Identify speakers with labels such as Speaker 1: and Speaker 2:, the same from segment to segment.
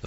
Speaker 1: The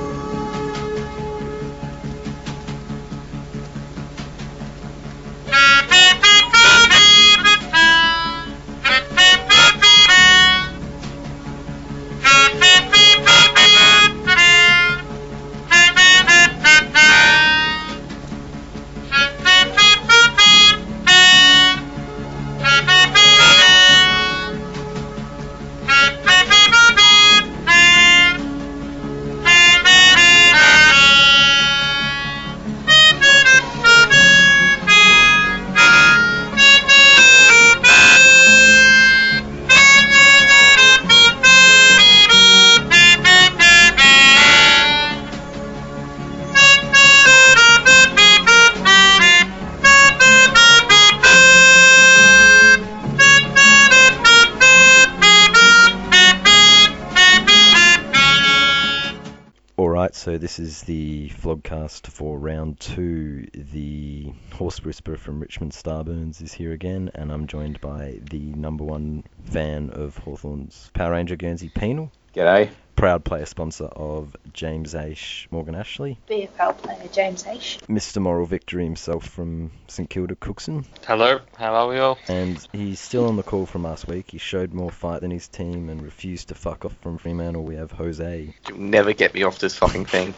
Speaker 2: All right, so this is the vlogcast for round two. The horse whisperer from Richmond Starburns is here again, and I'm joined by the number one fan of Hawthorn's Power Ranger Guernsey Penal,
Speaker 3: G'day.
Speaker 2: proud player sponsor of James H. Morgan Ashley,
Speaker 4: VFL player James H.
Speaker 2: Mr. Moral Victory himself from St Kilda Cookson,
Speaker 5: Hello, how are we all?
Speaker 2: and he's still on the call from last week. He showed more fight than his team and refused to fuck off from Fremantle. We have Jose,
Speaker 3: You'll never get me off this fucking thing.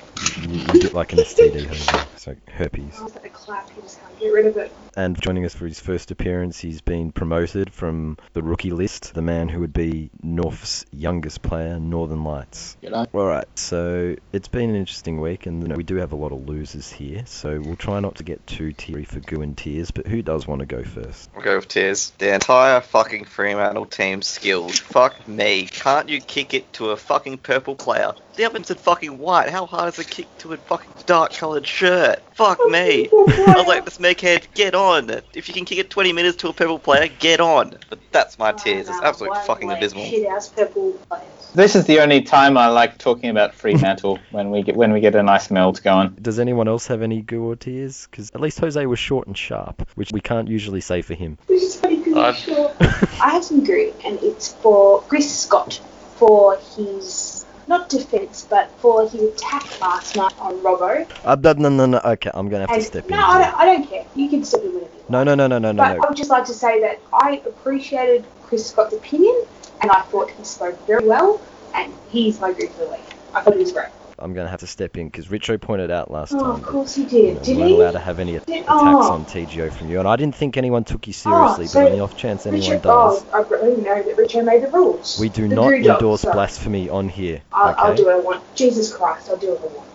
Speaker 2: a bit like an STD, Jose, so herpes.
Speaker 4: was at a clap, he was can't get rid of it.
Speaker 2: and joining us for his first appearance, he's been promoted from the rookie list, the man who would be North's youngest player, Northern Lights.
Speaker 3: G'day.
Speaker 2: All right, so it's been an interesting week, and you know, we do have a lot of losers here, so we'll try not to get too teary for goo and tears, but who does want to go first?
Speaker 3: I'll go with tears. The entire fucking Fremantle team skilled. Fuck me. Can't you kick it to a fucking purple player? The oven's in fucking white. How hard is a kick to a fucking dark coloured shirt? Fuck me. I was like, this meathead, get on. If you can kick it 20 minutes to a purple player, get on. But that's my tears. It's absolutely fucking abysmal.
Speaker 4: Um, Shit ass purple players.
Speaker 6: This is the only time I like talking about Fremantle when we get when we get a nice meld going.
Speaker 2: Does anyone else have any goo or tears? Because at least Jose was short and sharp, which we can't usually say for him. Uh,
Speaker 4: Which is funny
Speaker 5: I've-
Speaker 4: because he's short. I have some goo, and it's for Chris Scott for his not defence, but for his attack last night on Robbo.
Speaker 2: Uh, no, no, no, no, okay, I'm going to have to
Speaker 4: And-
Speaker 2: step
Speaker 4: no,
Speaker 2: in.
Speaker 4: I
Speaker 2: here.
Speaker 4: don't, I don't care. You can step in whenever. you
Speaker 2: No, no, no, no, no, no,
Speaker 4: But um,
Speaker 2: no.
Speaker 4: I would just like to say that I appreciated Chris Scott's opinion, and I thought he spoke very well, and he's my group for the week. I thought he was great.
Speaker 2: I'm going to have to step in, because Richo pointed out last
Speaker 4: Oh,
Speaker 2: time
Speaker 4: of
Speaker 2: that
Speaker 4: course he
Speaker 2: you know,
Speaker 4: did.
Speaker 2: we
Speaker 4: Did
Speaker 2: weren't
Speaker 4: he?
Speaker 2: allowed to have any at-
Speaker 4: Did-
Speaker 2: attacks
Speaker 4: oh.
Speaker 2: on TGO from you, and I didn't think anyone took you seriously.
Speaker 4: so
Speaker 2: but on the off chance anyone
Speaker 4: Richard,
Speaker 2: does,
Speaker 4: oh, I really know that Richard made the rules.
Speaker 2: we do
Speaker 4: The
Speaker 2: not
Speaker 4: Goo Dogs,
Speaker 2: endorse
Speaker 4: sorry.
Speaker 2: blasphemy on here.
Speaker 4: I'll,
Speaker 2: okay?
Speaker 4: I'll do what I want. Jesus Christ, I'll do what I want.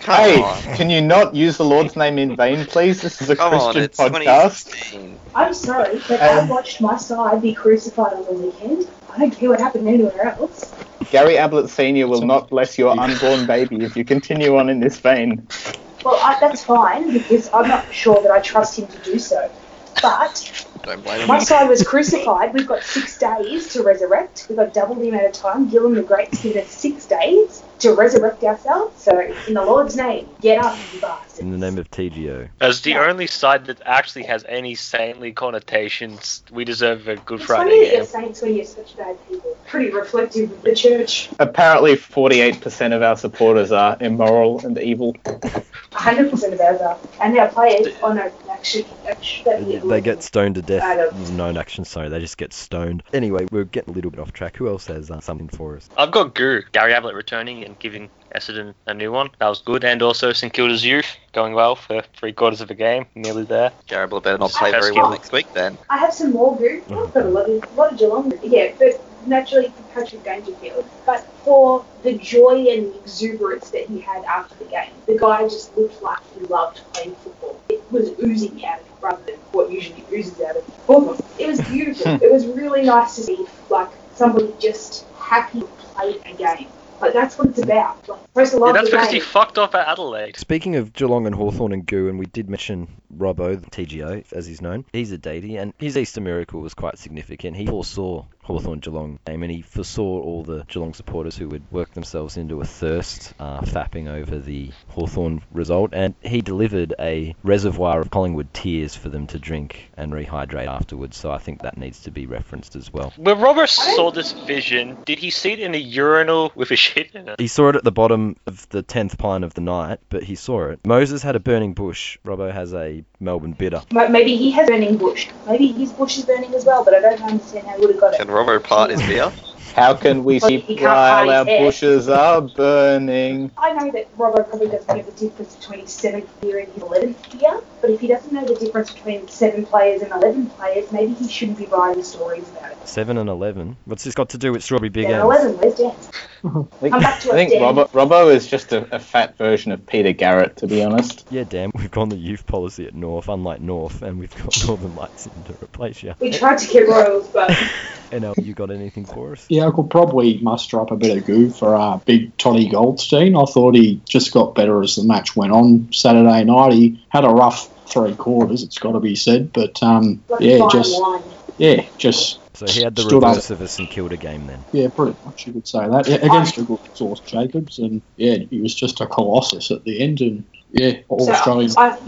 Speaker 3: Come
Speaker 6: Hey,
Speaker 3: on.
Speaker 6: can you not use the Lord's name in vain, please? This is a
Speaker 3: Come on,
Speaker 6: Christian
Speaker 3: it's
Speaker 6: podcast.
Speaker 3: 2016.
Speaker 4: I'm sorry, but I
Speaker 6: Um,
Speaker 4: watched my side be crucified on the weekend. I don't care what happened anywhere else.
Speaker 6: Gary Ablett Senior will not bless your unborn baby if you continue on in this vein.
Speaker 4: Well, I, that's fine because I'm not sure that I trust him to do so. But
Speaker 3: Don't blame
Speaker 4: My
Speaker 3: me.
Speaker 4: side was crucified. We've got six days to resurrect. We've got double the amount of time. Gilliam the Great's given us six days to resurrect ourselves. So, in the Lord's name, get up, you bastards.
Speaker 2: In the name of TGO.
Speaker 5: As the
Speaker 4: Yeah.
Speaker 5: only side that actually has any saintly connotations, we deserve a Good
Speaker 4: It's funny
Speaker 5: Friday
Speaker 4: that you're
Speaker 5: game.
Speaker 4: saints when you're such bad people. Pretty reflective of the church.
Speaker 6: Apparently, forty-eight percent of our supporters are immoral and evil.
Speaker 4: 100% of ours are. And our players, oh no, actually, actually
Speaker 2: They get Mm. stoned to
Speaker 4: I
Speaker 2: death.
Speaker 4: don't-
Speaker 2: No an action, sorry, they just get stoned. Anyway, we're getting a little bit off track. Who else has uh, something for us?
Speaker 5: I've got Goo, Gary Ablett returning and giving Essendon a new one. That was good. And also St Kilda's youth going well for three quarters of a game, nearly there.
Speaker 3: Garibaldi better not play very
Speaker 5: Pesky.
Speaker 3: well next week then.
Speaker 4: I have some more goo.
Speaker 5: Uh-huh.
Speaker 4: I've got a lot of, lot of Geelong goo. Yeah, but naturally for Patrick Dangerfield. But for the joy and exuberance that he had after the game, the guy just looked like he loved playing football. It was oozing out of him rather than what usually oozes out of him. It was beautiful. it was really nice to see like somebody just happy to play a game. Like that's what it's about. Like, press a
Speaker 5: Yeah,
Speaker 4: lot
Speaker 5: that's
Speaker 4: of the
Speaker 5: because he
Speaker 4: game.
Speaker 5: fucked off at Adelaide.
Speaker 2: Speaking of Geelong and Hawthorn and Goo, and we did mention
Speaker 7: Robbo, TGO as he's known, he's a deity, and his Easter miracle was quite significant. He foresaw Hawthorn Geelong game, and he foresaw all the Geelong supporters who would work themselves into a thirst, uh, fapping over the Hawthorn result, and he delivered a reservoir of Collingwood tears for them to drink and rehydrate afterwards. So I think that needs to be referenced as well.
Speaker 5: When Robert saw this vision, did he see it in a urinal with a shit in it?
Speaker 7: He saw it at the bottom of the tenth pine of the night, but he saw it. Moses had a burning bush. Robbo has a Melbourne bitter.
Speaker 4: M- Maybe he has burning bush. Maybe his bush is burning as well, but I don't understand how he would have got
Speaker 3: Can
Speaker 4: it.
Speaker 3: Robbo part his beer?
Speaker 6: How can we
Speaker 4: Well,
Speaker 6: see
Speaker 4: he can't
Speaker 6: while
Speaker 4: hide
Speaker 6: our
Speaker 4: it.
Speaker 6: bushes are burning?
Speaker 4: I know that Robbo probably doesn't know the difference between his seventh year and his eleventh year, but if he doesn't know the difference between seven players and eleven players, maybe he shouldn't be writing stories about it.
Speaker 7: Seven and eleven. What's this got to do with strawberry big
Speaker 4: Dan
Speaker 7: ends?
Speaker 4: eleven, where's Dan?
Speaker 6: I think,
Speaker 4: Come back to us,
Speaker 6: I think
Speaker 4: Dan.
Speaker 6: Robbo, Robbo is just a, a fat version of Peter Garrett, to be honest.
Speaker 7: Yeah, damn. We've gone the youth policy at North, unlike North, and we've got Northern Lights in to replace you.
Speaker 4: We tried to get Royals, but
Speaker 7: NL, you got anything for us?
Speaker 8: Yeah, I could probably muster up a bit of goo for uh, big Toddy Goldstein. I thought he just got better as the match went on Saturday night. He had a rough three quarters, it's got to be said, but um,
Speaker 4: like
Speaker 8: yeah,
Speaker 4: fine
Speaker 8: just
Speaker 4: wine.
Speaker 8: yeah, just
Speaker 7: So he had the
Speaker 8: Stood up.
Speaker 7: reverse of a St Kilda game then.
Speaker 8: yeah, pretty much you could say that yeah, against a good source Jacobs, and yeah, he was just a colossus at the end, and yeah, all
Speaker 4: So,
Speaker 8: Australians.
Speaker 4: I-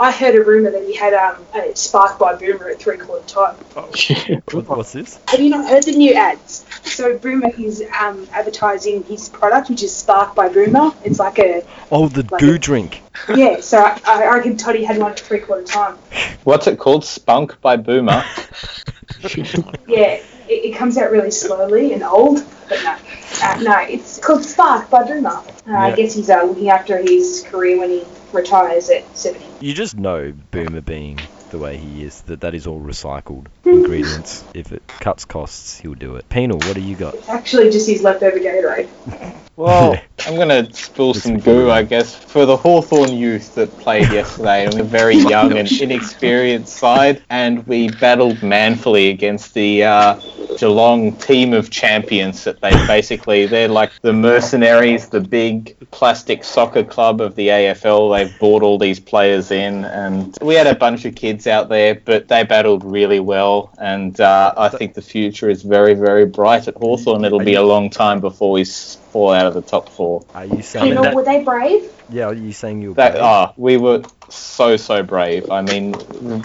Speaker 4: I heard a rumor that he had um a spark by Boomer at three quarter time.
Speaker 8: yeah,
Speaker 7: What, what's this?
Speaker 4: Have you not heard the new ads? So Boomer is um, advertising his product, which is Spark by Boomer. It's like a
Speaker 7: Oh, the
Speaker 4: Like
Speaker 7: goo
Speaker 4: it.
Speaker 7: drink.
Speaker 4: yeah. So I, I reckon Toddy had one at three quarter time.
Speaker 6: What's it called? Spunk by Boomer.
Speaker 4: Yeah, it, it comes out really slowly and old, but no, uh, no, it's called Spark by Boomer. Uh, I
Speaker 7: Yeah.
Speaker 4: guess he's uh, looking after his career when he retires at seventy.
Speaker 7: You just know Boomer being the way he is that that is all recycled ingredients. If it cuts costs, he'll do it. Penal, what do you got?
Speaker 4: It's actually just his leftover Gatorade.
Speaker 6: Well, I'm going to spill
Speaker 7: This
Speaker 6: some
Speaker 7: is
Speaker 6: goo,
Speaker 7: good.
Speaker 6: I guess, for the Hawthorn youth that played yesterday. and we were very
Speaker 7: Oh
Speaker 6: young and inexperienced side, and we battled manfully against the uh, Geelong team of champions that they basically, they're like the mercenaries, the big plastic soccer club of the AFL. They've bought all these players in, and we had a bunch of kids out there, but they battled really well, and uh, I think the future is very, very bright at Hawthorn. It'll be a long time before we s- fall out of the top four.
Speaker 7: Are you saying
Speaker 4: You know,
Speaker 5: that-
Speaker 4: were they brave?
Speaker 7: Yeah, are you saying you're
Speaker 6: That
Speaker 7: brave?
Speaker 6: ah, we were so so brave. I mean,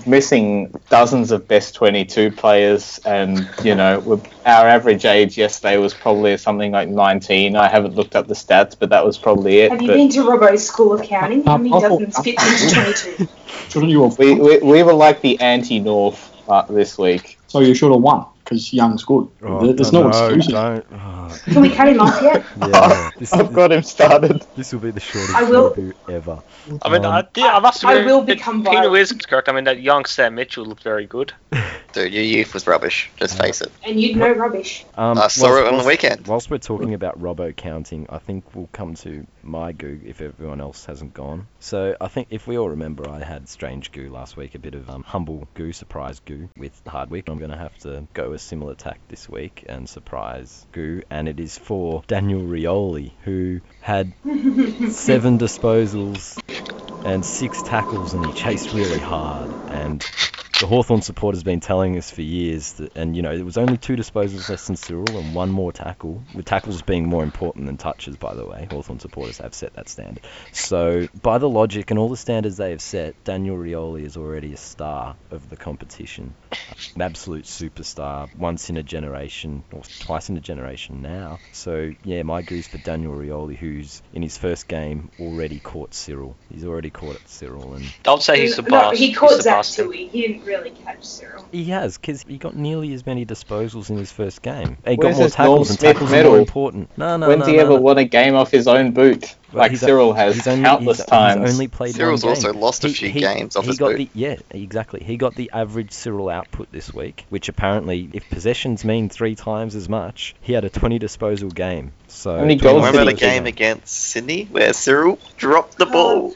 Speaker 6: missing dozens of best twenty-two players, and you know, we're- our average age yesterday was probably something like nineteen. I haven't looked up the stats, but that was probably it.
Speaker 4: Have you
Speaker 6: But
Speaker 4: been to Robbo's School of Counting? How many
Speaker 8: Um, I thought-
Speaker 4: dozens fits into twenty-two?
Speaker 8: shouldn't you have?
Speaker 6: we, we we were like the anti-North uh, this week.
Speaker 8: so you should have won because Young's good.
Speaker 7: Oh,
Speaker 8: There- There's no, excuses.
Speaker 7: Don't. Oh,
Speaker 4: Can we cut him off yet?
Speaker 7: yeah. This,
Speaker 6: I've got him started.
Speaker 7: this will be the shortest
Speaker 4: I will-
Speaker 7: reboot ever.
Speaker 5: I mean,
Speaker 7: Um,
Speaker 5: I, did, I must
Speaker 4: I
Speaker 5: admit
Speaker 4: will
Speaker 5: that
Speaker 4: become
Speaker 5: Peter
Speaker 4: violent.
Speaker 5: is correct. I mean, that young Sam Mitchell looked very good.
Speaker 3: Dude, your youth was rubbish. Just face it.
Speaker 4: And you'd know rubbish.
Speaker 7: Um,
Speaker 3: I saw
Speaker 7: whilst-
Speaker 3: it on the
Speaker 7: whilst-
Speaker 3: weekend.
Speaker 7: Whilst we're talking about Robbo counting, I think we'll come to my goo if everyone else hasn't gone. So I think if we all remember, I had strange goo last week, a bit of um, humble goo, surprise goo with Hardwick. I'm going to have to go a similar tack this week and surprise goo, and it is for Daniel Rioli, who had seven disposals and six tackles, and he chased really hard and. The Hawthorn support has been telling us for years that, and you know, it was only two disposals less than Cyril and one more tackle, with tackles being more important than touches, by the way. Hawthorn supporters have set that standard. So, by the logic and all the standards they have set, Daniel Rioli is already a star of the competition. An absolute superstar, once in a generation, or twice in a generation now. So, yeah, my goose for Daniel Rioli, who's in his first game already caught Cyril. He's already caught at Cyril, and
Speaker 5: I'll say he's the
Speaker 4: No,
Speaker 5: boss.
Speaker 4: he caught Zach
Speaker 5: surpassed him.
Speaker 4: Tui. He didn't really catch Cyril.
Speaker 7: He has, because he got nearly as many disposals in his first game. He
Speaker 6: Where's
Speaker 7: got more
Speaker 6: his Norm
Speaker 7: tackles, and
Speaker 6: Smith
Speaker 7: tackles are
Speaker 6: medal?
Speaker 7: more important. No, no,
Speaker 6: When's
Speaker 7: no,
Speaker 6: he
Speaker 7: no,
Speaker 6: ever
Speaker 7: no.
Speaker 6: won a game off his own boot,
Speaker 7: Well,
Speaker 6: like
Speaker 7: he's a-
Speaker 6: Cyril has
Speaker 7: he's only,
Speaker 6: countless
Speaker 7: he's,
Speaker 6: times?
Speaker 7: He's only played
Speaker 3: Cyril's
Speaker 7: one game.
Speaker 3: also lost a
Speaker 7: He-
Speaker 3: few
Speaker 7: he-
Speaker 3: games off
Speaker 7: he
Speaker 3: his
Speaker 7: got
Speaker 3: boot.
Speaker 7: The, yeah, exactly. He got the average Cyril output this week, which apparently, if possessions mean three times as much, he had a 20 disposal game. So
Speaker 6: How many
Speaker 7: 21
Speaker 6: goals
Speaker 3: Remember
Speaker 6: did
Speaker 3: the
Speaker 6: he-
Speaker 7: disposal
Speaker 3: game against Sydney where Cyril dropped the
Speaker 4: Oh.
Speaker 3: ball?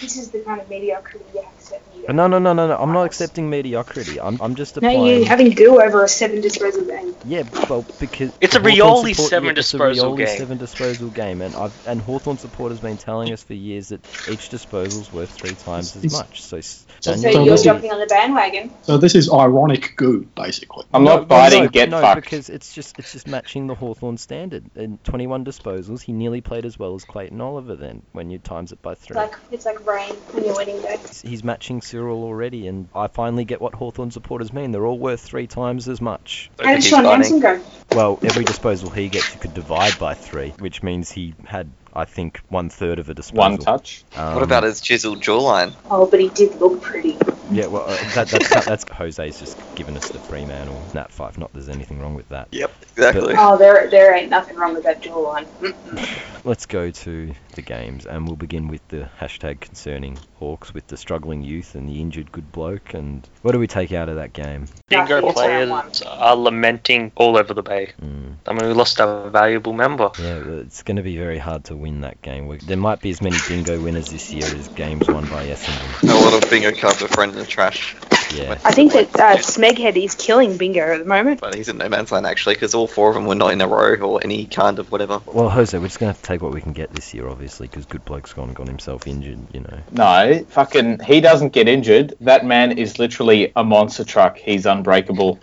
Speaker 4: This is the kind of mediocrity you have to admit
Speaker 7: No, no, no, no, no. I'm not accepting mediocrity. I'm, I'm just applying.
Speaker 4: No, you having goo over a seven disposal game.
Speaker 7: Yeah, well, because
Speaker 5: It's a
Speaker 7: Hawthorn
Speaker 5: Rioli
Speaker 7: support-
Speaker 5: seven
Speaker 7: it's a
Speaker 5: disposal
Speaker 7: Rioli
Speaker 5: game.
Speaker 7: seven disposal game, and I've, and Hawthorn support has been telling us for years that each disposal's worth three times as
Speaker 8: It's-
Speaker 7: much. So, s-
Speaker 8: So
Speaker 7: Daniel,
Speaker 4: So
Speaker 8: Yeah,
Speaker 7: you
Speaker 8: you
Speaker 4: you're
Speaker 8: listen.
Speaker 4: jumping on the bandwagon.
Speaker 8: So this is ironic goo, basically.
Speaker 6: I'm
Speaker 7: No,
Speaker 6: not biting.
Speaker 7: no,
Speaker 6: get
Speaker 7: no,
Speaker 6: fucked.
Speaker 7: because it's just it's just matching the Hawthorn standard. In 21 disposals, he nearly played as well as Clayton Oliver. Then, when you times it by
Speaker 4: It's
Speaker 7: three,
Speaker 4: like it's like rain on your wedding day.
Speaker 7: he's matching Cyril already, and I finally get what Hawthorn supporters mean. They're all worth three times as much.
Speaker 4: How did
Speaker 3: he's
Speaker 4: Sean
Speaker 3: funny.
Speaker 4: Hanson go?
Speaker 7: Well, every disposal he gets, you could divide by three, which means he had, I think, one third of a disposal.
Speaker 6: One touch.
Speaker 7: Um,
Speaker 3: What about his chiseled jawline?
Speaker 4: Oh, but he did look pretty.
Speaker 7: Yeah, well, uh, that, that's, that, that's Jose's just given us the Fremantle Nat Five. Not there's anything wrong with that.
Speaker 3: Exactly.
Speaker 4: Oh, there there ain't nothing wrong with that jawline.
Speaker 3: Mm.
Speaker 4: Mm-mm.
Speaker 7: Let's go to the games, and we'll begin with the hashtag concerning Hawks with the struggling youth and the injured good bloke. And what do we take out of that game?
Speaker 4: Nothing,
Speaker 5: Bingo
Speaker 4: it's round one.
Speaker 5: players are lamenting all over the bay.
Speaker 7: Mm,
Speaker 5: I mean, we lost a valuable member.
Speaker 7: yeah, well, it's going to be very hard to win that game. We- There might be as many bingo winners this year as games won by Essendon.
Speaker 3: A lot of bingo cards are friends in the trash,
Speaker 7: Yeah,
Speaker 4: I think that uh, Smeghead is killing Bingo at the moment.
Speaker 3: but he's in no man's land actually because all four of them were not in a row or any kind of whatever.
Speaker 7: Well, Jose, we're just gonna have to take what we can get this year, obviously, because good bloke's gone and got himself injured. You know.
Speaker 6: No, fucking, he doesn't get injured. That man is literally a monster truck. He's unbreakable.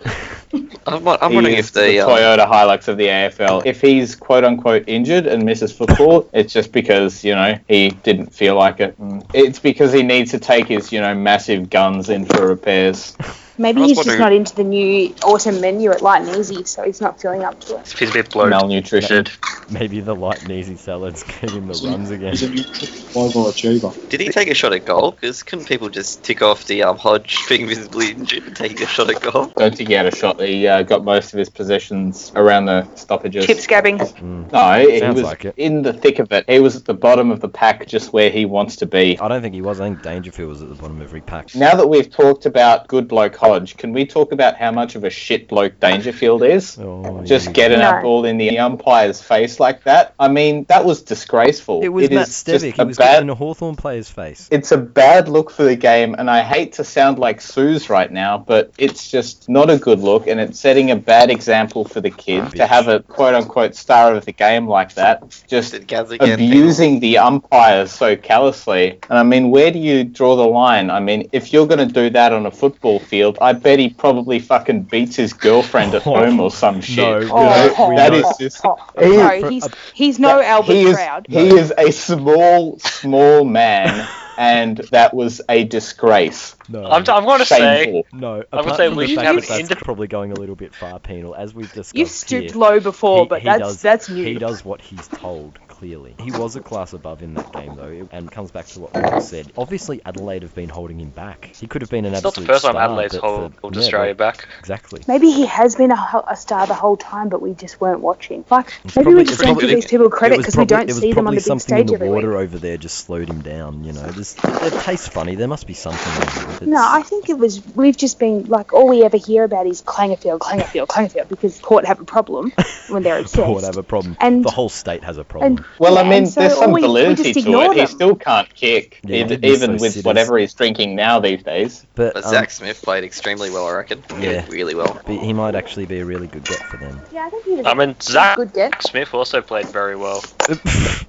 Speaker 3: I'm, wa- I'm
Speaker 6: He
Speaker 3: wondering
Speaker 6: is
Speaker 3: if they.
Speaker 6: the
Speaker 3: um,
Speaker 6: Toyota Hilux of the AFL. If he's quote unquote injured and misses football, it's just because you know he didn't feel like it. Mm. It's because he needs to take his you know massive guns in for repairs.
Speaker 3: I
Speaker 4: Maybe
Speaker 3: was
Speaker 4: he's just
Speaker 3: wondering-
Speaker 4: not into the new autumn menu at Light and Easy, so he's not feeling up to it.
Speaker 5: He's a bit bloated.
Speaker 6: Malnutrition.
Speaker 7: Maybe the light and easy salads gave him the runs again.
Speaker 8: He's a global achiever.
Speaker 3: Did he take a shot at goal? Because couldn't people just tick off the um, Hodge being visibly injured and take a shot at goal?
Speaker 6: Don't think he had a shot. He uh, got most of his possessions around the stoppages.
Speaker 4: Chip scabbing.
Speaker 7: Mm.
Speaker 6: No, he
Speaker 7: Sounds
Speaker 6: was
Speaker 7: like it.
Speaker 6: in the thick of it. He was at the bottom of the pack, just where he wants to be.
Speaker 7: I don't think he was. I think Dangerfield was at the bottom of every pack.
Speaker 6: Now that we've talked about good bloke Hodge, can we talk about how much of a shit bloke Dangerfield is?
Speaker 7: Oh,
Speaker 6: Just
Speaker 7: yeah.
Speaker 6: getting
Speaker 4: No.
Speaker 6: up all in the umpire's face like that. I mean, that was disgraceful.
Speaker 7: It was
Speaker 6: It
Speaker 7: Matt
Speaker 6: is just
Speaker 7: Stevic. He
Speaker 6: a
Speaker 7: was
Speaker 6: bad-
Speaker 7: in a Hawthorn player's face.
Speaker 6: It's a bad look for the game, and I hate to sound like Suze right now, but it's just not a good look, and it's setting a bad example for the kid to have a quote unquote star of the game like that. Just
Speaker 3: Did Gaz again?
Speaker 6: abusing the umpires so callously. And I mean, where do you draw the line? I mean, if you're going to do that on a football field, I bet he probably fucking beats his girlfriend at
Speaker 7: Oh,
Speaker 6: home or some shit. You
Speaker 4: Oh,
Speaker 6: know, that
Speaker 7: no.
Speaker 6: is just. He-
Speaker 4: No, he's he's no Albert
Speaker 6: he is,
Speaker 4: Crowd.
Speaker 6: He is a small, small man, and that was a disgrace.
Speaker 7: No.
Speaker 5: I'm, I'm going to say,
Speaker 6: Shameful.
Speaker 7: no,
Speaker 5: I would
Speaker 7: apart
Speaker 5: say
Speaker 7: from
Speaker 5: we
Speaker 7: the
Speaker 5: should
Speaker 7: fact
Speaker 5: have
Speaker 7: that
Speaker 5: an
Speaker 7: that's
Speaker 5: indep-
Speaker 7: probably going a little bit far penal, as we've discussed
Speaker 4: You've stooped
Speaker 7: here.
Speaker 4: low before,
Speaker 7: He-
Speaker 4: but
Speaker 7: he
Speaker 4: that's
Speaker 7: does-
Speaker 4: that's
Speaker 7: He
Speaker 4: new.
Speaker 7: does what he's told, clearly. He was a class above in that game, though, and comes back to what we just said. Obviously, Adelaide have been holding him back. He could have been an
Speaker 5: it's not
Speaker 7: absolute
Speaker 5: the first time
Speaker 7: star,
Speaker 5: Adelaide's
Speaker 7: but
Speaker 5: hold
Speaker 7: for-
Speaker 5: hold
Speaker 7: yeah,
Speaker 5: Australia
Speaker 7: but-
Speaker 5: back.
Speaker 7: Exactly.
Speaker 4: Maybe he has been a, ho- a star the whole time, but we just weren't watching. Like
Speaker 7: It's
Speaker 4: maybe
Speaker 7: probably-
Speaker 4: we just
Speaker 7: it's
Speaker 4: don't give
Speaker 3: probably-
Speaker 4: these people
Speaker 7: It
Speaker 4: credit
Speaker 7: was
Speaker 4: because we
Speaker 7: prob-
Speaker 4: don't
Speaker 7: it was
Speaker 4: see them on
Speaker 7: probably
Speaker 4: the big
Speaker 7: something in
Speaker 4: stage
Speaker 7: the
Speaker 4: every
Speaker 7: water
Speaker 4: week.
Speaker 7: over there just slowed him down. You know, There's, their taste funny. There must be something. wrong with it.
Speaker 4: No, I think it was we've just been like all we ever hear about is Clangerfield, Clangerfield, Clangerfield because Port have a problem when they're obsessed.
Speaker 7: Port have a problem.
Speaker 4: And-
Speaker 7: the whole state has a problem.
Speaker 4: and
Speaker 6: Well, I
Speaker 4: Yeah,
Speaker 6: mean,
Speaker 4: and so
Speaker 6: there's some
Speaker 4: we- we
Speaker 6: validity
Speaker 4: just
Speaker 6: to
Speaker 4: ignore
Speaker 6: it. He
Speaker 4: them.
Speaker 6: still can't kick,
Speaker 7: Yeah,
Speaker 6: even,
Speaker 7: he's so
Speaker 6: even with
Speaker 7: serious.
Speaker 6: whatever he's drinking now these days.
Speaker 7: but,
Speaker 3: But
Speaker 7: um,
Speaker 3: Zach Smith played extremely well, I reckon. He did
Speaker 7: Yeah.
Speaker 3: really well.
Speaker 7: but he might actually be a really good get for them.
Speaker 4: yeah, I think he was
Speaker 5: I mean, Zach
Speaker 4: good get.
Speaker 5: Smith also played very well. I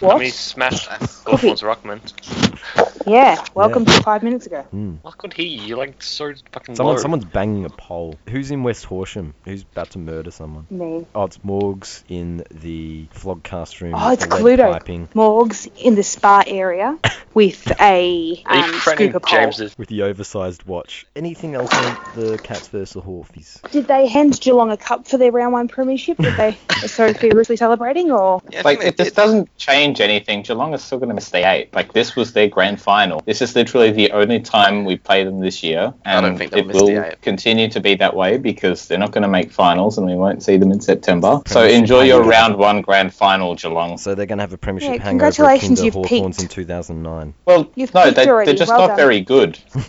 Speaker 4: What?
Speaker 5: mean, he smashed
Speaker 4: Cookie.
Speaker 5: Hawthorne's Ruckman.
Speaker 4: yeah, welcome to five minutes ago.
Speaker 7: Mm.
Speaker 5: Why could he? You like so fucking
Speaker 7: Someone,
Speaker 5: low.
Speaker 7: someone's banging a pole. Who's in West Horsham? Who's about to murder someone?
Speaker 4: Me,
Speaker 7: Oh, it's Morgs in the vlogcast room.
Speaker 4: Oh,
Speaker 7: with
Speaker 4: it's
Speaker 7: the lead
Speaker 4: Cluedo.
Speaker 7: piping
Speaker 4: Morgs in the spa area with a
Speaker 5: Are you
Speaker 4: um,
Speaker 5: threatening
Speaker 4: scuba pole.
Speaker 5: James's?
Speaker 7: with the oversized watch. Anything else on the Cats versus the Horfies?
Speaker 4: Did they hand Geelong a cup for their round one premiership that they are so furiously celebrating, or
Speaker 3: Yeah, I
Speaker 6: Like,
Speaker 3: think
Speaker 6: it
Speaker 3: they
Speaker 6: just
Speaker 3: did.
Speaker 6: doesn't change anything. Geelong is still going to miss the eight. Like, this was their grand final. This is literally the only time we play them this year.
Speaker 3: I
Speaker 6: And
Speaker 3: don't think they'll
Speaker 6: it
Speaker 3: miss the
Speaker 6: will
Speaker 3: eight.
Speaker 6: continue to be that way because they're not going to make finals and we won't see them in September. So
Speaker 7: Premiership
Speaker 6: enjoy your
Speaker 7: hangover.
Speaker 6: round one grand final, Geelong.
Speaker 7: So they're going to have a premiership
Speaker 4: Yeah,
Speaker 7: hangover
Speaker 4: congratulations,
Speaker 7: akin to
Speaker 4: you've
Speaker 7: Hawthorns in
Speaker 4: peaked.
Speaker 7: 2009.
Speaker 6: Well,
Speaker 4: You've
Speaker 6: no,
Speaker 4: peaked
Speaker 6: they, they're
Speaker 4: already.
Speaker 6: just
Speaker 4: Well
Speaker 6: not
Speaker 4: done.
Speaker 6: very good.
Speaker 4: they're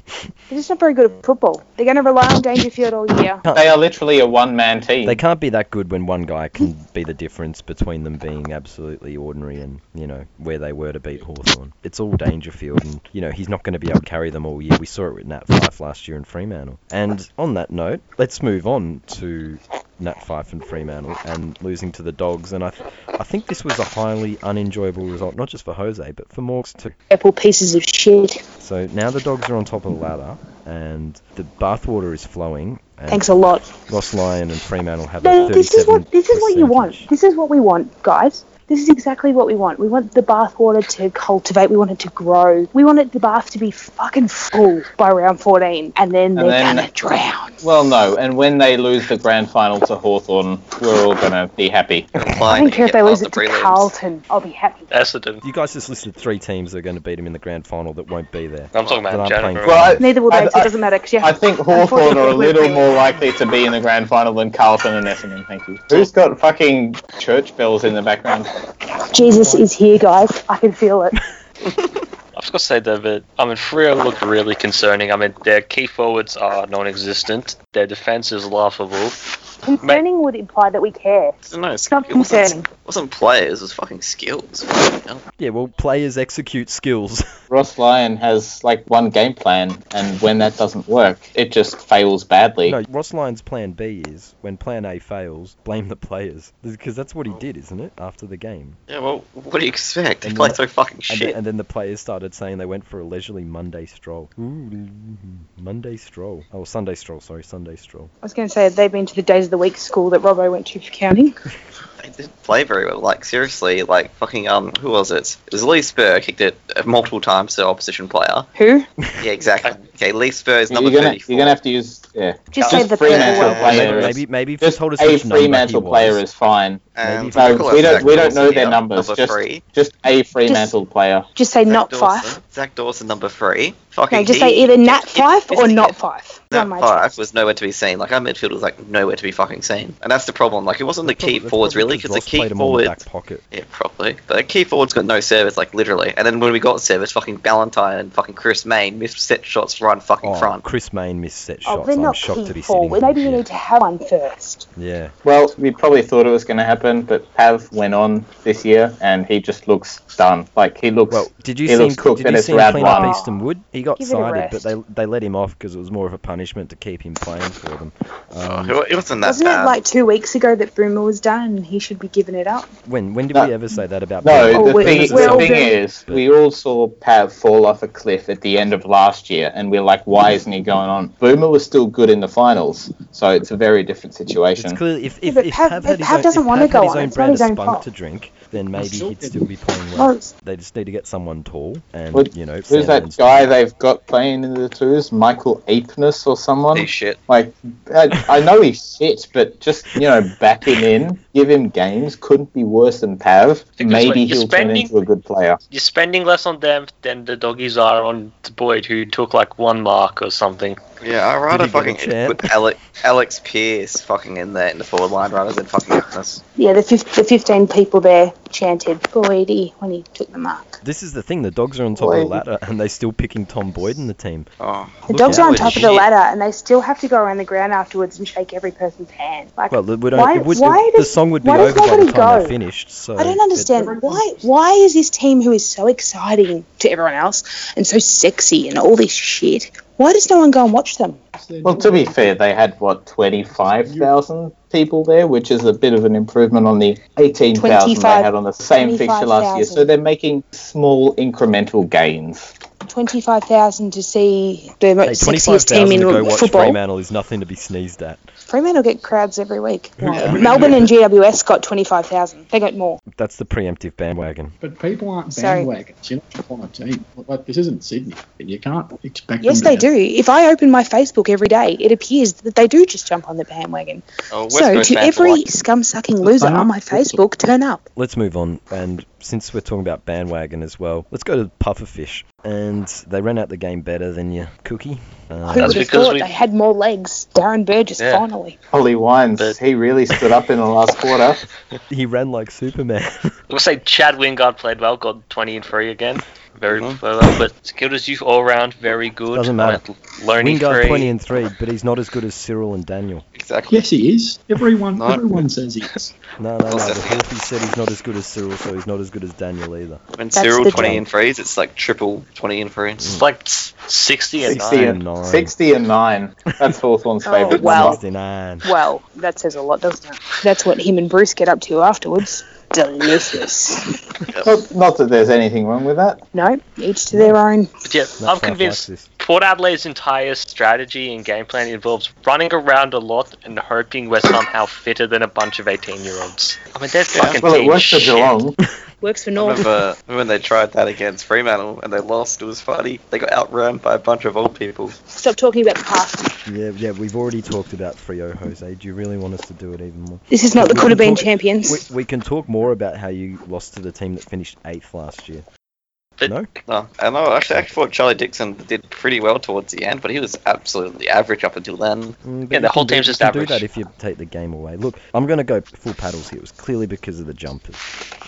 Speaker 4: just not very good at football? They're going to rely on Dangerfield all year.
Speaker 6: They are literally a one man team.
Speaker 7: They can't be that good when one guy can be the difference between them being absolutely ordinary and, you know, where they were to beat Hawthorn. It's all Dangerfield and and you know he's not going to be able to carry them all year. We saw it with Nat Fife last year in Fremantle. And on that note, let's move on to Nat Fife and Fremantle and losing to the Dogs. And I, th- I think this was a highly unenjoyable result, not just for Jose, but for Morgs too.
Speaker 4: Purple pieces of shit.
Speaker 7: So now the Dogs are on top of the ladder, and the bathwater is flowing. And
Speaker 4: Thanks a lot.
Speaker 7: Ross Lyon and Fremantle have
Speaker 4: No,
Speaker 7: a 37
Speaker 4: this is what this is what you want.
Speaker 7: percentage.
Speaker 4: This is what we want, guys. This is exactly what we want. We want the bathwater to cultivate. We want it to grow. We want it, the bath to be fucking full by round 14, and then they're
Speaker 6: then-
Speaker 4: gonna drown.
Speaker 6: Well, no, and when they lose the grand final to Hawthorn, we're all going to be happy.
Speaker 4: I don't care if they lose it to Carlton. I'll be happy.
Speaker 5: Essendon.
Speaker 7: You guys just listed three teams that are going to beat him in the grand final that won't be there.
Speaker 5: I'm talking
Speaker 7: That
Speaker 5: about
Speaker 7: aren't
Speaker 5: January.
Speaker 7: playing.
Speaker 6: Well,
Speaker 4: Neither will they,
Speaker 6: I-
Speaker 4: so
Speaker 6: I-
Speaker 4: it doesn't matter. 'cause you
Speaker 6: I
Speaker 4: have-
Speaker 6: think Hawthorn are a
Speaker 4: unfortunately,
Speaker 6: little
Speaker 4: we're-
Speaker 6: more likely to be in the grand final than Carlton and Essendon, thank you. Who's got fucking church bells in the background?
Speaker 4: Jesus is here, guys. I can feel it.
Speaker 5: I've just got to say though that I mean Freo look really concerning. I mean their key forwards are non-existent. Their defense is laughable.
Speaker 4: Concerning would imply that we care.
Speaker 3: No, it's
Speaker 4: It's not
Speaker 3: it wasn't,
Speaker 4: concerning.
Speaker 3: wasn't players, it was fucking skills. Fucking hell.
Speaker 7: Yeah, well, players execute skills.
Speaker 6: Ross Lyon has like one game plan, and when that doesn't work, it just fails badly.
Speaker 7: no, Ross Lyon's plan B is when plan A fails, blame the players because that's what he did, isn't it? After the game,
Speaker 3: Yeah, well, what do you expect? They
Speaker 7: And
Speaker 3: play
Speaker 7: then-
Speaker 3: so fucking
Speaker 7: and,
Speaker 3: shit.
Speaker 7: Then, and then the players started saying they went for a leisurely Monday stroll. Ooh, Monday stroll. Oh, Sunday stroll. Sorry, Sunday stroll.
Speaker 4: I was going to say they've been to the days of the week school that Robbo went to for counting.
Speaker 3: They didn't play very well. Like seriously, like fucking um, who was it? It was Lee Spur kicked it uh, multiple times to opposition player.
Speaker 4: Who?
Speaker 3: Yeah, exactly. Okay, Lee Spur is
Speaker 6: you're
Speaker 3: number
Speaker 6: gonna
Speaker 3: thirty-four.
Speaker 6: you're gonna have to use yeah.
Speaker 4: Just
Speaker 3: Yeah,
Speaker 4: say
Speaker 6: just
Speaker 4: the
Speaker 6: Fremantle
Speaker 4: people.
Speaker 3: Fremantle.
Speaker 6: player.
Speaker 7: Maybe,
Speaker 6: is-
Speaker 7: maybe, maybe if you
Speaker 6: Just
Speaker 7: told us
Speaker 6: a
Speaker 7: which number he
Speaker 6: Fremantle
Speaker 7: was-
Speaker 6: player is fine.
Speaker 3: Um,
Speaker 7: Maybe if
Speaker 6: No,
Speaker 7: Nicola
Speaker 6: we don't
Speaker 3: Zach
Speaker 6: we don't know
Speaker 3: Dawson,
Speaker 6: their
Speaker 3: yeah,
Speaker 6: numbers.
Speaker 3: Number
Speaker 6: Just
Speaker 3: three.
Speaker 6: just a Fremantle player.
Speaker 4: Just say
Speaker 3: Zach
Speaker 4: not
Speaker 3: Dawson,
Speaker 4: Fife.
Speaker 3: Zach Dawson, number three. Fucking
Speaker 4: No, just
Speaker 3: he-
Speaker 4: say either Nat
Speaker 3: he-
Speaker 4: Fife
Speaker 3: this
Speaker 4: or
Speaker 3: is-
Speaker 4: not Fife. You're
Speaker 3: Nat
Speaker 4: on my team.
Speaker 3: Fife was nowhere to be seen. Like our midfield was like nowhere to be fucking seen, and that's the problem. Like it wasn't the
Speaker 7: That's
Speaker 3: key
Speaker 7: probably- that's
Speaker 3: forwards
Speaker 7: probably
Speaker 3: really, because the
Speaker 7: Ross
Speaker 3: key
Speaker 7: played him on the
Speaker 3: forwards.
Speaker 7: back pocket.
Speaker 3: Yeah, probably. But the key forward's got no service, like literally. And then when we got service, fucking Ballantyne and fucking Chris Main missed set shots right in fucking
Speaker 7: Oh,
Speaker 3: front.
Speaker 7: Chris Main missed set shots.
Speaker 4: Oh, they're
Speaker 7: I'm
Speaker 4: not
Speaker 7: shocked
Speaker 4: key
Speaker 7: to be sitting.
Speaker 4: forward.
Speaker 7: here.
Speaker 4: Maybe you need to have one first.
Speaker 7: Yeah.
Speaker 6: Well, we probably thought it was going to happen, but Pav went on this year, and he just looks done. Like he looks.
Speaker 7: Well, did you see
Speaker 6: he
Speaker 7: him,
Speaker 6: looks cooked,
Speaker 7: did
Speaker 6: and
Speaker 7: you
Speaker 6: it's
Speaker 7: see him
Speaker 6: round
Speaker 7: clean
Speaker 6: one.
Speaker 7: up Easton Wood? He got
Speaker 4: Give it a
Speaker 7: cited, but
Speaker 4: rest.
Speaker 7: they they let him off because it was more of a punishment to keep him playing for them. Um,
Speaker 3: Oh, it wasn't that
Speaker 4: Wasn't
Speaker 3: bad.
Speaker 4: it like two weeks ago that Bruma was done and he should be giving it up?
Speaker 7: when when did
Speaker 6: No.
Speaker 7: we ever say that about?
Speaker 6: no,
Speaker 7: Burnley?
Speaker 4: Oh,
Speaker 6: the
Speaker 4: wait,
Speaker 6: thing,
Speaker 4: it's
Speaker 6: the
Speaker 4: well
Speaker 6: thing
Speaker 4: done.
Speaker 6: is, we all saw Pav fall off a cliff at the end of last year, and we're like, why isn't he going on? Boomer was still good in the finals, so it's a very
Speaker 7: It's
Speaker 6: different situation.
Speaker 7: clearly if if,
Speaker 4: but
Speaker 7: if
Speaker 4: Pav-
Speaker 7: Pav
Speaker 4: but
Speaker 7: had his
Speaker 4: Pav
Speaker 7: own,
Speaker 4: doesn't
Speaker 7: if
Speaker 4: wanna
Speaker 7: Pav
Speaker 4: go
Speaker 7: had his
Speaker 4: on,
Speaker 7: own
Speaker 4: it's not
Speaker 7: brand
Speaker 4: his
Speaker 7: of
Speaker 4: own
Speaker 7: spunk
Speaker 4: fault.
Speaker 7: to drink, then maybe
Speaker 8: still
Speaker 7: he'd
Speaker 8: didn't.
Speaker 7: still be playing well.
Speaker 4: Oh, it's-
Speaker 7: They just need to get someone tall and
Speaker 6: Well,
Speaker 7: you know.
Speaker 6: Who's that guy they've got playing in the twos? Michael Apeness or someone?
Speaker 3: Holy shit.
Speaker 6: Like, I, I know he's shit, but just you know, back him in, give him games. Couldn't be worse than Pav.
Speaker 5: Because what,
Speaker 6: Maybe
Speaker 5: you're
Speaker 6: he'll turn
Speaker 5: spending-
Speaker 6: into a good player.
Speaker 5: You're spending less on them than the doggies are on Boyd, who took like one mark or something.
Speaker 3: Yeah, I'd rather
Speaker 7: rather Did he get a
Speaker 3: fucking
Speaker 7: fucking chant?
Speaker 3: put Alex, Alex Pierce fucking in there in the forward line rather than fucking Epness.
Speaker 4: Yeah, the, fif- the 15 people there chanted Boydie when he took the mark.
Speaker 7: This is the thing. The dogs are on top of the
Speaker 6: Boyd.
Speaker 7: ladder, and they're still picking Tom Boyd in the team.
Speaker 3: Oh,
Speaker 4: The
Speaker 7: Look
Speaker 4: dogs
Speaker 7: out
Speaker 4: are on
Speaker 7: with
Speaker 4: top
Speaker 3: shit.
Speaker 4: of the ladder and they still have to go around the ground afterwards and shake every person's hand. Like,
Speaker 7: Well, it would,
Speaker 4: Why-
Speaker 7: it would,
Speaker 4: why
Speaker 7: the
Speaker 4: does-
Speaker 7: song would be
Speaker 4: why
Speaker 7: over
Speaker 4: does
Speaker 7: by the
Speaker 4: nobody
Speaker 7: time they
Speaker 4: go?
Speaker 7: finished. So
Speaker 4: I don't
Speaker 7: it-
Speaker 4: understand why. Why is this team who is so exciting to everyone else and so sexy and all this shit? Why does no one go and watch them?
Speaker 6: Well, to be fair, they had what twenty-five thousand people there, which is a bit of an improvement on the eighteen thousand they
Speaker 4: 25
Speaker 6: had on the same fixture last
Speaker 4: 25,000.
Speaker 6: year. So they're making small incremental gains.
Speaker 4: Twenty-five thousand to see the
Speaker 7: Hey,
Speaker 4: most sexiest team
Speaker 7: 25,000 to
Speaker 4: in
Speaker 7: go watch
Speaker 4: football.
Speaker 7: Fremantle is nothing to be sneezed at.
Speaker 4: Fremantle get crowds every week.
Speaker 8: Yeah.
Speaker 4: Melbourne and GWS got twenty-five thousand. They got more.
Speaker 7: That's the preemptive bandwagon.
Speaker 8: But people aren't
Speaker 4: Sorry.
Speaker 8: bandwagons. You're not on a team. Like, this isn't Sydney. You can't expect.
Speaker 4: Yes,
Speaker 8: them
Speaker 4: they
Speaker 8: to
Speaker 4: do. If I open my Facebook every day, it appears that they do just jump on the bandwagon. so, to every scum-sucking loser on my Facebook, turn up.
Speaker 7: Let's move on, and since we're talking about bandwagon as well, let's go to Pufferfish. And they ran out the game better than your cookie.
Speaker 4: Who
Speaker 7: Uh,
Speaker 5: That's
Speaker 4: would have
Speaker 5: because
Speaker 4: thought
Speaker 5: we-
Speaker 4: they had more legs? Darren Burgess,
Speaker 5: Yeah.
Speaker 4: finally.
Speaker 6: Ollie Wines,
Speaker 5: But-
Speaker 6: he really stood up in the last quarter.
Speaker 7: he ran like Superman.
Speaker 5: We'll say Chad Wingard played well, got 20 and 3 again. Very
Speaker 6: Mm-hmm.
Speaker 3: Mhm.
Speaker 5: well, but Skilders youth all round, very good.
Speaker 7: Doesn't matter.
Speaker 5: Learning
Speaker 7: Wingard
Speaker 5: free.
Speaker 7: 20 and 3, but he's not as good as Cyril and Daniel.
Speaker 3: Exactly.
Speaker 8: Yes, he is. Everyone,
Speaker 3: No.
Speaker 8: everyone says he is.
Speaker 7: No, no, no.
Speaker 3: Also-
Speaker 7: The Hawkeye said he's not as good as Cyril, so he's not as good as Daniel either.
Speaker 3: When
Speaker 4: That's
Speaker 3: Cyril
Speaker 4: the
Speaker 3: 20
Speaker 4: joke.
Speaker 3: and threes, it's like triple 20 and threes.
Speaker 5: It's like s- 60 and
Speaker 6: 60
Speaker 5: 9.
Speaker 6: and,
Speaker 7: Nine.
Speaker 6: 60 and 9. That's Hawthorne's
Speaker 4: Oh,
Speaker 6: favourite
Speaker 4: wow.
Speaker 6: number.
Speaker 7: 69.
Speaker 4: Well, that says a lot, doesn't it? That's what him and Bruce get up to afterwards. Delicious. Oh,
Speaker 6: Not, not that there's anything wrong with that.
Speaker 4: no, each to their own.
Speaker 5: But yeah,
Speaker 7: That's
Speaker 5: I'm
Speaker 7: life like
Speaker 5: convinced
Speaker 7: this.
Speaker 5: Port Adelaide's entire strategy and game plan involves running around a lot and hoping we're somehow fitter than a bunch of 18 year olds. I mean, they're fucking
Speaker 6: Well, it
Speaker 5: team
Speaker 6: worked for
Speaker 5: shit.
Speaker 6: Geelong.
Speaker 4: Works for
Speaker 3: I
Speaker 4: North.
Speaker 3: remember when they tried that against Fremantle and they lost. It was funny. They got outrun by a bunch of old people.
Speaker 4: Stop talking about the past.
Speaker 7: Yeah, yeah, we've already talked about Frio Jose. Do you really want us to do it even more?
Speaker 4: This is not the
Speaker 7: We
Speaker 4: could have
Speaker 7: can
Speaker 4: been
Speaker 7: talk-
Speaker 4: champions.
Speaker 7: We, we can talk more about how you lost to the team that finished eighth last year.
Speaker 5: But-
Speaker 7: no?
Speaker 3: No, I know. Actually, I thought Charlie Dixon did pretty well towards the end, but he was absolutely average up until then.
Speaker 7: Mm, but
Speaker 5: Yeah,
Speaker 7: you
Speaker 5: the
Speaker 7: can
Speaker 5: whole
Speaker 7: do-
Speaker 5: team's
Speaker 7: you
Speaker 5: just
Speaker 7: can
Speaker 5: average.
Speaker 7: do that if you take the game away. Look, I'm going to go full paddles here. It was clearly because of the jumpers.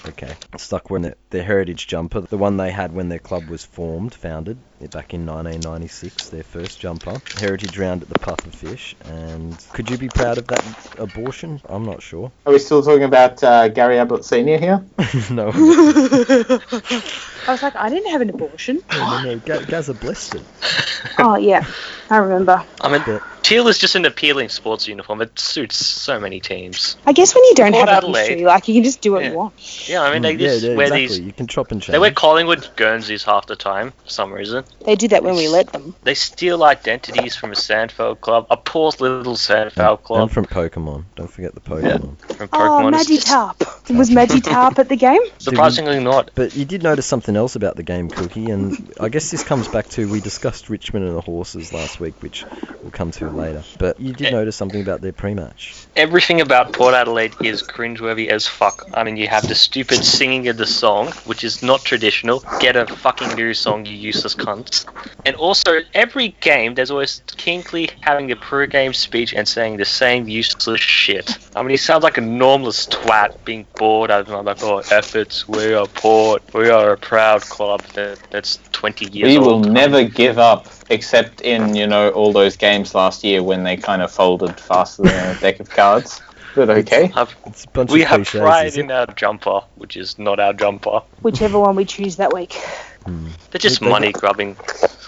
Speaker 7: Okay. Stuck when it, the heritage jumper, the one they had when their club was formed, founded back in 1996, their first jumper. Heritage round at the Puffer Fish. And could you be proud of that abortion? I'm not sure.
Speaker 6: Are we still talking about uh, Gary Ablett Senior here?
Speaker 7: no.
Speaker 4: I was like, I didn't have an abortion.
Speaker 7: no, no, Ga- Gaza blessed it.
Speaker 4: oh, yeah. I remember.
Speaker 5: I mean,
Speaker 7: But-
Speaker 5: teal is just an appealing sports uniform. It suits so many teams.
Speaker 4: I guess when you don't
Speaker 5: Port
Speaker 4: have a
Speaker 5: Adelaide.
Speaker 4: history, like, you can just do what
Speaker 5: Yeah.
Speaker 4: you want.
Speaker 5: Yeah, I mean, they
Speaker 7: Mm, yeah,
Speaker 5: just
Speaker 7: yeah,
Speaker 5: wear
Speaker 7: exactly.
Speaker 5: these.
Speaker 7: You can chop and change.
Speaker 5: They wear Collingwood Guernseys half the time for some reason.
Speaker 4: They did that when we let them.
Speaker 5: They steal identities from a Sandfeld club, a poor little Sandfeld
Speaker 7: I'm
Speaker 5: club
Speaker 7: from Pokemon. Don't forget the Pokemon.
Speaker 5: from
Speaker 4: Oh,
Speaker 5: Pokemon. It's just
Speaker 4: Magitarp. Was Magitarp at the game?
Speaker 5: surprisingly not.
Speaker 7: But you did notice something else about the game, Cookie, and I guess this comes back to we discussed Richmond and the horses last week, which we'll come to later. But you did
Speaker 5: Yeah.
Speaker 7: notice something about their pre-match.
Speaker 5: Everything about Port Adelaide is cringeworthy as fuck. I mean, you have the stupid singing of the song, which is not traditional. Get a fucking new song, you useless cunts. And also, every game, there's always Kinkley having a pre-game speech and saying the same useless shit. I mean, he sounds like a normless twat being bored. I'm like, oh, efforts, we are Port, we are a proud club that, that's 20 years
Speaker 6: we will
Speaker 5: old.
Speaker 6: never give up, except in you know all those games last year when they kind of folded faster than a deck of cards. But okay,
Speaker 7: It's a bunch
Speaker 5: We
Speaker 7: of
Speaker 5: have
Speaker 7: cliches.
Speaker 5: pride
Speaker 7: isn't
Speaker 5: in our jumper, which is not our jumper.
Speaker 4: Whichever one we choose that week.
Speaker 5: They're just
Speaker 7: They- they-
Speaker 5: money grubbing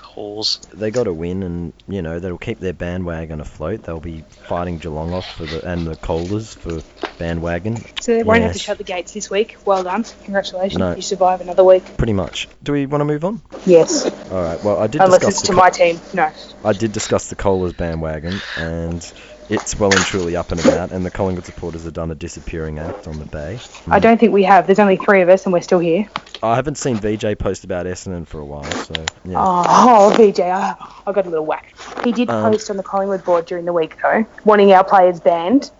Speaker 5: holes.
Speaker 7: it? They got a win, and you know they'll keep their bandwagon afloat. They'll be fighting Geelong off for the and the Colders for bandwagon,
Speaker 4: So they won't have to
Speaker 7: Yes.
Speaker 4: shut the gates this week. Well done. Congratulations.
Speaker 7: No.
Speaker 4: You survive another week.
Speaker 7: pretty much. Do we want to move on?
Speaker 4: Yes.
Speaker 7: All right. Well, I did
Speaker 4: Unless
Speaker 7: discuss
Speaker 4: it's Uh,
Speaker 7: the Hmm.
Speaker 4: to my team. No.
Speaker 7: I did discuss the Colas bandwagon, and it's well and truly up and about, and the Collingwood supporters have done a disappearing act on the bay.
Speaker 4: I don't think we have. There's only three of us and we're still here.
Speaker 7: I haven't seen VJ post about Essendon for a while, so yeah.
Speaker 4: Oh, VJ, I, I got a little whack. He did
Speaker 7: Um,
Speaker 4: post on the Collingwood board during the week, though, wanting our players banned.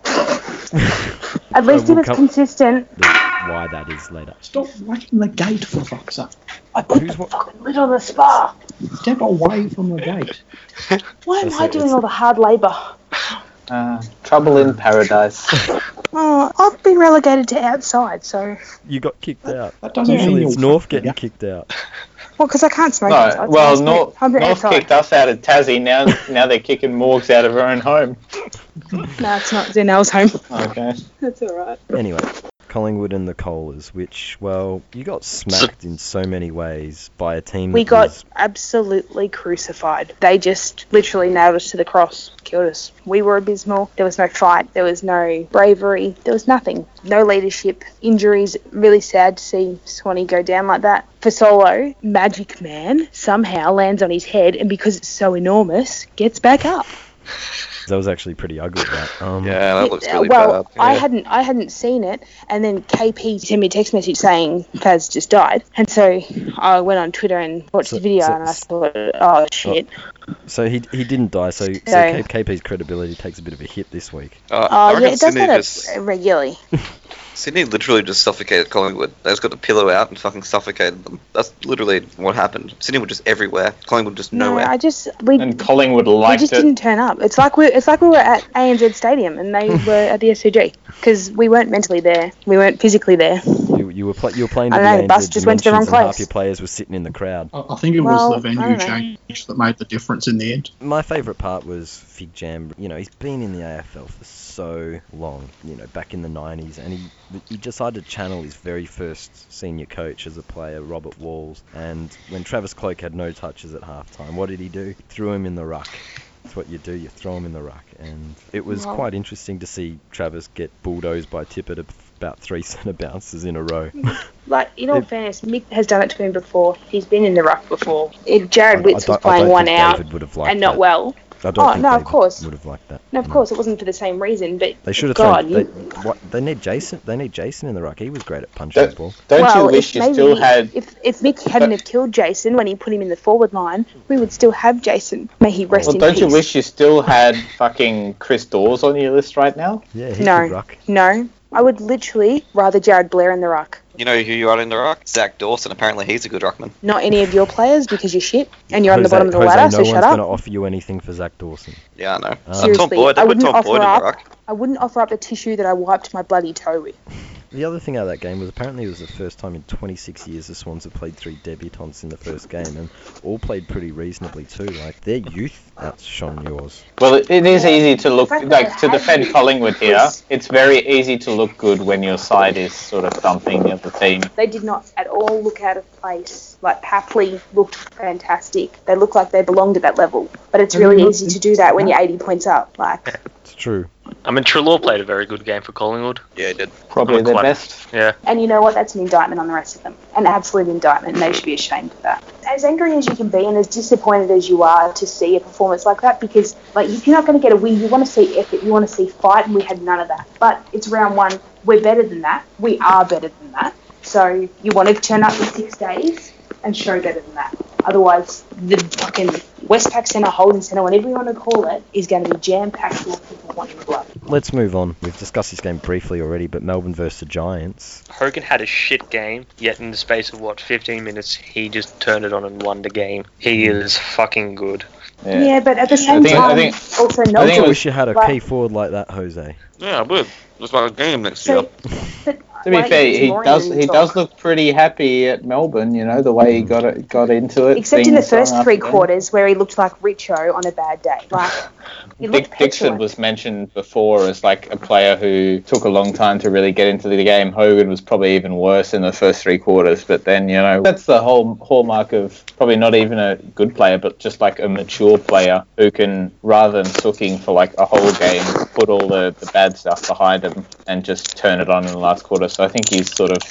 Speaker 4: At least he
Speaker 7: Oh, we'll
Speaker 4: was
Speaker 7: come-
Speaker 4: consistent.
Speaker 7: The- why that is later.
Speaker 8: Stop whacking the gate for fuck's sake.
Speaker 4: I put
Speaker 7: Who's
Speaker 4: the
Speaker 7: what-
Speaker 4: fucking lid on the spa.
Speaker 8: Step away from the gate.
Speaker 4: Why am
Speaker 7: That's
Speaker 4: I
Speaker 7: it,
Speaker 4: doing
Speaker 7: it's-
Speaker 4: all the hard labour?
Speaker 6: uh, trouble in paradise.
Speaker 4: Oh, I've been relegated to outside, so.
Speaker 7: You got kicked out.
Speaker 8: That doesn't
Speaker 7: Usually
Speaker 8: mean
Speaker 7: it's
Speaker 8: you'll
Speaker 7: North
Speaker 8: fucking
Speaker 7: getting
Speaker 8: get-
Speaker 7: kicked out.
Speaker 4: Well, because I can't smoke
Speaker 6: No,
Speaker 4: outside. so I
Speaker 6: well,
Speaker 4: smoke-
Speaker 6: North,
Speaker 4: I'm
Speaker 6: North
Speaker 4: outside.
Speaker 6: kicked us out of Tassie. Now, now they're kicking Morgs out of her own home.
Speaker 4: No, it's not. Zanelle's home.
Speaker 6: Okay.
Speaker 4: That's all right.
Speaker 7: Anyway, Collingwood and the Colas, which, well, you got smacked in so many ways by a team
Speaker 4: We
Speaker 3: Mm-hmm.
Speaker 7: that
Speaker 4: got
Speaker 7: was-
Speaker 4: absolutely crucified. They just literally nailed us to the cross, killed us. We were abysmal. There was no fight. There was no bravery. There was nothing. No leadership. Injuries. Really sad to see Swanee go down like that. For solo, Magic Man somehow lands on his head, and because it's so enormous, gets back up.
Speaker 7: that was actually pretty ugly. That. Um,
Speaker 3: Yeah, Oh, that looks
Speaker 4: Yeah,
Speaker 3: really
Speaker 4: well,
Speaker 3: bad.
Speaker 4: I
Speaker 3: Yeah.
Speaker 4: hadn't I hadn't seen it, and then KP sent me a text message saying Kaz just died, and so I went on Twitter and watched
Speaker 7: So-
Speaker 4: the video,
Speaker 7: so-
Speaker 4: and I thought, oh shit,
Speaker 7: So he he didn't die. So, so
Speaker 4: No.
Speaker 7: KP's credibility takes a bit of a hit this week.
Speaker 3: Uh,
Speaker 4: oh
Speaker 3: I
Speaker 4: yeah,
Speaker 3: reckon
Speaker 4: it does
Speaker 3: Sydney
Speaker 4: that
Speaker 3: just-
Speaker 4: regularly.
Speaker 3: Sydney literally just suffocated Collingwood. They just got the pillow out and fucking suffocated them. That's literally what happened. Sydney were just everywhere. Collingwood just
Speaker 4: No,
Speaker 3: nowhere.
Speaker 4: I just we
Speaker 6: And Collingwood
Speaker 4: we
Speaker 6: liked
Speaker 4: just
Speaker 6: it.
Speaker 4: didn't turn up. It's like we it's like we were at ANZ Stadium and they were at the SCG because we weren't mentally there, we weren't physically there.
Speaker 7: You, you were pla you were playing.
Speaker 4: I
Speaker 7: to
Speaker 4: don't know,
Speaker 7: the
Speaker 4: the bus
Speaker 7: ANZ
Speaker 4: just went to the
Speaker 7: dimensions
Speaker 4: wrong
Speaker 7: and Half
Speaker 4: place.
Speaker 7: your players were sitting in the crowd.
Speaker 8: I I think it
Speaker 4: Well,
Speaker 8: was the
Speaker 4: I
Speaker 8: venue
Speaker 4: don't know.
Speaker 8: change that made the difference in the end.
Speaker 7: My favourite part was Fig Jam. You know, he's been in the AFL for so long. You know, back in the '90s, and he he decided to channel his very first senior coach as a player, Robert Walls. And when Travis Cloak had no touches at halftime, what did he do? Threw him in the ruck. That's what you do. You throw him in the ruck, and it was
Speaker 4: Wow.
Speaker 7: quite interesting to see Travis get bulldozed by Tippett about three centre bounces in a row.
Speaker 4: Like in all
Speaker 7: It-
Speaker 4: fairness, Mick has done it to him before. He's been in the rough before. If
Speaker 7: I-
Speaker 4: Jared
Speaker 7: I
Speaker 4: Witz
Speaker 7: don't-
Speaker 4: was
Speaker 7: I don't
Speaker 4: playing
Speaker 7: think
Speaker 4: one out
Speaker 7: David would have liked
Speaker 4: and not
Speaker 7: that.
Speaker 4: well,
Speaker 7: I don't
Speaker 4: Oh,
Speaker 7: think
Speaker 4: no, of
Speaker 7: David
Speaker 4: course.
Speaker 7: would have liked that.
Speaker 4: no, of course it wasn't for the same reason. But
Speaker 7: They should have
Speaker 4: God,
Speaker 7: thrown. They,
Speaker 4: you-
Speaker 7: what, they need Jason. They need Jason in the ruck. He was great at punching
Speaker 6: That-
Speaker 7: the ball.
Speaker 6: Don't
Speaker 4: well,
Speaker 6: you wish
Speaker 4: if
Speaker 6: you still
Speaker 4: maybe-
Speaker 6: had?
Speaker 4: If, if Mick hadn't have killed Jason when he put him in the forward line, we would still have Jason. May he rest
Speaker 6: Well,
Speaker 4: in
Speaker 6: don't
Speaker 4: peace.
Speaker 6: you wish you still had fucking Chris Dawes on your list right now?
Speaker 7: Yeah, he
Speaker 4: No.
Speaker 7: could ruck.
Speaker 4: No, I would literally rather Jared Blair in the ruck.
Speaker 3: You know who you are in the ruck? Zach Dawson. Apparently he's a good ruckman.
Speaker 4: Not any of your players because you're shit and you're on the
Speaker 7: Jose-
Speaker 4: bottom of the
Speaker 7: Jose,
Speaker 4: ladder. so
Speaker 7: no
Speaker 4: shut
Speaker 7: one's
Speaker 4: up.
Speaker 7: going to offer you anything for Zach Dawson.
Speaker 3: Yeah, I know.
Speaker 7: Um,
Speaker 3: Uh, Tom
Speaker 4: Seriously,
Speaker 3: Boyd.
Speaker 4: I
Speaker 3: They put
Speaker 4: wouldn't
Speaker 3: Tom
Speaker 4: offer
Speaker 3: Boyd in
Speaker 4: up.
Speaker 3: the ruck.
Speaker 4: I wouldn't offer up the tissue that I wiped my bloody toe with.
Speaker 7: The other thing out of that game was apparently it was the first time in 26 years the Swans have played three debutants in the first game, and all played pretty reasonably too. Like their youth outshone yours.
Speaker 6: Well, it, it is easy to look
Speaker 4: fact
Speaker 6: like
Speaker 4: that
Speaker 6: to
Speaker 4: I
Speaker 6: defend
Speaker 4: had-
Speaker 6: Collingwood here. It's very easy to look good when your side is sort of thumping the other team.
Speaker 4: They did not at all look out of place. Like Hapley looked fantastic. They look like they belonged at that level. But it's really easy to do that when you're 80 points up. Like
Speaker 7: It's true.
Speaker 5: I mean, Trelaw played a very good game for Collingwood.
Speaker 3: Yeah, he did.
Speaker 6: Probably
Speaker 5: Not
Speaker 6: the
Speaker 5: quite.
Speaker 6: best.
Speaker 5: Yeah.
Speaker 4: And you know what? That's an indictment on the rest of them. An absolute indictment, and they should be ashamed of that. As angry as you can be and as disappointed as you are to see a performance like that, because like if you're not going to get a win, you want to see effort, you want to see fight, and we had none of that. But it's round one. We're better than that. We are better than that. So you want to turn up in six days and show better than that. Otherwise, the fucking Westpac Centre, Holden Centre, whatever you want to call it, is going to be jam packed full of people wanting blood.
Speaker 7: Let's move on. We've discussed this game briefly already, but Melbourne versus the Giants.
Speaker 5: Hogan had a shit game, yet in the space of what, 15 minutes, he just turned it on and won the game. He is fucking good.
Speaker 4: Yeah, but at the
Speaker 6: I
Speaker 4: same
Speaker 6: think- I
Speaker 4: time,
Speaker 6: think-
Speaker 4: also not
Speaker 7: I
Speaker 6: think it
Speaker 7: think I
Speaker 6: was-
Speaker 7: wish you had a
Speaker 4: Right.
Speaker 7: key forward like that, Jose.
Speaker 3: Yeah, I would. That's my game next
Speaker 4: So, but
Speaker 6: To be
Speaker 4: why
Speaker 6: fair,
Speaker 4: is
Speaker 6: he
Speaker 4: Morin
Speaker 6: does
Speaker 4: in
Speaker 6: he
Speaker 4: top?
Speaker 6: does look pretty happy at Melbourne. You know the way he got it, got into it.
Speaker 4: Except in the
Speaker 6: things uh,
Speaker 4: first
Speaker 6: going
Speaker 4: three
Speaker 6: up and down.
Speaker 4: quarters, where he looked like Richo on a bad day. Like he looked Mm,
Speaker 6: Dick Dixon
Speaker 4: petulant.
Speaker 6: was mentioned before as like a player who took a long time to really get into the game. Hogan was probably even worse in the first three quarters, but then you know that's the whole hallmark of probably not even a good player, but just like a mature player who can rather than sooking for like a whole game, put all the, the bad stuff behind him and just turn it on in the last quarter. So I think he's sort of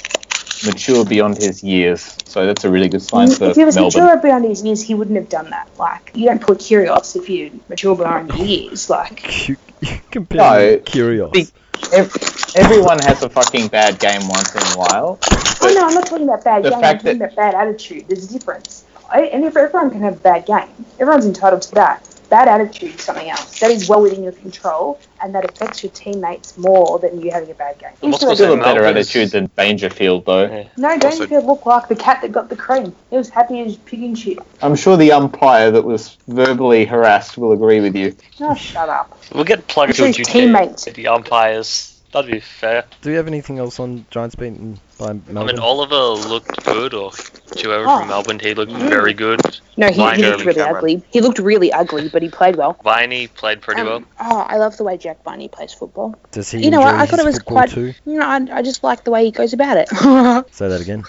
Speaker 6: mature beyond his years. So that's a really good sign for
Speaker 4: if he was
Speaker 6: Melbourne.
Speaker 4: mature beyond his years, he wouldn't have done that. Like you don't pull Curios if you mature beyond your years. Like
Speaker 7: You, you compare
Speaker 6: No.
Speaker 7: Curios.
Speaker 6: Be- Ev- everyone has a fucking bad game once in a while.
Speaker 4: oh no, I'm not talking about bad
Speaker 6: The
Speaker 4: game. I'm
Speaker 6: fact
Speaker 4: talking about bad attitude. There's a difference. I, and if everyone can have a bad game, everyone's entitled to that. Bad attitude is something else. That is well within your control, and that affects your teammates more than you having a bad game.
Speaker 5: I'm not
Speaker 4: Instantly
Speaker 5: supposed to
Speaker 6: Still a
Speaker 5: Melbourne's-
Speaker 6: better attitude than Dangerfield, though.
Speaker 4: No, don't
Speaker 3: Also-
Speaker 4: you feel look like the cat that got the cream? He was happy as picking shit.
Speaker 6: I'm sure the umpire that was verbally harassed will agree with you.
Speaker 4: No, shut up.
Speaker 5: We'll get plugged
Speaker 4: It's his
Speaker 5: into
Speaker 4: teammates.
Speaker 5: The umpires. That'd be fair.
Speaker 7: Do we have anything else on Giants beaten by Melbourne?
Speaker 5: I mean, Oliver looked good, or whoever
Speaker 4: Oh.
Speaker 5: from Melbourne, he looked very good.
Speaker 4: No, he,
Speaker 5: Mine
Speaker 4: he looked
Speaker 5: early,
Speaker 4: really
Speaker 3: Cameron.
Speaker 4: ugly. He looked really ugly, but he played well.
Speaker 5: Viney played pretty well.
Speaker 4: Um,
Speaker 7: Mm.
Speaker 4: Oh, I love the way Jack Barney plays football.
Speaker 7: Does he
Speaker 4: you know what,
Speaker 7: enjoy
Speaker 4: I thought
Speaker 7: his
Speaker 4: it was
Speaker 7: football
Speaker 4: quite-
Speaker 7: too?
Speaker 4: You know, I, I just like the way he goes about it.
Speaker 7: Say that again.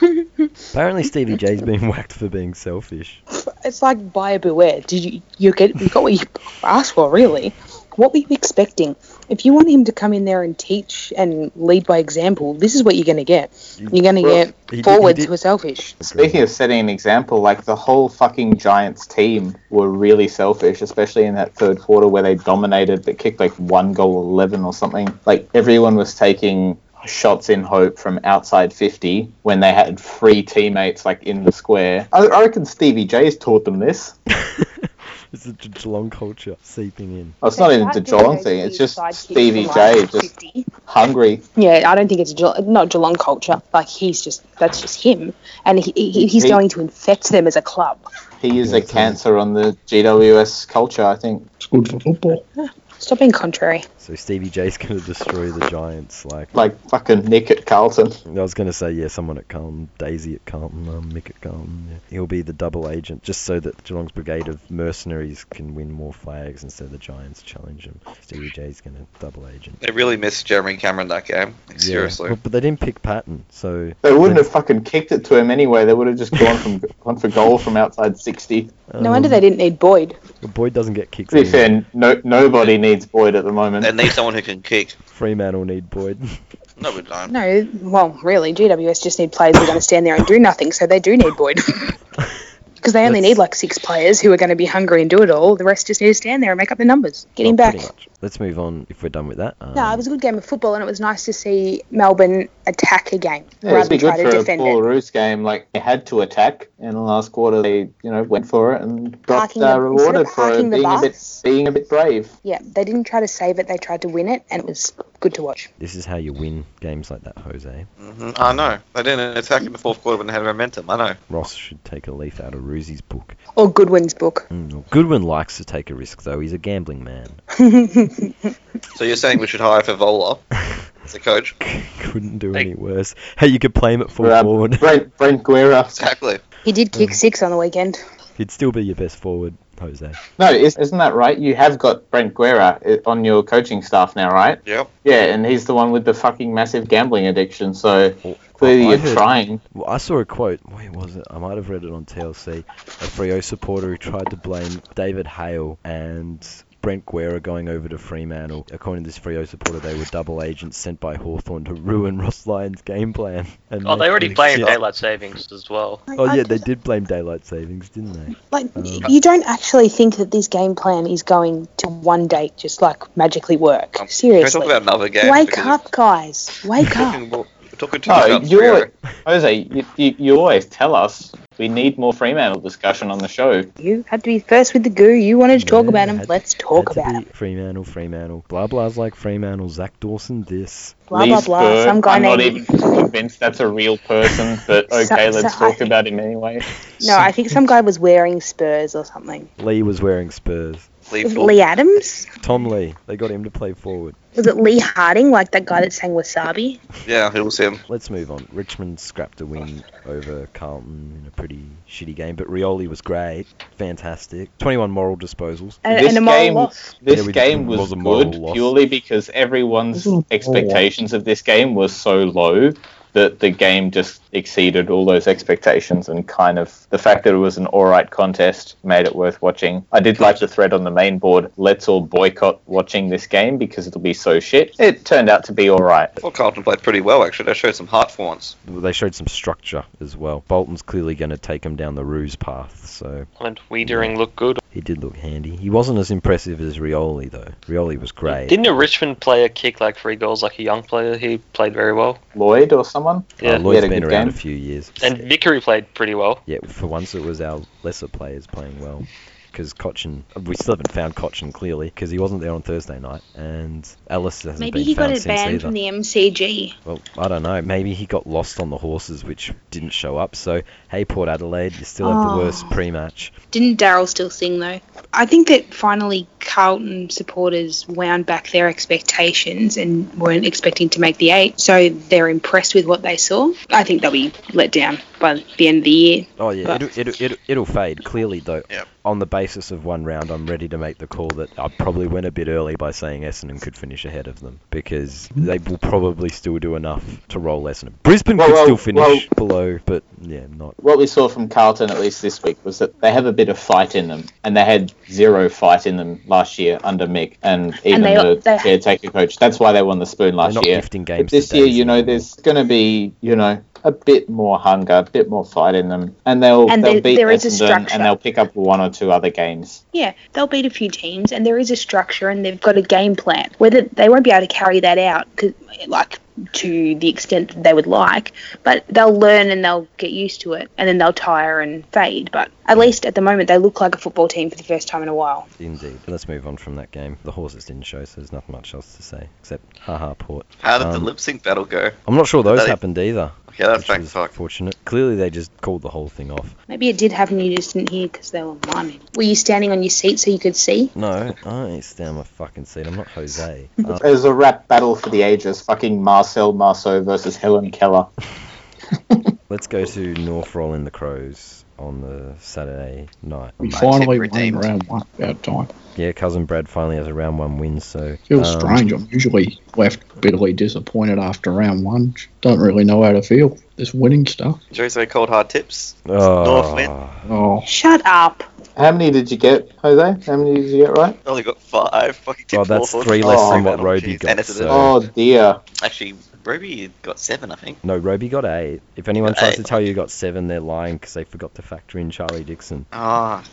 Speaker 7: Apparently, Stevie J's been whacked for being selfish.
Speaker 4: it's like buyer beware. Did you you get you got what you asked for? Really? What were you expecting? If you want him to come in there and teach and lead by example, this is what you're going to get. You're going to
Speaker 6: Well,
Speaker 4: get
Speaker 7: he did- he
Speaker 4: forwards
Speaker 7: did-
Speaker 4: who are selfish.
Speaker 6: Speaking of setting an example, like the whole fucking Giants team were really selfish, especially in that third quarter where they dominated but kicked like one goal, 11 or something. Like everyone was taking shots in hope from outside 50 when they had three teammates like in the square. I, I reckon Stevie J's taught them this.
Speaker 7: It's a Ge- Geelong culture seeping in.
Speaker 6: It's not even the Geelong thing. It's just Stevie J just hungry.
Speaker 4: Yeah, I don't think it's Geelong, not Geelong culture. Like he's just that's just him, and he, he, he's
Speaker 6: He-
Speaker 4: going to infect them as a club.
Speaker 6: He is
Speaker 7: Yeah,
Speaker 6: a
Speaker 7: so-
Speaker 6: cancer on the GWS culture, I think.
Speaker 8: It's good for football.
Speaker 4: Stop being contrary.
Speaker 7: So Stevie J's going to destroy the Giants. Like,
Speaker 6: Like fucking Nick at Carlton.
Speaker 7: I was going to say, yeah, someone at Carlton, Daisy at Carlton, um, Mick at Carlton. Yeah. He'll be the double agent, just so that Geelong's brigade of mercenaries can win more flags, and so the Giants challenge him. Stevie J's going to double agent.
Speaker 3: They really missed Jeremy Cameron that game. Like, Seriously.
Speaker 7: Yeah. But, but they didn't pick Patton, so
Speaker 6: They wouldn't have fucking kicked it to him anyway. They would have just gone from gone for goal from outside sixty.
Speaker 4: No wonder they didn't need Boyd.
Speaker 7: um, Boyd doesn't get kicked.
Speaker 6: To be
Speaker 7: anyway.
Speaker 6: fair, no, nobody needs Boyd at the moment.
Speaker 3: They need someone who can kick.
Speaker 7: Fremantle need Boyd.
Speaker 3: No, we don't.
Speaker 4: No, well, really, GWS just need players who are going to stand there and do nothing, so they do need Boyd. Because they only
Speaker 7: That's-
Speaker 4: need like six players who are going to be hungry and do it all. The rest just need to stand there and make up the numbers. Get him
Speaker 7: Well,
Speaker 4: back.
Speaker 7: pretty much. Let's move on if we're done with that. Um,
Speaker 4: No, it was a good game of football, and it was nice to see Melbourne attack a game
Speaker 6: Yeah, it'd
Speaker 4: rather
Speaker 6: be
Speaker 4: than
Speaker 6: good
Speaker 4: try to
Speaker 6: for a
Speaker 4: defend it.
Speaker 6: Bullaroos game. Like they had to attack in the last quarter. They, you know, went for it and got
Speaker 4: Parking
Speaker 6: uh,
Speaker 4: the- instead
Speaker 6: rewarded
Speaker 4: of
Speaker 6: for
Speaker 4: parking
Speaker 6: it,
Speaker 4: the
Speaker 6: being a bit
Speaker 4: bus.
Speaker 6: being a bit brave.
Speaker 4: Yeah, they didn't try to save it; they tried to win it, and it was good to watch.
Speaker 7: This is how you win games like that, Jose.
Speaker 3: hmm I know. They didn't attack in the fourth quarter when they had momentum. I know.
Speaker 7: Ross should take a leaf out of Rusey's book.
Speaker 4: Or Goodwin's book.
Speaker 7: Mm, Goodwin likes to take a risk, though. He's a gambling man.
Speaker 3: So you're saying we should hire Favola as a coach?
Speaker 7: Couldn't do
Speaker 5: Like-
Speaker 7: any worse. Hey, you could play him at full
Speaker 6: But, uh,
Speaker 7: forward.
Speaker 6: Brent Brent Guerra.
Speaker 3: Exactly.
Speaker 4: He did kick six on the weekend.
Speaker 7: He'd still be your best forward, Jose.
Speaker 6: No, is, isn't that right? You have got Brent Guerra uh, on your coaching staff now, right?
Speaker 3: Yep.
Speaker 6: Yeah, and he's the one with the fucking massive gambling addiction. So
Speaker 7: Well,
Speaker 6: clearly,
Speaker 7: I
Speaker 6: you're
Speaker 7: heard-
Speaker 6: trying.
Speaker 7: Well, I saw a quote. Where was it? I might have read it on TLC. A Frio supporter who tried to blame David Hale and Brent Guerra going over to Fremantle. According to this Frio supporter, they were double agents sent by Hawthorn to ruin Ross Lyon's game plan. And
Speaker 5: Oh, they
Speaker 7: make
Speaker 5: already
Speaker 7: him
Speaker 5: blamed
Speaker 7: accept-
Speaker 5: daylight savings as well.
Speaker 4: I
Speaker 7: Oh yeah,
Speaker 4: just-
Speaker 7: they Mm. did blame daylight savings, didn't they?
Speaker 4: Like, you don't actually think that this game plan is going to one day just like magically work.
Speaker 3: Um, Can we
Speaker 4: Seriously.
Speaker 3: talk about another game?
Speaker 4: Wake
Speaker 3: Because
Speaker 4: up, guys. Wake
Speaker 3: We're
Speaker 4: up.
Speaker 3: talking, about- we're talking too much
Speaker 6: No,
Speaker 3: about
Speaker 6: you're
Speaker 3: Freo.
Speaker 6: Jose. You, you, you always tell us we need more Fremantle discussion on the show.
Speaker 4: You had to be first with the goo. You wanted to talk
Speaker 7: Yeah,
Speaker 4: about him.
Speaker 7: had-
Speaker 4: Let's talk
Speaker 7: Had to
Speaker 4: about him.
Speaker 7: be Fremantle, Fremantle. Blah blah's like Fremantle. Zach Dawson, this.
Speaker 4: Blah, blah, blah.
Speaker 6: Leesburg,
Speaker 4: Some guy
Speaker 6: I'm
Speaker 4: named.
Speaker 6: not even convinced that's a real person, but
Speaker 4: So-
Speaker 6: okay,
Speaker 4: so
Speaker 6: let's
Speaker 4: I
Speaker 6: talk
Speaker 4: think-
Speaker 6: about him anyway.
Speaker 4: No, I think some guy was wearing Spurs or something.
Speaker 7: Lee was wearing Spurs.
Speaker 4: Was it
Speaker 3: Leafle.
Speaker 4: Lee Adams?
Speaker 7: Tom Lee. They got him to play forward.
Speaker 4: Was it Lee Harding, like that guy that sang Wasabi?
Speaker 3: Yeah, it was him.
Speaker 7: Let's move on. Richmond scrapped a win over Carlton in a pretty shitty game, but Rioli was great. Fantastic. 21 moral disposals.
Speaker 4: And,
Speaker 6: This
Speaker 4: and a moral
Speaker 6: game-
Speaker 4: loss.
Speaker 6: This
Speaker 7: Yeah, we-
Speaker 6: game
Speaker 7: was
Speaker 6: was,
Speaker 7: a moral
Speaker 6: good
Speaker 7: loss.
Speaker 6: purely because everyone's
Speaker 8: Wasn't a moral
Speaker 6: expectations of this game were so low that the game just exceeded all those expectations and kind of the fact that it was an alright contest made it worth watching. I did like the thread on the main board, let's all boycott watching this game because it'll be so shit. It turned out to be alright.
Speaker 3: I thought Carlton played pretty well, actually. They showed some heart for once.
Speaker 7: They showed some structure as well. Bolton's clearly going to take him down the ruse path, so
Speaker 5: And Wiedering looked good.
Speaker 7: he did look handy. He wasn't as impressive as Rioli, though. Rioli was great.
Speaker 5: Didn't a Richmond player kick like three goals like a young player? He played very well.
Speaker 6: Lloyd or someone?
Speaker 5: Yeah.
Speaker 7: Uh, Lloyd's
Speaker 6: He had a
Speaker 7: been
Speaker 6: good
Speaker 7: around a
Speaker 6: game.
Speaker 7: few years.
Speaker 5: And Vickery played pretty well.
Speaker 7: Yeah, for once it was our lesser players playing well. Because Cochin, we still haven't found Cochin clearly, because he wasn't there on Thursday night, and Ellis hasn't
Speaker 2: Maybe
Speaker 7: been
Speaker 2: he got
Speaker 7: found
Speaker 2: it
Speaker 7: since
Speaker 2: banned
Speaker 7: either.
Speaker 2: from the MCG.
Speaker 7: Well, I don't know. Maybe he got lost on the horses, which didn't show up. So, hey, Port Adelaide, you still
Speaker 2: Ah.
Speaker 7: have the worst pre-match.
Speaker 2: Didn't Daryl still sing though? I think that finally Carlton supporters wound back their expectations and weren't expecting to make the eight, so they're impressed with what they saw. I think they'll be let down by the end of the year.
Speaker 7: Oh yeah,
Speaker 2: But-
Speaker 7: it'll, it'll, it'll, it'll fade clearly though.
Speaker 3: Yep.
Speaker 7: On the basis of one round, I'm ready to make the call that I probably went a bit early by saying Essendon could finish ahead of them because they will probably still do enough to roll Essendon. Brisbane
Speaker 6: Well,
Speaker 7: could
Speaker 6: well,
Speaker 7: still finish
Speaker 6: well-
Speaker 7: below, but yeah, not.
Speaker 6: what we saw from Carlton, at least this week, was that they have a bit of fight in them, and they had zero fight in them last year under Mick and even
Speaker 4: they-
Speaker 6: the
Speaker 4: they-
Speaker 6: caretaker coach. That's why they won the spoon
Speaker 7: They're
Speaker 6: last
Speaker 7: not
Speaker 6: year.
Speaker 7: gifting
Speaker 6: But
Speaker 7: games.
Speaker 6: this
Speaker 7: to
Speaker 6: year,
Speaker 7: Daisy
Speaker 6: you know,
Speaker 7: anymore.
Speaker 6: there's going to be, you know, a bit more hunger, a bit more fight in them, and they'll
Speaker 2: And
Speaker 6: they'll
Speaker 2: there-
Speaker 6: beat
Speaker 2: there is a
Speaker 6: Essendon,
Speaker 2: structure.
Speaker 6: and they'll pick up one or two other games.
Speaker 2: Yeah, they'll beat a few teams, and there is a structure, and they've got a game plan. Whether they won't be able to carry that out, 'cause
Speaker 4: like to the extent that they would like, but they'll learn and they'll get used to it, and then they'll tire and fade. But at least at the moment, they look like a football team for the first time in a while.
Speaker 7: Indeed. Let's move on from that game. The horses didn't show, so there's nothing much else to say except haha port.
Speaker 3: How did the
Speaker 7: Um,
Speaker 3: lip sync battle go?
Speaker 7: I'm not sure those
Speaker 3: That is-
Speaker 7: happened either.
Speaker 3: Okay, that's
Speaker 7: which
Speaker 3: thank
Speaker 7: was
Speaker 3: fuck.
Speaker 7: fortunate. Clearly, they just called the whole thing off.
Speaker 4: Maybe it did happen, you just didn't hear because they were miming. Were you standing on your seat so you could see?
Speaker 7: No, I ain't staying on my fucking seat. I'm not Jose. Uh,
Speaker 6: It was a rap battle for the ages. Fucking Marcel Marceau versus Helen Keller.
Speaker 7: let's go to North Roll in the Crows on the Saturday night.
Speaker 8: We
Speaker 3: tip
Speaker 8: finally won
Speaker 3: redeemed.
Speaker 8: round one. About time.
Speaker 7: Yeah, cousin Brad finally has a round one win, so
Speaker 8: Feels
Speaker 7: um,
Speaker 8: strange. I'm usually left bitterly disappointed after round one. Don't really know how to feel. This winning stuff.
Speaker 3: Jose cold hard tips.
Speaker 7: Oh,
Speaker 3: North win.
Speaker 8: Oh,
Speaker 4: Shut up.
Speaker 6: How many did you get, Jose? How many did you get right?
Speaker 3: Only got five. Fucking tipped
Speaker 7: Oh, that's
Speaker 3: four
Speaker 7: three
Speaker 3: horses.
Speaker 7: less
Speaker 6: Oh,
Speaker 7: than what
Speaker 3: battle,
Speaker 7: Roby
Speaker 3: jeez.
Speaker 7: got.
Speaker 3: And it's a-
Speaker 7: so-
Speaker 6: Oh dear.
Speaker 3: Actually, Roby got seven, I think.
Speaker 7: No, Roby got eight. If anyone
Speaker 3: Got
Speaker 7: tries
Speaker 3: eight.
Speaker 7: to tell you you got seven, they're lying because they forgot to factor in Charlie Dixon.
Speaker 3: Ah.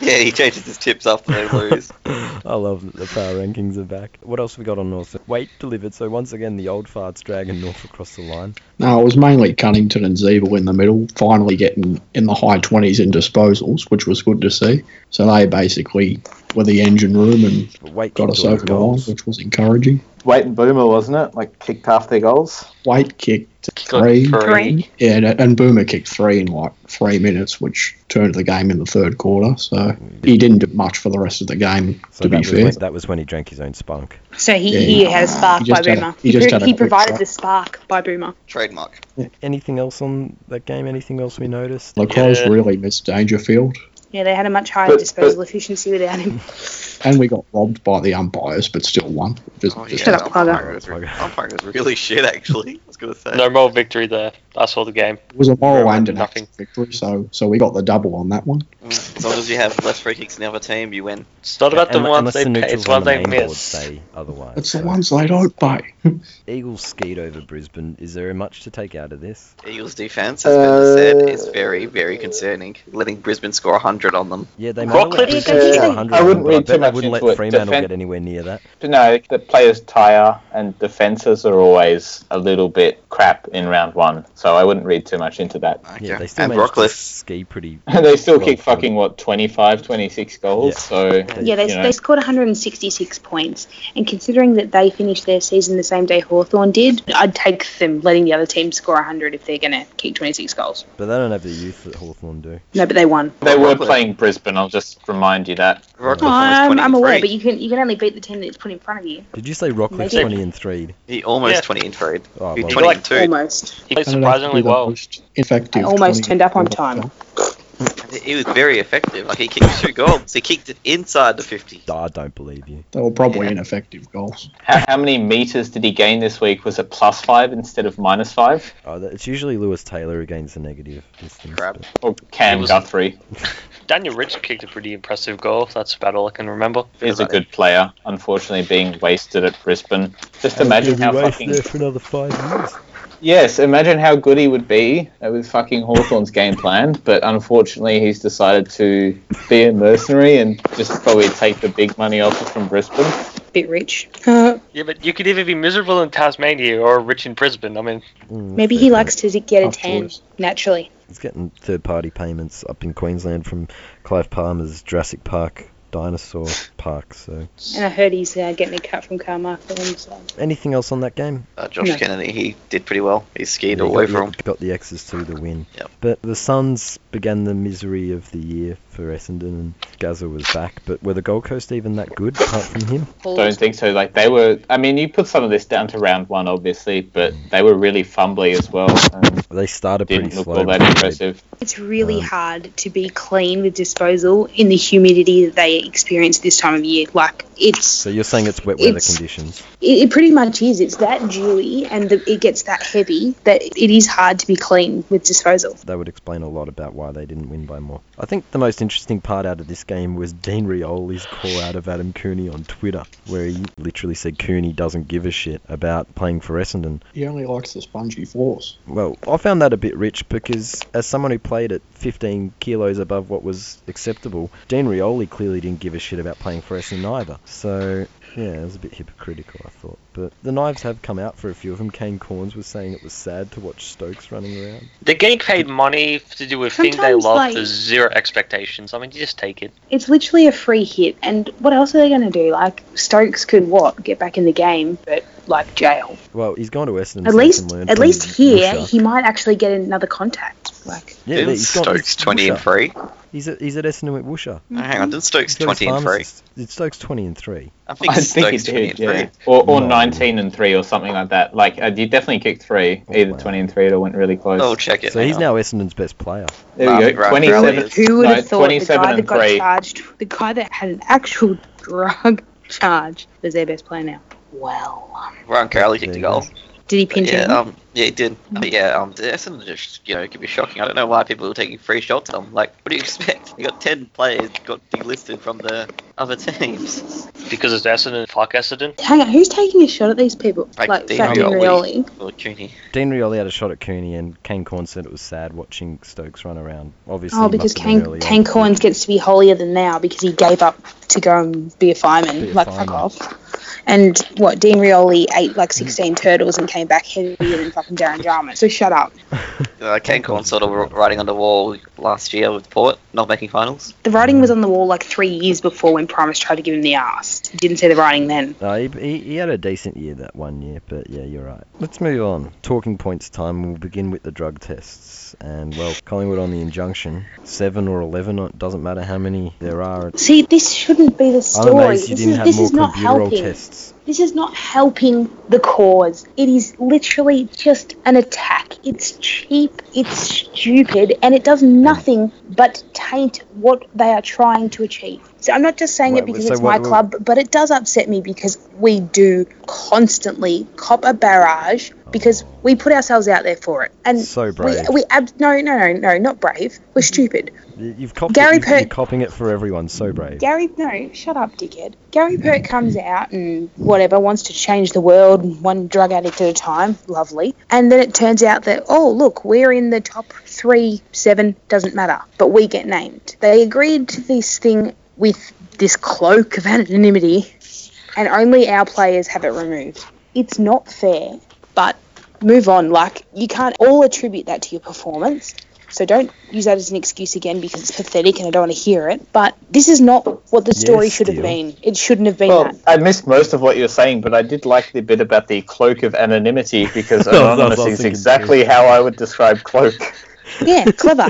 Speaker 3: yeah, he changes his tips after they lose.
Speaker 7: I love that the power rankings are back. What else we got on North? Weight delivered. So once again, the old farts dragging North across the line.
Speaker 8: no, it was mainly Cunnington and Zeeble in the middle, finally getting in the high 20s in disposals, which was good to see. So they basically were the engine room and
Speaker 7: But Weight
Speaker 8: got
Speaker 7: kicked
Speaker 8: us
Speaker 7: all the
Speaker 8: over the line,
Speaker 7: goals.
Speaker 8: which was encouraging.
Speaker 6: Wait and Boomer, wasn't it? Like kicked half their goals.
Speaker 8: Wade kicked
Speaker 5: Got
Speaker 8: three.
Speaker 4: Three.
Speaker 8: Yeah, and, and Boomer kicked three in like three minutes, which turned the game in the third quarter. So he didn't do much for the rest of the game,
Speaker 7: So
Speaker 8: to
Speaker 7: that
Speaker 8: be
Speaker 7: was,
Speaker 8: fair.
Speaker 7: when, that was when he drank his own spunk.
Speaker 4: So he,
Speaker 8: Yeah,
Speaker 4: he
Speaker 8: he-
Speaker 4: had a spark
Speaker 8: he
Speaker 4: by
Speaker 8: just had a-
Speaker 4: Boomer.
Speaker 8: he just
Speaker 4: pro-
Speaker 8: had a quick
Speaker 4: provided
Speaker 8: shot.
Speaker 4: the spark by Boomer.
Speaker 3: Trademark.
Speaker 7: Anything else on that game? Anything else we noticed?
Speaker 8: Lacrosse
Speaker 5: Yeah.
Speaker 8: really missed Dangerfield,
Speaker 4: Yeah, they had a much higher
Speaker 6: But-
Speaker 4: disposal efficiency without him.
Speaker 8: and we got robbed by the umpires, but still won. Just,
Speaker 3: Oh,
Speaker 8: just-
Speaker 3: yeah,
Speaker 4: up, Plugger.
Speaker 3: was, re- umpire was really shit, actually. I was going to say.
Speaker 5: No moral victory there. I saw the game.
Speaker 8: It was a moral and an
Speaker 5: Nothing.
Speaker 8: active victory, so so we got the double on that one.
Speaker 3: Mm, As long as you have less free kicks than the other team, you win.
Speaker 5: It's not about the
Speaker 7: Un-
Speaker 5: ones
Speaker 7: unless
Speaker 5: they
Speaker 7: the
Speaker 5: pay,
Speaker 7: neutrals
Speaker 5: it's one
Speaker 7: on the
Speaker 5: they
Speaker 7: main board
Speaker 5: miss.
Speaker 7: say otherwise.
Speaker 8: It's the
Speaker 7: so.
Speaker 8: ones they don't pay.
Speaker 7: Eagles skied over Brisbane. Is there much to take out of this?
Speaker 3: Eagles' defense, as uh, said, is
Speaker 6: Uh,
Speaker 3: very, very concerning. Letting Brisbane score 100 on them.
Speaker 7: Yeah, they might
Speaker 5: Rock
Speaker 7: have let
Speaker 5: clip-
Speaker 7: Brisbane
Speaker 4: Yeah,
Speaker 7: score
Speaker 4: I
Speaker 7: 100,
Speaker 6: wouldn't
Speaker 7: but I bet
Speaker 6: read too
Speaker 7: they
Speaker 6: much
Speaker 7: wouldn't
Speaker 6: into
Speaker 7: let
Speaker 6: it.
Speaker 7: Fremantle
Speaker 6: Defen-
Speaker 7: get anywhere near that.
Speaker 6: But no, the players tire and defenses are always a little bit crap in round one, so I wouldn't read too much into that.
Speaker 3: Okay.
Speaker 7: Yeah, they still
Speaker 3: and
Speaker 7: managed to
Speaker 3: Brockless.
Speaker 7: ski pretty.
Speaker 6: they still
Speaker 7: Well,
Speaker 6: kick
Speaker 7: well. um,
Speaker 6: fucking what 25, 26 goals.
Speaker 7: Yeah.
Speaker 6: So
Speaker 4: Yeah, they,
Speaker 6: you know.
Speaker 4: they scored 166 points. And considering that they finished their season the same day Hawthorn did, I'd take them letting the other team score 100 if they're going to kick 26 goals.
Speaker 7: But they don't have the youth that Hawthorn do.
Speaker 4: No, but they won.
Speaker 6: they were
Speaker 3: Brooklyn.
Speaker 6: playing Brisbane. I'll just remind you that.
Speaker 3: Brockless was
Speaker 4: Oh, I'm, I'm
Speaker 3: 20
Speaker 4: aware,
Speaker 3: free.
Speaker 4: but you can you can only beat the team that's put in front of you.
Speaker 7: Did you say Rockcliffe
Speaker 4: Maybe.
Speaker 7: 20 and 3?
Speaker 3: He almost
Speaker 5: Yeah.
Speaker 3: 20 in trade.
Speaker 7: Oh,
Speaker 3: He
Speaker 7: well,
Speaker 3: 20
Speaker 5: like
Speaker 3: and 2.
Speaker 4: Almost.
Speaker 5: He played
Speaker 8: I don't know if
Speaker 5: surprisingly
Speaker 8: we're the
Speaker 5: well.
Speaker 8: most Effective.
Speaker 4: I almost
Speaker 8: 20
Speaker 4: turned up on
Speaker 8: of the
Speaker 4: time.
Speaker 8: time.
Speaker 3: He was very effective. Like, he kicked two goals. He kicked it inside the 50.
Speaker 7: I don't believe you.
Speaker 8: They were probably
Speaker 3: Yeah.
Speaker 8: ineffective goals.
Speaker 6: How, how many meters did he gain this week? Was it plus five instead of minus five?
Speaker 7: Oh, that, it's usually Lewis Taylor who gains the negative. distance,
Speaker 3: Crap.
Speaker 7: but-
Speaker 6: Or Cam
Speaker 5: It was-
Speaker 6: Guthrie
Speaker 5: Daniel Rich kicked a pretty impressive goal. That's about all I can remember.
Speaker 6: is a
Speaker 3: about it.
Speaker 6: good player. Unfortunately, being wasted at Brisbane. Just
Speaker 7: He'll
Speaker 6: imagine
Speaker 7: be
Speaker 6: how
Speaker 7: wasted
Speaker 6: fucking
Speaker 7: there for another five years.
Speaker 6: Yes, imagine how good he would be with fucking Hawthorn's game plan, but unfortunately he's decided to be a mercenary and just probably take the big money offers from Brisbane.
Speaker 4: Bit rich. Uh,
Speaker 5: Yeah, but you could either be miserable in Tasmania or rich in Brisbane. I mean,
Speaker 7: Mm,
Speaker 4: maybe
Speaker 7: fair
Speaker 4: he
Speaker 7: point.
Speaker 4: likes to get a
Speaker 8: Tough
Speaker 4: 10
Speaker 8: choice.
Speaker 4: naturally.
Speaker 7: He's getting third party payments up in Queensland from Clive Palmer's Jurassic Park Dinosaur Park. So,
Speaker 4: And I heard he's uh, getting a cut from Carmichael. and So.
Speaker 7: anything else on that game?
Speaker 3: Uh, Josh
Speaker 4: No.
Speaker 3: Kennedy, he did pretty well. He skied
Speaker 7: Yeah,
Speaker 3: away
Speaker 7: got, the-
Speaker 3: from.
Speaker 7: got the X's to the win.
Speaker 3: Yep.
Speaker 7: But the Suns began the misery of the year for Essendon, and Gaza was back. But were the Gold Coast even that good apart from him?
Speaker 6: Don't think so. Like they were I mean, you put some of this down to round one obviously, but they were really fumbly as well and
Speaker 7: They started
Speaker 6: didn't
Speaker 7: pretty
Speaker 6: look
Speaker 7: slow.
Speaker 6: all that
Speaker 7: but they-
Speaker 6: impressive.
Speaker 4: It's really
Speaker 7: Um,
Speaker 4: hard to be clean with disposal in the humidity that they experience this time of year. Like it's
Speaker 7: So you're saying it's wet weather
Speaker 4: It's-
Speaker 7: conditions?
Speaker 4: it, it pretty much is. It's that dewy and the, it gets that heavy that it is hard to be clean with disposal.
Speaker 7: That would explain a lot about why they didn't win by more. I think the most interesting part out of this game was Dean Rioli's call out of Adam Cooney on Twitter, where he literally said Cooney doesn't give a shit about playing for Essendon.
Speaker 8: He only likes the spongy floors.
Speaker 7: Well, I found that a bit rich because, as someone who played at 15 kilos above what was acceptable, Dean Rioli clearly didn't give a shit about playing going for us in either. So yeah, it was a bit hypocritical, I thought. But the knives have come out for a few of them. Kane Corns was saying it was sad to watch Stokes running around.
Speaker 5: They're getting paid money to do a thing they
Speaker 4: Sometimes,
Speaker 5: love
Speaker 4: like-
Speaker 5: for zero expectations. I mean, you just take it.
Speaker 4: It's literally a free hit, and what else are they going to do? Like Stokes could what get back in the game, but like jail.
Speaker 7: Well, he's gone to Essendon.
Speaker 4: At
Speaker 7: so he
Speaker 4: least,
Speaker 7: can learn
Speaker 4: at
Speaker 7: from
Speaker 4: least here,
Speaker 7: Wilshere.
Speaker 4: he might actually get another contact. Like,
Speaker 7: yeah,
Speaker 3: Didn't
Speaker 7: he's gone-
Speaker 3: Stokes
Speaker 7: he's-
Speaker 3: 20 and
Speaker 7: Wilshere.
Speaker 3: 3?
Speaker 4: Mm-hmm.
Speaker 7: He's at, he's at Essendon at Woosha.
Speaker 3: Oh, hang on, didn't Stokes 20 and 3?
Speaker 7: It's Stokes 20 and 3.
Speaker 3: I think
Speaker 6: I
Speaker 3: it's
Speaker 6: think
Speaker 3: Stokes
Speaker 6: it
Speaker 3: 20
Speaker 6: did,
Speaker 3: and
Speaker 6: yeah.
Speaker 3: 3.
Speaker 6: Or, or
Speaker 7: No.
Speaker 6: 19 and 3 or something like that. Like, uh, you definitely kicked 3,
Speaker 7: Oh,
Speaker 6: either
Speaker 7: wow.
Speaker 6: 20 and 3 or went really close.
Speaker 3: Oh, check it.
Speaker 7: So he's
Speaker 3: hang
Speaker 7: now Essendon's best player.
Speaker 6: there we go.
Speaker 3: Right,
Speaker 6: 27,
Speaker 3: right.
Speaker 4: who would
Speaker 6: no,
Speaker 4: have thought the
Speaker 6: 27
Speaker 4: guy that
Speaker 6: and
Speaker 4: got
Speaker 6: 3.
Speaker 4: charged, the guy that had an actual drug charge, was their best player now? Well,
Speaker 3: on. Ryan Crowley kicked a goal.
Speaker 4: did he pinch
Speaker 3: Yeah,
Speaker 4: him?
Speaker 3: um, yeah, he did.
Speaker 4: Mm-hmm.
Speaker 3: Uh, yeah, um, the Essendon just, you know, it could be shocking. I don't know why people are taking free shots at him. Like, what do you expect? You got 10 players got delisted from the other teams.
Speaker 5: Because it's Essendon, fuck Essendon.
Speaker 4: Hang on, who's taking a shot at these people?
Speaker 3: Like
Speaker 4: Like,
Speaker 3: Dean
Speaker 4: Fat
Speaker 3: Rioli.
Speaker 4: Rioli.
Speaker 3: Or Cooney.
Speaker 7: Dean Rioli had a shot at Cooney, and Kane Corn said it was sad watching Stokes run around. Obviously,
Speaker 4: Oh,
Speaker 7: he
Speaker 4: because
Speaker 7: must have been
Speaker 4: Kane,
Speaker 7: early
Speaker 4: Kane
Speaker 7: on.
Speaker 4: Corns gets to be holier than now because he gave up to go and be a fireman.
Speaker 7: Be a
Speaker 4: like,
Speaker 7: fireman.
Speaker 4: fuck off. And what, Dean Rioli ate like 16 turtles and came back heavier than fucking Darren Jarman. So shut up.
Speaker 3: Uh, Kane Corn sort of writing on the wall last year with Port, not making finals.
Speaker 4: The writing was on the wall like three years before when Primus tried to give him the ass. He didn't see the writing then.
Speaker 7: No, he, he, he had a decent year that one year, but yeah, you're right. Let's move on. Talking points time. We'll begin with the drug tests. And, well, Collingwood on the injunction. 7 or 11, it doesn't matter how many there are.
Speaker 4: See, this shouldn't be the story.
Speaker 7: I'm amazed you
Speaker 4: this
Speaker 7: didn't
Speaker 4: is,
Speaker 7: have
Speaker 4: this
Speaker 7: more
Speaker 4: is not
Speaker 7: computer
Speaker 4: helping.
Speaker 7: tests.
Speaker 4: This is not helping the cause. It is literally just an attack. It's cheap, it's stupid, and it does nothing but taint what they are trying to achieve. So I'm not just saying
Speaker 7: Wait,
Speaker 4: it because
Speaker 7: so
Speaker 4: it's
Speaker 7: what-
Speaker 4: my club, but it does upset me because we do constantly cop a barrage because we put ourselves out there for it. And
Speaker 7: So brave. Mm-hmm.
Speaker 4: We, we ab- no, no, no, no, not brave. We're stupid.
Speaker 7: You- You've copped
Speaker 4: Gary
Speaker 7: it. you-
Speaker 4: Per-
Speaker 7: You're copying it for everyone. So brave.
Speaker 4: Gary, no, shut up, dickhead. Gary Pert comes out and whatever, wants to change the world one drug addict at a time. Lovely. And then it turns out that, oh, look, we're in the top three, seven, doesn't matter. But we get named. They agreed to this thing with this cloak of anonymity, and only our players have it removed. It's not fair, but move on. Like, you can't all attribute that to your performance. So don't use that as an excuse again because it's pathetic and I don't want to hear it. But this is not what the story
Speaker 7: Yes,
Speaker 4: should have
Speaker 7: dear.
Speaker 4: been. It shouldn't have been
Speaker 6: Well,
Speaker 4: that.
Speaker 6: I missed most of what you were saying, but I did like the bit about the cloak of anonymity because
Speaker 7: I was- I was
Speaker 6: anonymous is
Speaker 7: thinking
Speaker 6: exactly
Speaker 7: too.
Speaker 6: how I would describe cloak.
Speaker 4: Yeah, clever.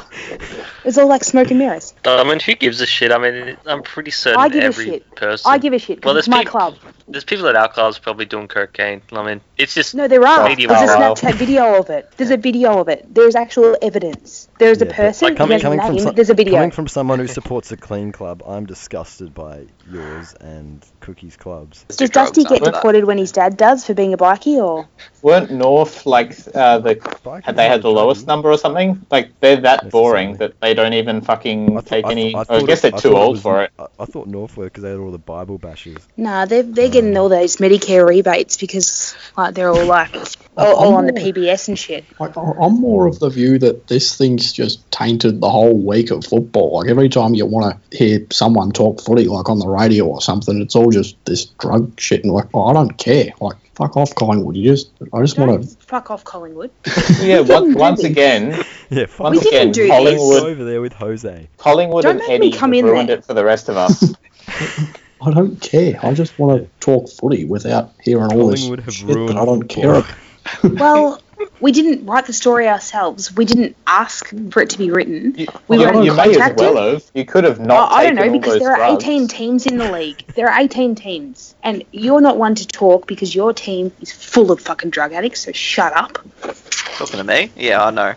Speaker 4: It's all like smoke and mirrors.
Speaker 5: I mean, who gives a shit? I mean, I'm pretty certain
Speaker 4: I give a
Speaker 5: every
Speaker 4: shit.
Speaker 5: person.
Speaker 4: I give a shit. 'cause
Speaker 5: Well,
Speaker 4: it's
Speaker 5: there's
Speaker 4: my
Speaker 5: peop-
Speaker 4: club.
Speaker 5: There's people at our clubs probably doing cocaine. I mean, it's just
Speaker 4: No, there are.
Speaker 5: Oh,
Speaker 4: There's a
Speaker 6: wow.
Speaker 4: Snapchat video of it. There's a video of it. There's actual evidence. There's a
Speaker 7: Yeah, but uh,
Speaker 4: person.
Speaker 5: like, coming-
Speaker 4: he has a name.
Speaker 7: some-
Speaker 4: There's a video.
Speaker 7: coming from someone who supports a clean club, I'm disgusted by yours and Cookie's clubs.
Speaker 4: Does Dusty get deported when his dad does for being a bikie or?
Speaker 6: Weren't North like uh, the
Speaker 7: Biking
Speaker 6: had they
Speaker 7: is
Speaker 6: had the
Speaker 7: druggy.
Speaker 6: lowest number or something? Like they're that boring
Speaker 7: Necessarily.
Speaker 6: that they don't even fucking
Speaker 7: I th-
Speaker 6: take
Speaker 7: I th-
Speaker 6: any.
Speaker 7: I
Speaker 6: Mm, I,
Speaker 7: thought
Speaker 6: guess
Speaker 7: it-
Speaker 6: they're
Speaker 7: I
Speaker 6: too
Speaker 7: thought it
Speaker 6: old
Speaker 7: was-
Speaker 6: for it.
Speaker 7: I, I thought Norfolk because they had all the Bible bashes.
Speaker 4: Nah, they're they're getting
Speaker 6: Mm.
Speaker 4: all those Medicare rebates because like they're all like
Speaker 6: Oh,
Speaker 4: all, all on the PBS and shit.
Speaker 8: Like, I- I'm more of the view that this thing's just tainted the whole week of football. Like every time you want to hear someone talk footy, like on the radio or something, it's all just this drug shit. And like, oh, I don't care. Like, fuck off, Collingwood. You just, I just want to.
Speaker 4: Don't fuck off, Collingwood.
Speaker 6: yeah,
Speaker 4: didn't
Speaker 6: once,
Speaker 4: do
Speaker 6: once
Speaker 4: this.
Speaker 6: again,
Speaker 7: Yeah, fuck
Speaker 6: once
Speaker 4: didn't
Speaker 6: again,
Speaker 4: do this.
Speaker 6: Collingwood,
Speaker 7: over there with Jose.
Speaker 6: Collingwood
Speaker 4: Don't
Speaker 6: and
Speaker 4: make me
Speaker 6: Eddie
Speaker 4: come
Speaker 6: have
Speaker 4: in
Speaker 6: ruined
Speaker 4: there.
Speaker 6: it for the rest of us.
Speaker 8: I don't care. I just want to talk footy without hearing all this
Speaker 7: Collingwood have
Speaker 8: shit that
Speaker 7: ruined
Speaker 8: I don't
Speaker 7: football.
Speaker 8: care. about.
Speaker 4: Well, we didn't write the story ourselves. We didn't ask for it to be written.
Speaker 6: You,
Speaker 4: We
Speaker 6: you-
Speaker 4: weren't
Speaker 6: you may as
Speaker 4: contacted.
Speaker 6: well have. You could have not.
Speaker 4: I- I don't
Speaker 6: taken
Speaker 4: know
Speaker 6: all
Speaker 4: because
Speaker 6: those
Speaker 4: there are
Speaker 6: drugs.
Speaker 4: 18 teams in the league. There are 18 teams, and you're not one to talk because your team is full of fucking drug addicts. So shut up.
Speaker 3: Talking to me? Yeah, I know.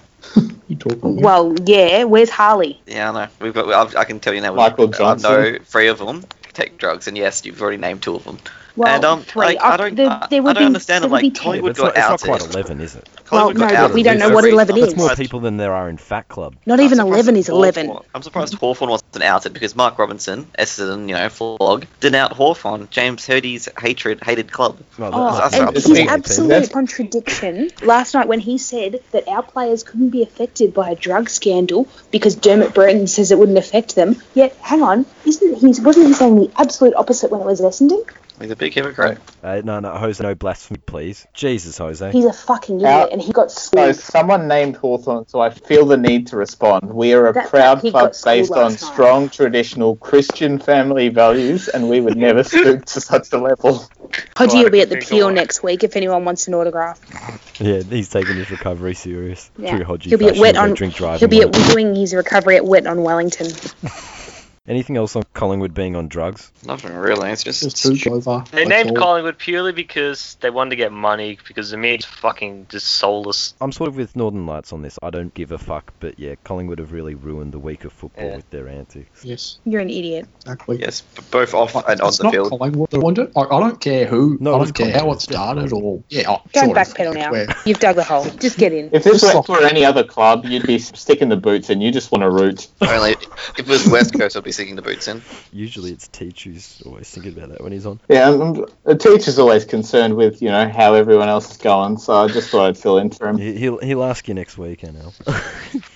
Speaker 8: You talking?
Speaker 6: Mm-hmm.
Speaker 8: about?
Speaker 4: Well, yeah. Where's Harley?
Speaker 3: Yeah, I know. We've got. I've, I can tell you now. we've-
Speaker 6: Michael
Speaker 3: I know
Speaker 6: Johnson.
Speaker 3: three of them take drugs, and yes, you've already named two of them.
Speaker 4: Well,
Speaker 3: and um,
Speaker 4: three.
Speaker 3: like, I
Speaker 4: Oh,
Speaker 3: don't,
Speaker 4: there-
Speaker 3: I,
Speaker 4: there
Speaker 3: I
Speaker 4: would
Speaker 3: don't
Speaker 4: be-
Speaker 3: understand
Speaker 4: there
Speaker 3: it.
Speaker 4: would be
Speaker 3: Like
Speaker 4: ten.
Speaker 7: Yeah, but
Speaker 3: Collingwood
Speaker 7: it's, not,
Speaker 3: got
Speaker 7: it's not
Speaker 3: out.
Speaker 7: quite 11, is it?
Speaker 4: Well,
Speaker 3: Collingwood got
Speaker 4: no,
Speaker 3: out
Speaker 4: but we
Speaker 3: of
Speaker 4: don't
Speaker 3: this
Speaker 4: know what
Speaker 3: very
Speaker 4: 11
Speaker 3: much.
Speaker 4: is.
Speaker 7: That's more people than there are in Fat Club.
Speaker 4: Not
Speaker 3: I'm
Speaker 4: even
Speaker 3: surprised
Speaker 4: 11 is
Speaker 3: Hawthorn-
Speaker 4: 11.
Speaker 3: I'm surprised Hawthorn wasn't outed because Mark Robinson, Essendon, you know, flog, didn't out Hawthorn. James Hurdy's hatred hated club.
Speaker 7: Well,
Speaker 4: Oh,
Speaker 3: that's
Speaker 4: and
Speaker 3: absolute-
Speaker 4: his
Speaker 6: That's-
Speaker 4: absolute contradiction last night when he said that our players couldn't be affected by a drug scandal because Dermot Brereton says it wouldn't affect them. Yet, hang on, isn't he? Wasn't he saying the absolute opposite when it was Essendon?
Speaker 3: He's a big hypocrite.
Speaker 7: Uh, no, no, Jose, no blasphemy, please. Jesus, Jose.
Speaker 4: He's a fucking idiot,
Speaker 6: Our-
Speaker 4: and he got
Speaker 6: So
Speaker 4: schooled.
Speaker 6: someone named Hawthorn, so I feel the need to respond. We are a
Speaker 4: That-
Speaker 6: proud
Speaker 4: he
Speaker 6: club
Speaker 4: got schooled
Speaker 6: based on
Speaker 4: last night.
Speaker 6: strong traditional Christian family values, and we would never stoop to such a level.
Speaker 4: Hodgie will be at the
Speaker 5: Right,
Speaker 4: Peel
Speaker 5: right.
Speaker 4: next week if anyone wants an autograph.
Speaker 7: Yeah, he's taking his recovery serious.
Speaker 4: Yeah.
Speaker 7: True Hodgie
Speaker 4: He'll be at
Speaker 7: fashion,
Speaker 4: wet
Speaker 7: no
Speaker 4: on.
Speaker 7: drink driving.
Speaker 4: He'll be at,
Speaker 7: won't he?
Speaker 4: doing his recovery at Wet on Wellington.
Speaker 7: Anything else on Collingwood being on drugs?
Speaker 3: Nothing really. It's just.
Speaker 8: Just took over.
Speaker 5: They
Speaker 8: that's
Speaker 5: named
Speaker 8: all.
Speaker 5: Collingwood purely because they wanted to get money because the media's fucking just soulless.
Speaker 7: I'm sort of with Northern Lights on this. I don't give a fuck, but yeah, Collingwood have really ruined the week of football
Speaker 5: Yeah.
Speaker 7: with their antics.
Speaker 8: Yes,
Speaker 4: You're an idiot.
Speaker 8: exactly.
Speaker 3: yes, b- both off and on
Speaker 8: it's
Speaker 3: the
Speaker 8: not
Speaker 3: field.
Speaker 8: Collingwood that want it. I, I don't care who.
Speaker 7: No, it
Speaker 8: I
Speaker 7: was
Speaker 8: don't care how
Speaker 7: Collingwood.
Speaker 8: it started or yeah. I,
Speaker 4: Don't
Speaker 8: sort of-
Speaker 4: backpedal now.
Speaker 8: where-
Speaker 4: You've dug the hole. Just get in.
Speaker 6: If this
Speaker 8: Just
Speaker 6: were,
Speaker 8: like-
Speaker 6: were any other club, you'd be sticking the boots in. You just want to root.
Speaker 3: Only if it was West Coast, I'd be sticking the boots in.
Speaker 7: Usually it's Teach who's always thinking about that when he's on.
Speaker 6: Yeah, I'm, the teacher's always concerned with you know how everyone else is going, so I just thought I'd fill in for him.
Speaker 7: He- He'll, he'll ask you next week, NL.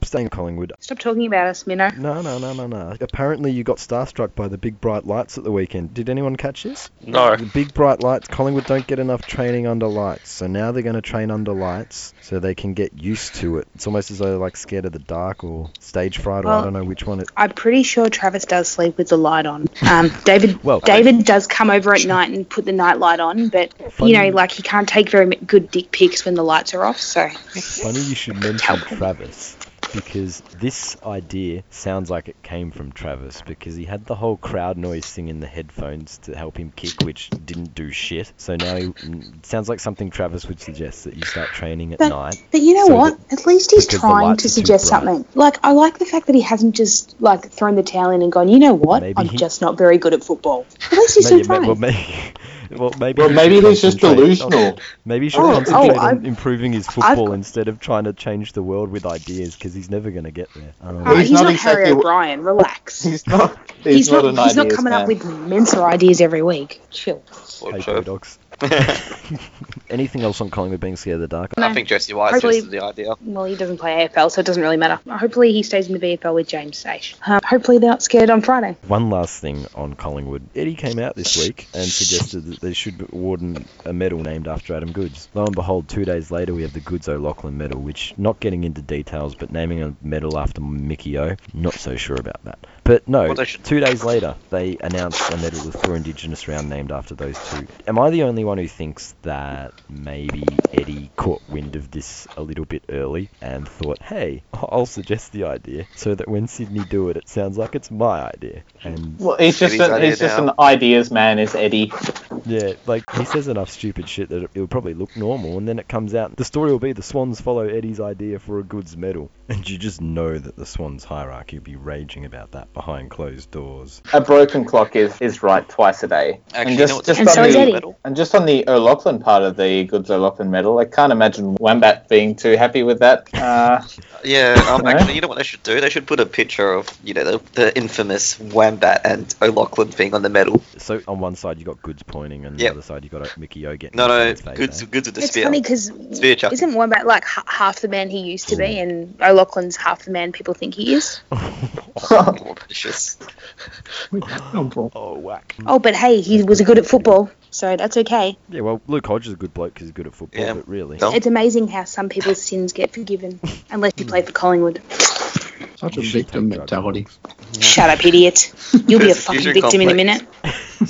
Speaker 7: Staying at Collingwood.
Speaker 4: Stop talking about us, Minnow.
Speaker 7: No, no, no, no, no. Apparently you got starstruck by the big bright lights at the weekend. Did anyone catch this?
Speaker 5: No.
Speaker 7: The big bright lights. Collingwood don't get enough training under lights, so now they're going to train under lights so they can get used to it. It's almost as though they're like scared of the dark or stage fright, or I
Speaker 4: Well-
Speaker 7: don't know which one. It.
Speaker 4: I'm pretty sure Travis does sleep with the light on. Um, David
Speaker 7: Well,
Speaker 4: David does come over at night and put the night light on, but
Speaker 7: Funny-
Speaker 4: you know, like he can't take very m- good dick pics when the lights are off. So
Speaker 7: Funny you should mention Travis because this idea sounds like it came from Travis because he had the whole crowd noise thing in the headphones to help him kick, which didn't do shit. So now he mm, sounds like something Travis would suggest that you start training at
Speaker 4: But-
Speaker 7: night.
Speaker 4: But you know
Speaker 7: So
Speaker 4: what? At least he's
Speaker 7: because the
Speaker 4: trying
Speaker 7: lights
Speaker 4: to
Speaker 7: are too
Speaker 4: suggest
Speaker 7: bright.
Speaker 4: something. Like I like the fact that he hasn't just like thrown the towel in and gone. You know what?
Speaker 7: Maybe
Speaker 4: I'm
Speaker 7: he-
Speaker 4: just not very good at football. At least he's
Speaker 7: Maybe-
Speaker 4: still trying.
Speaker 7: well, maybe, well, maybe,
Speaker 6: Well,
Speaker 7: he
Speaker 6: maybe
Speaker 7: should
Speaker 6: he's just
Speaker 7: concentrate on-
Speaker 6: delusional.
Speaker 7: maybe he should
Speaker 4: Oh, oh,
Speaker 7: concentrate on
Speaker 4: I've-
Speaker 7: improving his football instead of trying to change the world with ideas because he's never going to get there. Um,
Speaker 4: Uh,
Speaker 6: He's
Speaker 4: he's,
Speaker 6: not
Speaker 4: not,
Speaker 6: exactly-
Speaker 4: Harry O'Brien. Relax. He's,
Speaker 6: He's not. He's,
Speaker 4: not.
Speaker 6: not, an
Speaker 4: he's not
Speaker 6: ideas
Speaker 4: coming
Speaker 6: man.
Speaker 4: up with mental ideas every week. Chill.
Speaker 3: Lord
Speaker 7: hey,
Speaker 3: Chirp.
Speaker 7: Bulldogs. Anything else on Collingwood being scared of the dark?
Speaker 3: I think Jesse White's
Speaker 4: Hopefully-
Speaker 3: just the idea.
Speaker 4: Well, he doesn't play AFL, so it doesn't really matter. Hopefully, he stays in the VFL with James Sage. Um, hopefully, they're not scared on Friday.
Speaker 7: One last thing on Collingwood. Eddie came out this week and suggested that they should award an- a medal named after Adam Goods. Lo and behold, two days later we have the Goods O'Loughlin medal, which, not getting into details, but naming a medal after Mickey O, not so sure about that. But no,
Speaker 3: Well, they should-
Speaker 7: two days later they announced a medal for Indigenous round named after those two. Am I the only one who thinks that maybe Eddie caught wind of this a little bit early and thought, hey, I'll suggest the idea so that when Sydney do it, it sounds like it's my idea? And
Speaker 6: Well, he's just
Speaker 3: Eddie's
Speaker 6: an,
Speaker 3: idea
Speaker 6: he's just
Speaker 3: now.
Speaker 6: an ideas man, is Eddie.
Speaker 7: Yeah, like he says enough stupid shit that it'll probably look normal, and then it comes out. The story will be the Swans follow Eddie's idea for a goods medal, and you just know that the Swans hierarchy will be raging about that behind closed doors.
Speaker 6: A broken clock is, is right twice a day.
Speaker 3: Actually,
Speaker 6: and
Speaker 3: you
Speaker 6: just,
Speaker 3: know what
Speaker 6: just
Speaker 4: And so
Speaker 6: on
Speaker 4: is
Speaker 6: the,
Speaker 4: Eddie.
Speaker 6: And just on the O'Loughlin part of the Goods O'Loughlin medal, I can't imagine Wambat being too happy with that. Uh,
Speaker 3: Yeah, um,
Speaker 6: No?
Speaker 3: actually, you know what they should do? They should put a picture of, you know, the, the infamous Wambat and O'Loughlin thing on the medal.
Speaker 7: So on one side you got goods pointing, and
Speaker 3: Yep.
Speaker 7: the other side you got Mickey O getting
Speaker 3: No,
Speaker 7: his
Speaker 3: no,
Speaker 7: hands made,
Speaker 3: goods,
Speaker 7: eh?
Speaker 3: goods with the
Speaker 4: it's
Speaker 3: spear.
Speaker 4: funny because
Speaker 3: Spear Hmm. chuck.
Speaker 4: isn't Wombat like h- half the man he used to be, and O'Loughlin's half the man people think he is?
Speaker 7: eh?
Speaker 3: More precious.
Speaker 8: Where'd that come from?
Speaker 7: Oh whack!
Speaker 3: Hmm.
Speaker 4: Oh, but hey, he was good at football, so that's okay.
Speaker 7: Yeah, well Luke Hodge is a good bloke because he's good at football,
Speaker 3: Yeah.
Speaker 7: but really,
Speaker 3: No.
Speaker 4: It's amazing how some people's sins get forgiven, unless
Speaker 3: Hmm.
Speaker 4: you play for Collingwood.
Speaker 8: Such a
Speaker 7: You should
Speaker 8: victim
Speaker 7: take drugs.
Speaker 8: mentality.
Speaker 4: Shut up, idiot. You'll be a
Speaker 3: It's
Speaker 4: fucking
Speaker 3: usually
Speaker 4: victim in a
Speaker 3: complex.
Speaker 4: minute.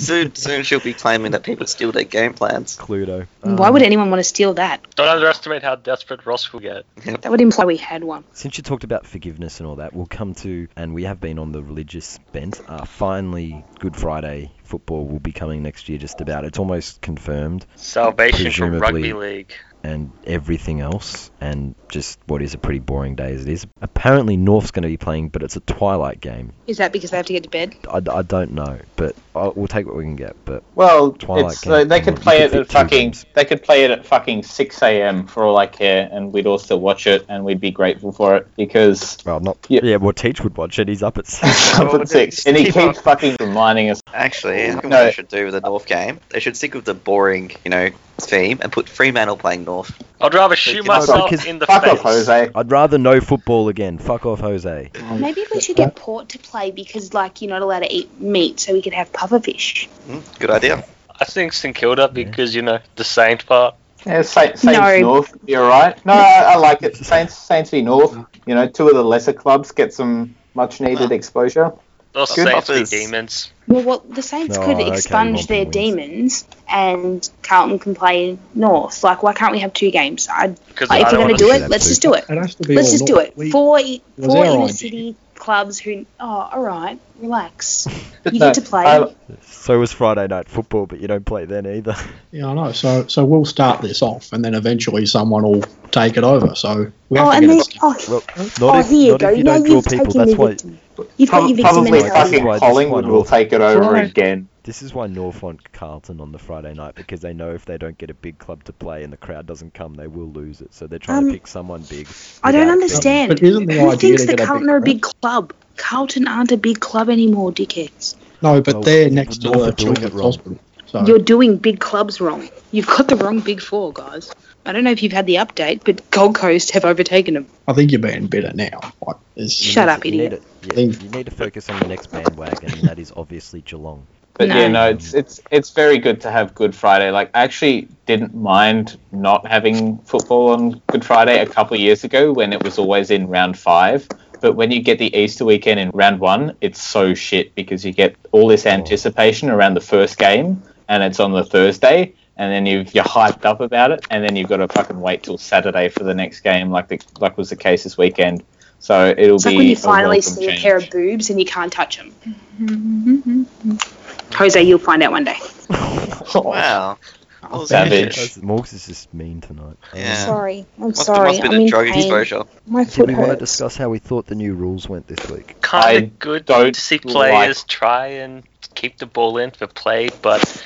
Speaker 3: soon, soon she'll be claiming that people steal their game plans.
Speaker 7: Cluedo.
Speaker 3: Um.
Speaker 7: Uh,
Speaker 4: Why would anyone want to steal that?
Speaker 5: Don't underestimate how desperate Ross will get.
Speaker 4: That would imply we had one.
Speaker 7: Since you talked about forgiveness and all that, we'll come to, and we have been on the religious bent. Uh, finally, Good Friday football will be coming next year, just about. It's almost confirmed,
Speaker 5: Salvation from rugby
Speaker 7: Presumably-
Speaker 5: league.
Speaker 7: and everything else, and just what is a pretty boring day as it is. Apparently, North's going to be playing, but it's a twilight game.
Speaker 4: Is that because they have to get to bed?
Speaker 7: I, I don't know, but I, we'll take what we can get. But
Speaker 6: Well,
Speaker 7: Twilight
Speaker 6: it's,
Speaker 7: Game.
Speaker 6: they, they
Speaker 7: Come
Speaker 6: could
Speaker 7: on,
Speaker 6: play
Speaker 7: you
Speaker 6: it
Speaker 7: could
Speaker 6: at
Speaker 7: fit two
Speaker 6: fucking.
Speaker 7: games.
Speaker 6: They could play it at fucking six a.m. for all I care, and we'd all still watch it, and we'd be grateful for it because
Speaker 7: well, not
Speaker 6: Yeah.
Speaker 7: yeah. well, Teach would watch it. He's up at. six.
Speaker 6: it's up
Speaker 3: Well,
Speaker 6: at six, and he
Speaker 3: keep
Speaker 6: keeps
Speaker 3: up.
Speaker 6: fucking reminding us.
Speaker 3: Actually, you know what
Speaker 6: No.
Speaker 3: they should do with the North game? They should stick with the boring, you know, theme and put Fremantle playing North.
Speaker 5: I'd rather shoot
Speaker 3: Fuck off,
Speaker 5: myself
Speaker 7: because-
Speaker 5: in the
Speaker 6: Fuck
Speaker 5: face.
Speaker 6: off, Jose.
Speaker 7: I'd rather no football again. Fuck off, Jose.
Speaker 4: Maybe we should get Port to play because, like, you're not allowed to eat meat, so we could have pufferfish.
Speaker 3: Hmm, good idea.
Speaker 5: I think St Kilda because you know the Saint part.
Speaker 6: Yeah, Saint, Saints
Speaker 4: No.
Speaker 6: North, you're right. No, I, I like it. Saints, Saints v North. You know, two of the lesser clubs get some much needed exposure.
Speaker 5: Those
Speaker 3: Good
Speaker 5: Saints be
Speaker 3: offers.
Speaker 5: demons.
Speaker 4: Well, what the Saints
Speaker 7: No,
Speaker 4: could
Speaker 7: Oh, okay,
Speaker 4: expunge
Speaker 7: Walton
Speaker 4: their
Speaker 7: wins.
Speaker 4: demons, and Carlton can play North. Like, why can't we have two games? I,
Speaker 5: Because
Speaker 4: if
Speaker 5: I
Speaker 4: we're
Speaker 5: don't
Speaker 4: going to
Speaker 5: want
Speaker 4: do
Speaker 5: to.
Speaker 4: it, let's just do it.
Speaker 8: It has to be
Speaker 4: Let's
Speaker 8: all
Speaker 4: just do
Speaker 8: North.
Speaker 4: it.
Speaker 8: We-
Speaker 4: Four i-
Speaker 8: was
Speaker 4: four
Speaker 8: our
Speaker 4: inner
Speaker 8: idea.
Speaker 4: city clubs who. Oh, all right, relax.
Speaker 6: But
Speaker 4: You
Speaker 6: no,
Speaker 4: get to play. Oh,
Speaker 6: I-
Speaker 7: So was Friday night football, but you don't play then either.
Speaker 8: Yeah, I know. So, so we'll start this off, and then eventually someone will take it over. So we have
Speaker 4: Oh,
Speaker 8: to
Speaker 4: and
Speaker 8: get
Speaker 4: then
Speaker 8: it started.
Speaker 4: oh,
Speaker 7: Well, not
Speaker 4: oh,
Speaker 7: if,
Speaker 4: here you
Speaker 7: not
Speaker 4: go.
Speaker 7: if you
Speaker 4: now
Speaker 7: don't draw
Speaker 4: you've
Speaker 7: people.
Speaker 4: taken
Speaker 7: That's
Speaker 4: your
Speaker 7: why
Speaker 4: victim. You've got
Speaker 6: prob-
Speaker 4: your victim
Speaker 6: probably
Speaker 7: mentality.
Speaker 4: mentality.
Speaker 6: fucking
Speaker 7: Why this
Speaker 6: Collingwood
Speaker 7: one
Speaker 6: will
Speaker 7: off?
Speaker 6: take it over
Speaker 8: Why?
Speaker 6: again.
Speaker 7: This is why North want Carlton on the Friday night because they know if they don't get a big club to play and the crowd doesn't come, they will lose it. So they're trying
Speaker 4: Um,
Speaker 7: to pick someone big.
Speaker 4: I don't
Speaker 7: without
Speaker 4: understand.
Speaker 8: But isn't the
Speaker 4: Who
Speaker 8: idea
Speaker 4: thinks
Speaker 8: to
Speaker 4: that
Speaker 8: get a big
Speaker 4: Carlton are a big club? Carlton aren't a big club anymore, dickheads.
Speaker 8: No, but
Speaker 7: Well,
Speaker 8: they're next
Speaker 7: North
Speaker 8: door
Speaker 7: are
Speaker 8: to
Speaker 7: doing it
Speaker 8: Children's
Speaker 7: wrong.
Speaker 8: Hospital. So
Speaker 4: You're doing big clubs wrong. You've got the wrong big four, guys. I don't know if you've had the update, but Gold Coast have overtaken them.
Speaker 8: I think you're being bitter now. Like, it's,
Speaker 7: being-
Speaker 4: Shut up,
Speaker 7: you need
Speaker 4: idiot.
Speaker 7: to- yeah,
Speaker 8: Think-
Speaker 7: you need to focus on the next bandwagon, and that is obviously Geelong.
Speaker 6: But
Speaker 4: No.
Speaker 6: yeah, no, it's it's it's very good to have Good Friday. Like, I actually didn't mind not having football on Good Friday a couple of years ago when it was always in round five. But when you get the Easter weekend in round one, it's so shit because you get all this anticipation around the first game, and it's on the Thursday, and then you you're hyped up about it, and then you've got to fucking wait till Saturday for the next game, like the like was the case this weekend. So it'll
Speaker 4: It's
Speaker 6: be
Speaker 4: like when you
Speaker 6: a
Speaker 4: finally
Speaker 6: welcome
Speaker 4: see a
Speaker 6: change.
Speaker 4: pair of boobs and you can't touch them. Jose, you'll find out one day.
Speaker 3: Wow.
Speaker 8: Oh,
Speaker 6: savage.
Speaker 7: That's- Morgs is just mean tonight. Um,
Speaker 3: Yeah.
Speaker 4: Sorry, I'm
Speaker 3: Must,
Speaker 4: sorry.
Speaker 3: must have been
Speaker 4: I'm
Speaker 3: a
Speaker 4: in
Speaker 3: drug
Speaker 4: pain.
Speaker 3: exposure.
Speaker 4: My
Speaker 7: Did
Speaker 4: foot
Speaker 7: we want to
Speaker 4: hurts.
Speaker 7: discuss how we thought the new rules went this week?
Speaker 5: Kind
Speaker 6: I
Speaker 5: of good
Speaker 6: don't
Speaker 5: to see
Speaker 6: like-
Speaker 5: players try and keep the ball in for play, but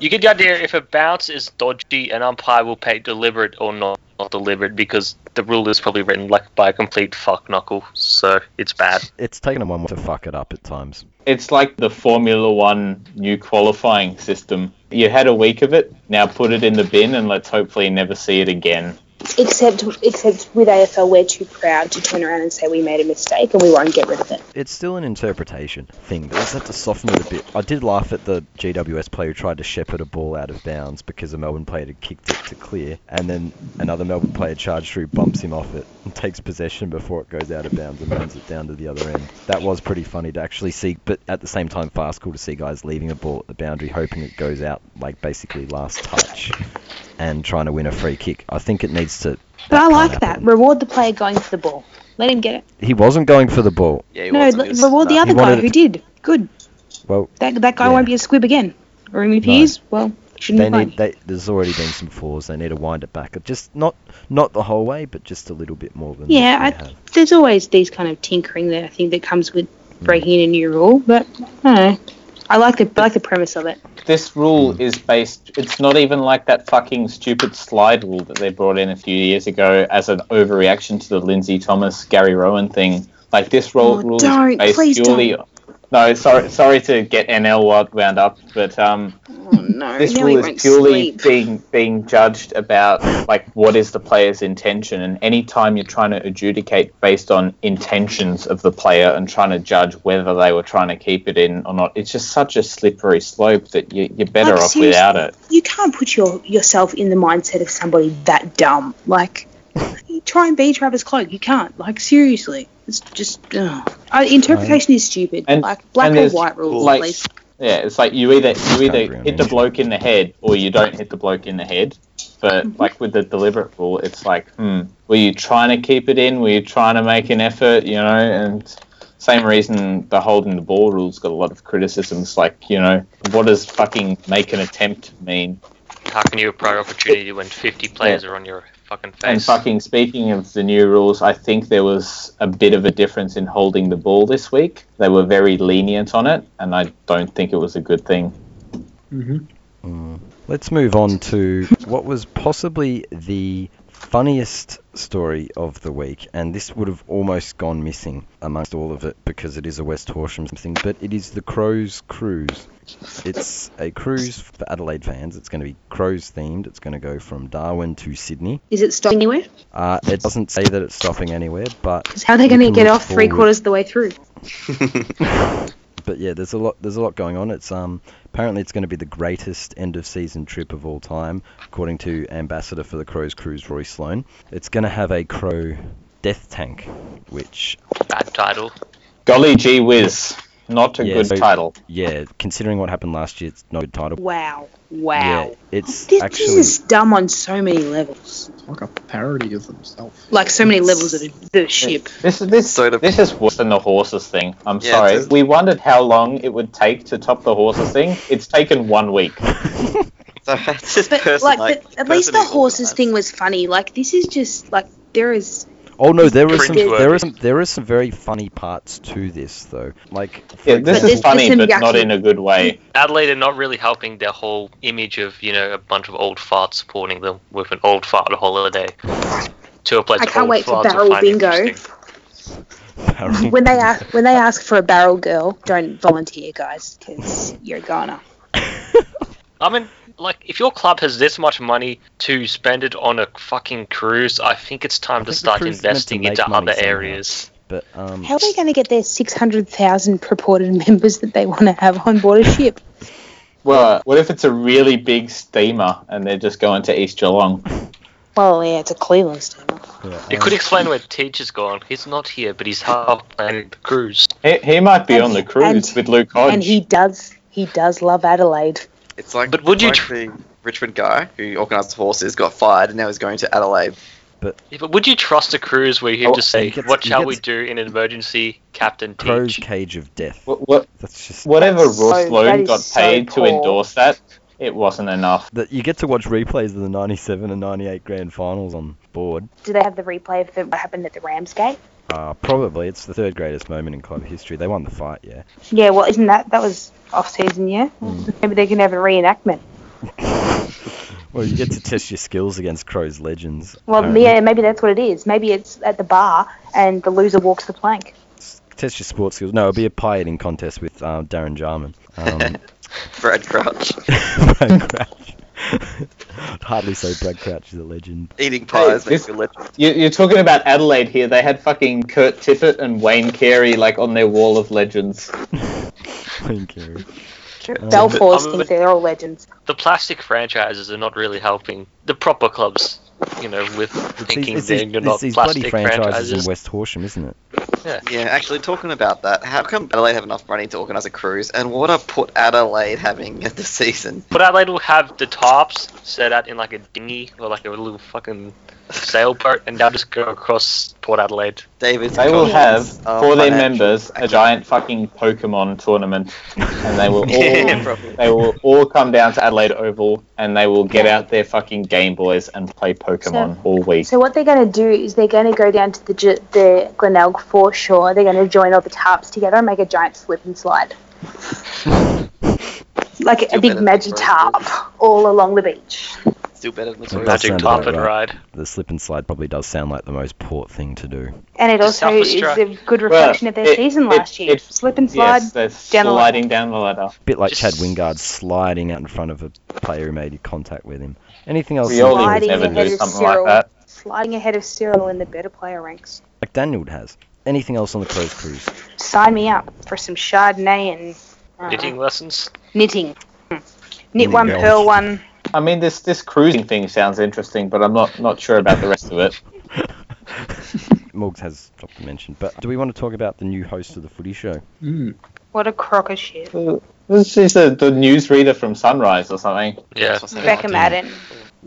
Speaker 5: you get the idea. If a bounce is dodgy, an umpire will pay deliberate or not, not deliberate because the rule is probably written like by a complete fuck knuckle, so it's bad.
Speaker 7: It's taken a one to fuck it up at times.
Speaker 6: It's like the Formula One new qualifying system. You had a week of it, now put it in the bin and let's hopefully never see it again.
Speaker 9: Except, except with AFL, we're too proud to turn around and say we made a mistake and we won't get rid of it.
Speaker 7: It's still an interpretation thing, but let's have to soften it a bit. I did laugh at the GWS player who tried to shepherd a ball out of bounds because a Melbourne player had kicked it to clear, and then another Melbourne player charged through, bumps him off it, and takes possession before it goes out of bounds and runs it down to the other end. That was pretty funny to actually see, but at the same time, fast cool to see guys leaving a ball at the boundary, hoping it goes out like basically last touch, and trying to win a free kick. I think it needs to.
Speaker 4: But I
Speaker 7: can't
Speaker 4: like
Speaker 7: happen.
Speaker 4: that. Reward the player going for the ball. Let him get it.
Speaker 7: He wasn't going for the ball.
Speaker 3: Yeah, he
Speaker 4: No,
Speaker 3: wasn't.
Speaker 4: l-
Speaker 3: He was-
Speaker 4: reward the
Speaker 3: nah.
Speaker 4: other
Speaker 7: He
Speaker 4: guy
Speaker 7: wanted-
Speaker 4: who did. Good.
Speaker 7: Well,
Speaker 4: That that guy
Speaker 7: Yeah.
Speaker 4: won't be a squib again. Or even if he
Speaker 7: No.
Speaker 4: is, well, shouldn't
Speaker 7: they
Speaker 4: be playing.
Speaker 7: need they, there's already been some flaws they need to wind it back just not not the whole way but just a little bit more than
Speaker 4: Yeah,
Speaker 7: they
Speaker 4: I-
Speaker 7: have.
Speaker 4: There's always these kind of tinkering that I think that comes with
Speaker 6: Mm.
Speaker 4: breaking in a new rule, but I don't know. I like the I like the premise of it.
Speaker 6: This
Speaker 4: Hmm.
Speaker 6: rule is based, it's not even like that fucking stupid slide rule that they brought in a few years ago as an overreaction to the Lindsay Thomas, Gary Rowan thing. Like this rule,
Speaker 4: Oh,
Speaker 6: rule
Speaker 4: don't.
Speaker 6: is based
Speaker 4: Please
Speaker 6: purely. No, sorry, sorry to get NL wo- wound up, but um,
Speaker 4: Oh no!
Speaker 6: this
Speaker 4: now he
Speaker 6: rule
Speaker 4: won't
Speaker 6: is purely
Speaker 4: sleep.
Speaker 6: being being judged about like what is the player's intention and any time you're trying to adjudicate based on intentions of the player and trying to judge whether they were trying to keep it in or not it's just such a slippery slope that you, you're better
Speaker 4: Like,
Speaker 6: off
Speaker 4: seriously.
Speaker 6: without it
Speaker 4: You can't put your yourself in the mindset of somebody that dumb. Like, try and be Travis Cloak. You can't. Like, seriously, it's just ugh. Uh, interpretation is stupid.
Speaker 6: And-
Speaker 4: like black
Speaker 6: and
Speaker 4: or
Speaker 6: there's,
Speaker 4: white rules,
Speaker 6: like,
Speaker 4: please.
Speaker 6: yeah it's like you either you either
Speaker 7: Can't
Speaker 6: hit the
Speaker 7: really.
Speaker 6: bloke in the head or you don't hit the bloke in the head but
Speaker 4: Mm-hmm.
Speaker 6: like with the deliberate rule it's like hmm were you trying to keep it in were you trying to make an effort you know and Same reason the holding the ball rules got a lot of criticisms. Like, you know, what does fucking make an attempt mean?
Speaker 5: How can you approach opportunity when 50 players are on your fucking face?
Speaker 6: And fucking speaking of the new rules, I think there was a bit of a difference in holding the ball this week. They were very lenient on it, and I don't think it was a good thing.
Speaker 7: Mm. Let's move on to what was possibly the funniest story of the week, and this would have almost gone missing amongst all of it because it is a West Horsham thing, but it is the Crows Cruise. It's a cruise for Adelaide fans. It's going to be Crows themed. It's going to go from Darwin to Sydney.
Speaker 4: Is it stopping anywhere?
Speaker 7: Uh, it doesn't say that it's stopping anywhere, but
Speaker 4: Because how are they going to
Speaker 7: can
Speaker 4: get
Speaker 7: look
Speaker 4: off three
Speaker 7: forward-
Speaker 4: quarters of the way through?
Speaker 7: but yeah, there's a lot there's a lot going on. It's um apparently it's going to be the greatest end of season trip of all time, according to ambassador for the Crows Cruise Roy Sloan. It's going to have a crow death tank, which
Speaker 5: Bad title.
Speaker 6: Golly gee whiz. Not a
Speaker 7: Yeah,
Speaker 6: good
Speaker 7: so-
Speaker 6: title.
Speaker 7: yeah, considering what happened last year, it's no good title.
Speaker 4: Wow.
Speaker 7: Yeah,
Speaker 4: Wow.
Speaker 7: it's
Speaker 4: This,
Speaker 7: actually
Speaker 4: this is dumb on so many levels.
Speaker 8: It's like a parody of themselves.
Speaker 4: Like so many levels of the- the ship.
Speaker 6: This is this
Speaker 3: Sort of-
Speaker 6: this is worse than the horses thing. I'm
Speaker 3: Yeah,
Speaker 6: sorry.
Speaker 3: it's-
Speaker 6: We wondered how long it would take to top the horses thing. It's taken one week.
Speaker 3: So it's just
Speaker 4: But
Speaker 3: person,
Speaker 4: like,
Speaker 3: like,
Speaker 4: but at least the
Speaker 3: personally
Speaker 4: horses
Speaker 3: organised.
Speaker 4: thing was funny. Like this is just like there is
Speaker 7: oh no, there are
Speaker 5: Cringeworthy.
Speaker 7: some there are some there are some very funny parts to this though. Like for
Speaker 6: Yeah, this
Speaker 4: But
Speaker 6: is
Speaker 4: this-
Speaker 6: funny,
Speaker 4: this
Speaker 6: but not
Speaker 4: yucky-
Speaker 6: in a good way.
Speaker 5: Adelaide are not really helping their whole image of, you know, a bunch of old farts supporting them with an old fart holiday to a place
Speaker 4: I
Speaker 5: that
Speaker 4: can't
Speaker 5: old
Speaker 4: wait for
Speaker 5: farts will
Speaker 4: Barrel
Speaker 5: find
Speaker 4: Bingo.
Speaker 5: interesting.
Speaker 7: example-
Speaker 4: when they ask when they ask for a barrel girl, don't volunteer, guys, because you're gonna.
Speaker 5: I mean, like, if your club has this much money to spend it on a fucking cruise, I think it's time
Speaker 7: I
Speaker 5: to
Speaker 7: think the
Speaker 5: start
Speaker 7: cruise is meant to
Speaker 5: investing
Speaker 7: make
Speaker 5: into
Speaker 7: money
Speaker 5: other
Speaker 7: somehow.
Speaker 5: areas.
Speaker 7: but um,
Speaker 4: How are they going to get their six hundred thousand purported members that they want to have on board a ship?
Speaker 6: Well, what if it's a really big steamer and they're just going to East Geelong?
Speaker 4: Well, yeah, it's a Cleveland steamer.
Speaker 7: yeah,
Speaker 5: It
Speaker 7: um,
Speaker 5: could explain where Teacher's gone. He's not here, but he's half planning the cruise.
Speaker 6: He, he might be
Speaker 4: And-
Speaker 6: on the cruise
Speaker 4: and-
Speaker 6: with Luke Hodge.
Speaker 4: And he does he does love Adelaide.
Speaker 3: It's like,
Speaker 5: But would you
Speaker 3: like
Speaker 5: tr-
Speaker 3: the Richmond guy who organised the horses got fired and now he's going to Adelaide.
Speaker 5: Yeah, but would you trust a cruise where you have
Speaker 6: Oh,
Speaker 5: to say,
Speaker 7: he gets-
Speaker 5: "What
Speaker 7: he
Speaker 5: shall
Speaker 7: gets-
Speaker 5: we do in an emergency, Captain
Speaker 7: crow's
Speaker 5: Teach?"
Speaker 7: cage of death.
Speaker 6: Wha- wha-
Speaker 7: That's just
Speaker 6: whatever
Speaker 4: That's
Speaker 6: Ross
Speaker 4: so- that
Speaker 6: Sloan
Speaker 4: is
Speaker 6: got
Speaker 4: so
Speaker 6: paid
Speaker 4: poor.
Speaker 6: to endorse that, it wasn't enough.
Speaker 7: that you get to watch replays of the 97 and 98 grand finals on board.
Speaker 4: Do they have the replay of the, what happened at the Ramsgate?
Speaker 7: Uh, probably it's the third greatest moment in club history. They won the fight, yeah.
Speaker 4: Yeah, well, isn't that that was off season? Yeah,
Speaker 6: Hmm.
Speaker 4: maybe they can have a reenactment.
Speaker 7: Well, you get to test your skills against Crow's legends. Um,
Speaker 4: Well,
Speaker 7: apparently.
Speaker 4: yeah, maybe that's what it is. Maybe it's at the bar and the loser walks the plank.
Speaker 7: Test your sports skills. No, it'll be a pie eating contest with uh, Darren Jarman. Um,
Speaker 3: Brad Crouch
Speaker 7: Brad Crouch. Hardly say Brad Crouch is a legend.
Speaker 3: eating pies
Speaker 6: Hey,
Speaker 3: makes
Speaker 6: this-
Speaker 3: me legend.
Speaker 6: You, you're talking about Adelaide here. They had fucking Kurt Tippett and Wayne Carey like on their wall of legends.
Speaker 7: Wayne Carey.
Speaker 6: Hmm.
Speaker 4: Belfors
Speaker 5: I'm a
Speaker 4: thinks
Speaker 5: bit-
Speaker 4: they're all legends.
Speaker 5: The plastic franchises are not really helping the proper clubs, you know, with thinking
Speaker 7: It's
Speaker 5: they're
Speaker 7: these, it's these-
Speaker 5: not
Speaker 7: these
Speaker 5: plastic
Speaker 7: bloody franchises in
Speaker 5: franchises.
Speaker 7: West Horsham, isn't it?
Speaker 3: Yeah, actually, talking about that, how come Adelaide have enough money to organise a cruise, and what are Port Adelaide having this season?
Speaker 5: But Adelaide will have the tops set out in like a dinghy or like a little fucking sailboat, and they'll just go across Port Adelaide.
Speaker 3: David's
Speaker 6: They will
Speaker 3: colleagues
Speaker 6: have
Speaker 3: are
Speaker 6: for their
Speaker 3: Uh, financial-
Speaker 6: members a giant fucking Pokemon tournament, and they will all
Speaker 3: Yeah, probably.
Speaker 6: they will all come down to Adelaide Oval and they will get out their fucking Game Boys and play Pokemon all week.
Speaker 4: So what they're going to do is they're going to go down to the G- the Glenelg foreshore. They're going to join all the tarps together and make a giant slip and slide, like a
Speaker 3: Still better
Speaker 4: big
Speaker 3: than
Speaker 4: magic
Speaker 3: Brad
Speaker 4: tarp all along the beach.
Speaker 3: Still better than the
Speaker 7: It
Speaker 3: Tories.
Speaker 7: does
Speaker 5: Magic
Speaker 7: sound
Speaker 5: top
Speaker 7: about
Speaker 5: and
Speaker 7: right.
Speaker 5: ride.
Speaker 7: The slip and slide probably does sound like the most port thing to do.
Speaker 4: And it
Speaker 5: Just
Speaker 4: also is
Speaker 5: self-destruct.
Speaker 4: a good reflection of their
Speaker 6: it-
Speaker 4: season
Speaker 6: it-
Speaker 4: last year.
Speaker 6: it-
Speaker 4: Slip and slide.
Speaker 6: yes, they're
Speaker 4: down the ladder.
Speaker 6: sliding down the ladder.
Speaker 7: bit like
Speaker 5: Just-
Speaker 7: Chad Wingard sliding out in front of a player who made contact with him. Anything else?
Speaker 6: Rioli would
Speaker 4: Sliding
Speaker 6: never
Speaker 4: ahead
Speaker 6: do
Speaker 4: of
Speaker 6: something like
Speaker 4: Cyril.
Speaker 6: that.
Speaker 4: Sliding ahead of Cyril in the better player ranks.
Speaker 7: Like Daniel has. Anything else on the Crows Cruise?
Speaker 4: Sign me up for some Chardonnay and I don't
Speaker 5: Knitting
Speaker 4: know,
Speaker 5: lessons.
Speaker 4: knitting. Hmm.
Speaker 7: Knitting
Speaker 4: Knit one,
Speaker 7: girls.
Speaker 4: pearl one.
Speaker 6: I mean, this this cruising thing sounds interesting, but I'm not not sure about the rest of it.
Speaker 7: Morgs has dropped a mention, but do we want to talk about the new host of the footy show?
Speaker 8: Mm.
Speaker 4: What a crock of shit.
Speaker 6: This is the, the newsreader from Sunrise or something.
Speaker 5: Yeah.
Speaker 4: Beckham Madden.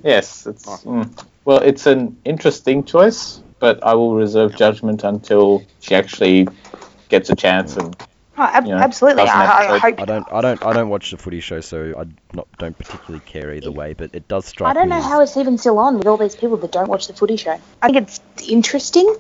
Speaker 6: Yes, it's mm. well, it's an interesting choice, but I will reserve judgment until she actually gets a chance and
Speaker 4: Oh, ab-
Speaker 6: You know,
Speaker 4: absolutely.
Speaker 6: doesn't have
Speaker 4: I, I
Speaker 6: to-
Speaker 4: hope.
Speaker 7: I don't, I don't, I don't watch the footy show, so I not don't particularly care either way. But it does strike
Speaker 4: I don't
Speaker 7: me
Speaker 4: know
Speaker 7: as-
Speaker 4: how it's even still on with all these people that don't watch the footy show. I think it's interesting.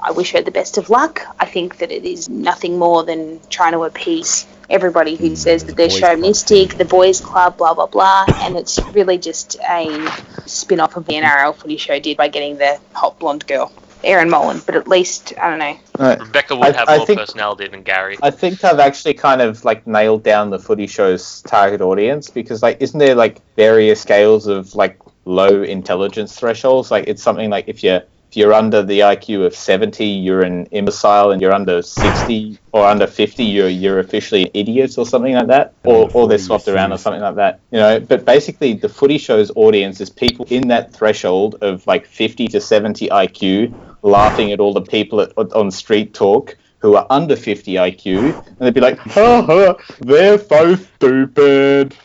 Speaker 4: I wish her the best of luck. I think that it is nothing more than trying to appease everybody who
Speaker 7: Mm,
Speaker 4: says that they're
Speaker 7: there's a boys' club
Speaker 4: chauvinistic,
Speaker 7: thing.
Speaker 4: the boys' club, blah, blah, blah. And it's really just a spin off of the NRL footy show did by getting the hot blonde girl, Erin Mullen. But at least, I don't know.
Speaker 5: Rebecca would
Speaker 6: I-
Speaker 5: have
Speaker 6: I
Speaker 5: more
Speaker 6: think-
Speaker 5: personality than Gary.
Speaker 6: I think I've actually kind of like nailed down the footy show's target audience because like isn't there like various scales of like low intelligence thresholds? Like it's something like if you're if you're under the IQ of seventy, you're an imbecile, and you're under sixty or under fifty, you're you're officially an idiot or something like that. Or
Speaker 7: Under
Speaker 6: or
Speaker 7: 40,
Speaker 6: they're swapped
Speaker 7: you're
Speaker 6: around or
Speaker 7: serious.
Speaker 6: something like that. You know, but basically the footy show's audience is people in that threshold of like fifty to seventy IQ laughing at all the people at, on street talk who are under 50 IQ, and they'd be like, ha ha, they're so stupid.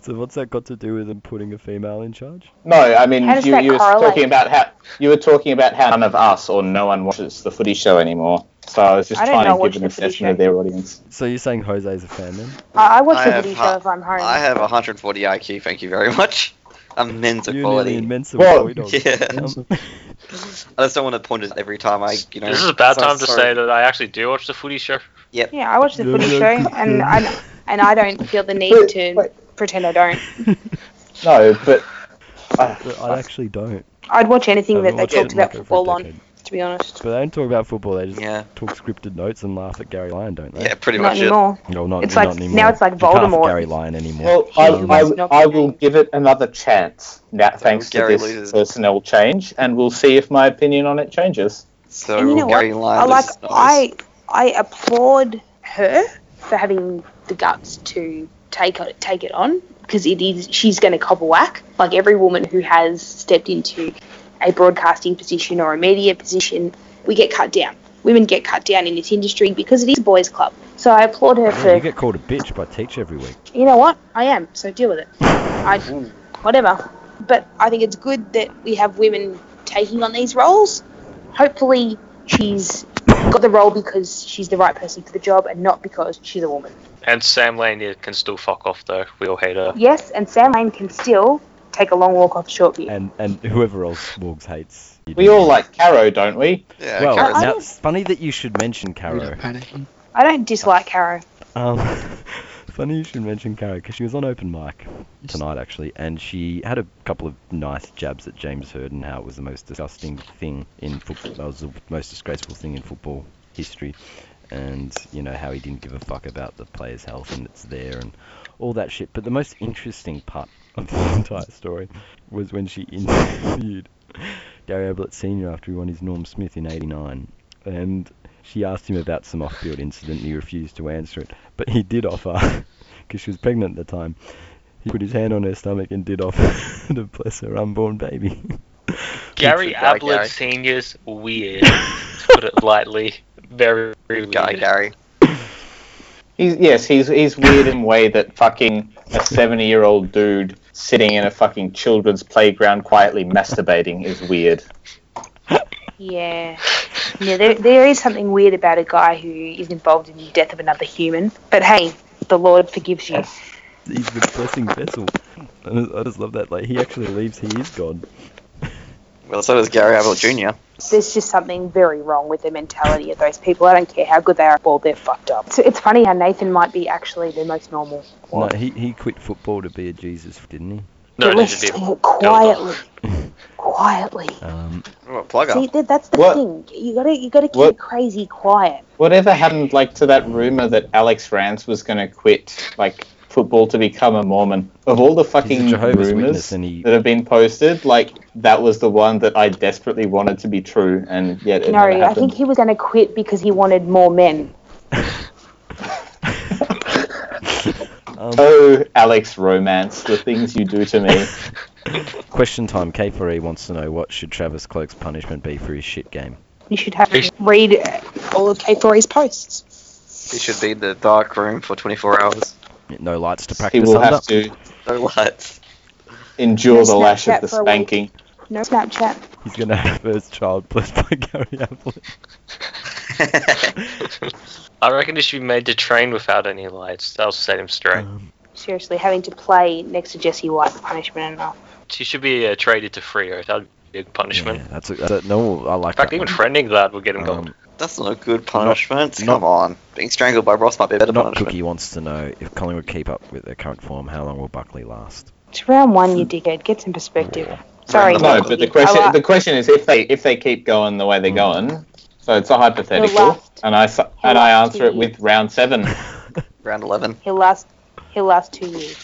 Speaker 7: So what's that got to do with them putting a female in charge?
Speaker 6: No, I mean,
Speaker 4: How does
Speaker 6: you,
Speaker 4: that
Speaker 6: you were
Speaker 4: correlate?
Speaker 6: talking about how you were talking about how none of us or no one watches the footy show anymore. So I was just
Speaker 4: I don't
Speaker 6: trying
Speaker 4: know
Speaker 6: to
Speaker 4: watch
Speaker 6: give an
Speaker 4: the Footy
Speaker 6: assessment
Speaker 4: Show.
Speaker 6: of their audience.
Speaker 7: So you're saying Jose's a fan then?
Speaker 4: I, I watch
Speaker 3: I
Speaker 4: the
Speaker 3: have
Speaker 4: footy
Speaker 3: hi-
Speaker 4: show if I'm home.
Speaker 3: I have 140 IQ, thank you very much. I'm men's
Speaker 7: You nearly
Speaker 3: equality.
Speaker 7: immense Um,
Speaker 6: Well-
Speaker 3: Yeah. I just don't want to point it every time I, you know.
Speaker 5: this is a bad
Speaker 3: so-
Speaker 5: time to
Speaker 3: sorry.
Speaker 5: say that I actually do watch the footy show.
Speaker 4: Yeah, I watch the
Speaker 7: Yeah,
Speaker 4: footy
Speaker 7: yeah,
Speaker 4: show, and I and I don't feel the need
Speaker 6: Wait,
Speaker 4: to
Speaker 6: wait.
Speaker 4: pretend I don't.
Speaker 6: No, but uh, I,
Speaker 7: I actually don't.
Speaker 4: I'd watch anything that
Speaker 7: Haven't
Speaker 4: they
Speaker 7: watched it
Speaker 4: talked
Speaker 7: in,
Speaker 4: about
Speaker 7: like, over a
Speaker 4: football on,
Speaker 7: decade.
Speaker 4: to be honest.
Speaker 7: But they don't talk about football. They just
Speaker 3: Yeah,
Speaker 7: talk scripted notes and laugh at Gary Lyon, don't they?
Speaker 3: yeah, pretty
Speaker 4: Not
Speaker 3: much it.
Speaker 4: anymore.
Speaker 7: No, not,
Speaker 4: It's
Speaker 7: not
Speaker 4: like-
Speaker 7: anymore.
Speaker 4: now it's like
Speaker 7: You can't have
Speaker 4: Voldemort.
Speaker 7: Gary Lyon anymore.
Speaker 6: well, I,
Speaker 7: He
Speaker 6: I,
Speaker 4: was not
Speaker 6: I will
Speaker 4: named.
Speaker 6: give it another chance now, thanks to
Speaker 3: Gary
Speaker 6: this
Speaker 3: loses.
Speaker 6: personnel change, and we'll see if my opinion on it changes.
Speaker 3: So
Speaker 4: And you know what?
Speaker 3: Gary Lyon
Speaker 4: I like.
Speaker 3: is nice.
Speaker 4: I I applaud her for having the guts to take it take it on because it is she's going to cop a whack like every woman who has stepped into a broadcasting position or a media position. We get cut down. Women get cut down in this industry because it is a boys' club. So I applaud her
Speaker 7: Yeah,
Speaker 4: for
Speaker 7: you get called a bitch by Teach every week.
Speaker 4: you know what? I am, so deal with it. I,
Speaker 7: Mm-hmm.
Speaker 4: whatever. But I think it's good that we have women taking on these roles. Hopefully, she's got the role because she's the right person for the job and not because she's a woman.
Speaker 5: And Sam Lanier can still fuck off though. We all hate her.
Speaker 4: Yes, and Sam Lane can still take a long walk off short view.
Speaker 7: And and whoever else Morgs hates. you
Speaker 6: We
Speaker 7: do.
Speaker 6: all like Caro, don't we?
Speaker 3: yeah,
Speaker 7: Well,
Speaker 3: Gary's-
Speaker 4: I
Speaker 7: now
Speaker 4: don't-
Speaker 7: it's funny that you should mention Caro.
Speaker 4: I don't dislike Caro.
Speaker 7: Um, funny you should mention Caro because she was on open mic tonight actually, and she had a couple of nice jabs at James Heard and how it was the most disgusting thing in football. That was the most disgraceful thing in football history, and you know how he didn't give a fuck about the player's health and it's there and all that shit. But the most interesting part of the entire story was when she interviewed Gary Ablett Senior after he won his Norm Smith in '89, and she asked him about some off-field incident and he refused to answer it. But he did offer, because she was pregnant at the time. He put his hand on her stomach and did offer to bless her unborn baby.
Speaker 5: Gary
Speaker 3: guy,
Speaker 5: Ablett
Speaker 3: Gary.
Speaker 5: Senior's weird, to put it lightly. Very, very weird.
Speaker 3: guy Gary.
Speaker 6: He's yes, he's he's weird in a way that fucking a seventy year old dude sitting in a fucking children's playground quietly masturbating is weird.
Speaker 4: Yeah. Yeah, there, there is something weird about a guy who is involved in the death of another human. But hey, the Lord forgives you.
Speaker 7: He's the blessing vessel. I just, I just love that. Like he actually believes he is God.
Speaker 3: Well, so does Gary Ablett Jr.
Speaker 4: there's just something very wrong with the mentality of those people. I don't care how good they are at ball, they're fucked up. So it's funny how Nathan might be actually the most normal.
Speaker 7: No, he, he quit football to be a Jesus, didn't he?
Speaker 5: No,
Speaker 4: But
Speaker 5: they
Speaker 4: let's
Speaker 5: should be.
Speaker 4: say it quietly. quietly.
Speaker 7: Um,
Speaker 3: Oh, plug
Speaker 4: See,
Speaker 3: up.
Speaker 4: that, that's the
Speaker 6: What-
Speaker 4: thing. You gotta, you gotta keep
Speaker 6: What-
Speaker 4: crazy quiet.
Speaker 6: Whatever happened like to that rumor that Alex Rance was gonna quit like football to become a Mormon? Of all the fucking
Speaker 7: he's a Jehovah's
Speaker 6: rumors
Speaker 7: Witness, and he
Speaker 6: that have been posted, like that was the one that I desperately wanted to be true, and yet it
Speaker 4: No,
Speaker 6: never
Speaker 4: I
Speaker 6: happened.
Speaker 4: think he was gonna quit because he wanted more men.
Speaker 7: Um,
Speaker 6: Oh, Alex Romance, the things you do to me.
Speaker 7: question time. K4E wants to know what should Travis Cloak's punishment be for his shit game.
Speaker 4: You should have him read uh, all of K4E's posts.
Speaker 3: He should be in the dark room for 24 hours.
Speaker 7: No lights to
Speaker 6: he
Speaker 7: practice
Speaker 6: will
Speaker 7: under.
Speaker 6: have to
Speaker 3: No lights.
Speaker 6: endure the lash
Speaker 4: Snapchat
Speaker 6: of the
Speaker 4: for a week.
Speaker 6: spanking.
Speaker 4: No Snapchat.
Speaker 7: He's gonna have his child blessed by Gary Ablett.
Speaker 5: I reckon he should be made to train without any lights. That'll set him straight.
Speaker 7: Um,
Speaker 4: Seriously, having to play next to Jesse White punishment enough.
Speaker 5: He should be uh, traded to Frio. That'd be a big punishment.
Speaker 7: yeah, that's, a, that's a- no. I like
Speaker 5: In fact,
Speaker 7: that
Speaker 5: even
Speaker 7: one.
Speaker 5: friending that would get him
Speaker 7: Um,
Speaker 5: going.
Speaker 3: That's not a good punishment.
Speaker 7: not-
Speaker 3: Come on. Being strangled by Ross might be a better
Speaker 7: Not
Speaker 3: punishment.
Speaker 7: Cookie wants to know if Collingwood keep up with their current form. How long will Buckley last?
Speaker 4: It's round one, you dickhead. Get some perspective. Sorry.
Speaker 6: No,
Speaker 4: Nicky.
Speaker 6: but the question
Speaker 4: I like-
Speaker 6: the question is if they if they keep going the way they're going. So it's a
Speaker 4: He'll
Speaker 6: hypothetical,
Speaker 4: last.
Speaker 6: and I s- and I answer it with round seven.
Speaker 3: Round 11.
Speaker 4: he'll last. He'll last two years.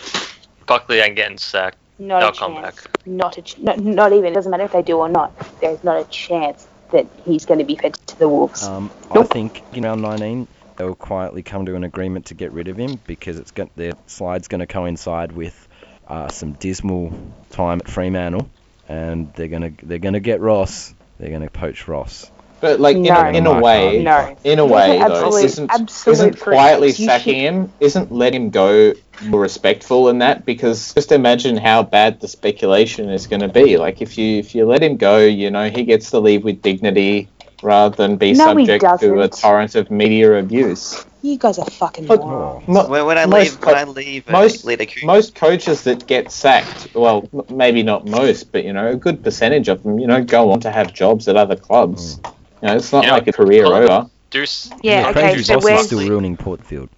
Speaker 5: Buckley ain't getting sacked.
Speaker 4: Not
Speaker 5: They'll
Speaker 4: a
Speaker 5: come
Speaker 4: chance.
Speaker 5: back.
Speaker 4: Not a. Ch- not, not even. It doesn't matter if they do or not. There's not a chance that he's going to be fed to the wolves.
Speaker 7: Um,
Speaker 4: Nope.
Speaker 7: I think in round 19 they'll quietly come to an agreement to get rid of him because it's got their slide's going to coincide with uh, some dismal time at Fremantle, and they're going to they're going to get Ross. They're going to poach Ross.
Speaker 6: But like in,
Speaker 4: No.
Speaker 6: a, in a way,
Speaker 4: no.
Speaker 6: in a
Speaker 4: He's
Speaker 6: way,
Speaker 4: an
Speaker 6: though,
Speaker 4: absolute-
Speaker 6: isn't,
Speaker 4: absolute
Speaker 6: isn't
Speaker 4: prick.
Speaker 6: quietly
Speaker 4: You
Speaker 6: sacking him, isn't letting him go more respectful in that? Because just imagine how bad the speculation is going to be. Like if you if you let him go, you know he gets to leave with dignity rather than be
Speaker 4: No, he
Speaker 6: subject to a
Speaker 4: doesn't.
Speaker 6: torrent of media abuse.
Speaker 4: You guys are fucking
Speaker 6: But-
Speaker 4: morons.
Speaker 6: Not-
Speaker 3: When, when I
Speaker 6: most
Speaker 3: leave, when
Speaker 6: co-
Speaker 3: I leave, uh,
Speaker 6: most-
Speaker 3: most, lead a coup,
Speaker 6: most coaches that get sacked, well, m- maybe not most, but you know, a good percentage of them, you know, go on to have jobs at other clubs.
Speaker 3: Hmm.
Speaker 6: You know, it's not
Speaker 5: Yeah.
Speaker 6: like a career
Speaker 5: Colin-
Speaker 6: over.
Speaker 5: Deuce.
Speaker 4: Yeah.
Speaker 7: Crazy
Speaker 4: Okay. So
Speaker 7: Ross is
Speaker 4: where's
Speaker 7: still ruining Portfield.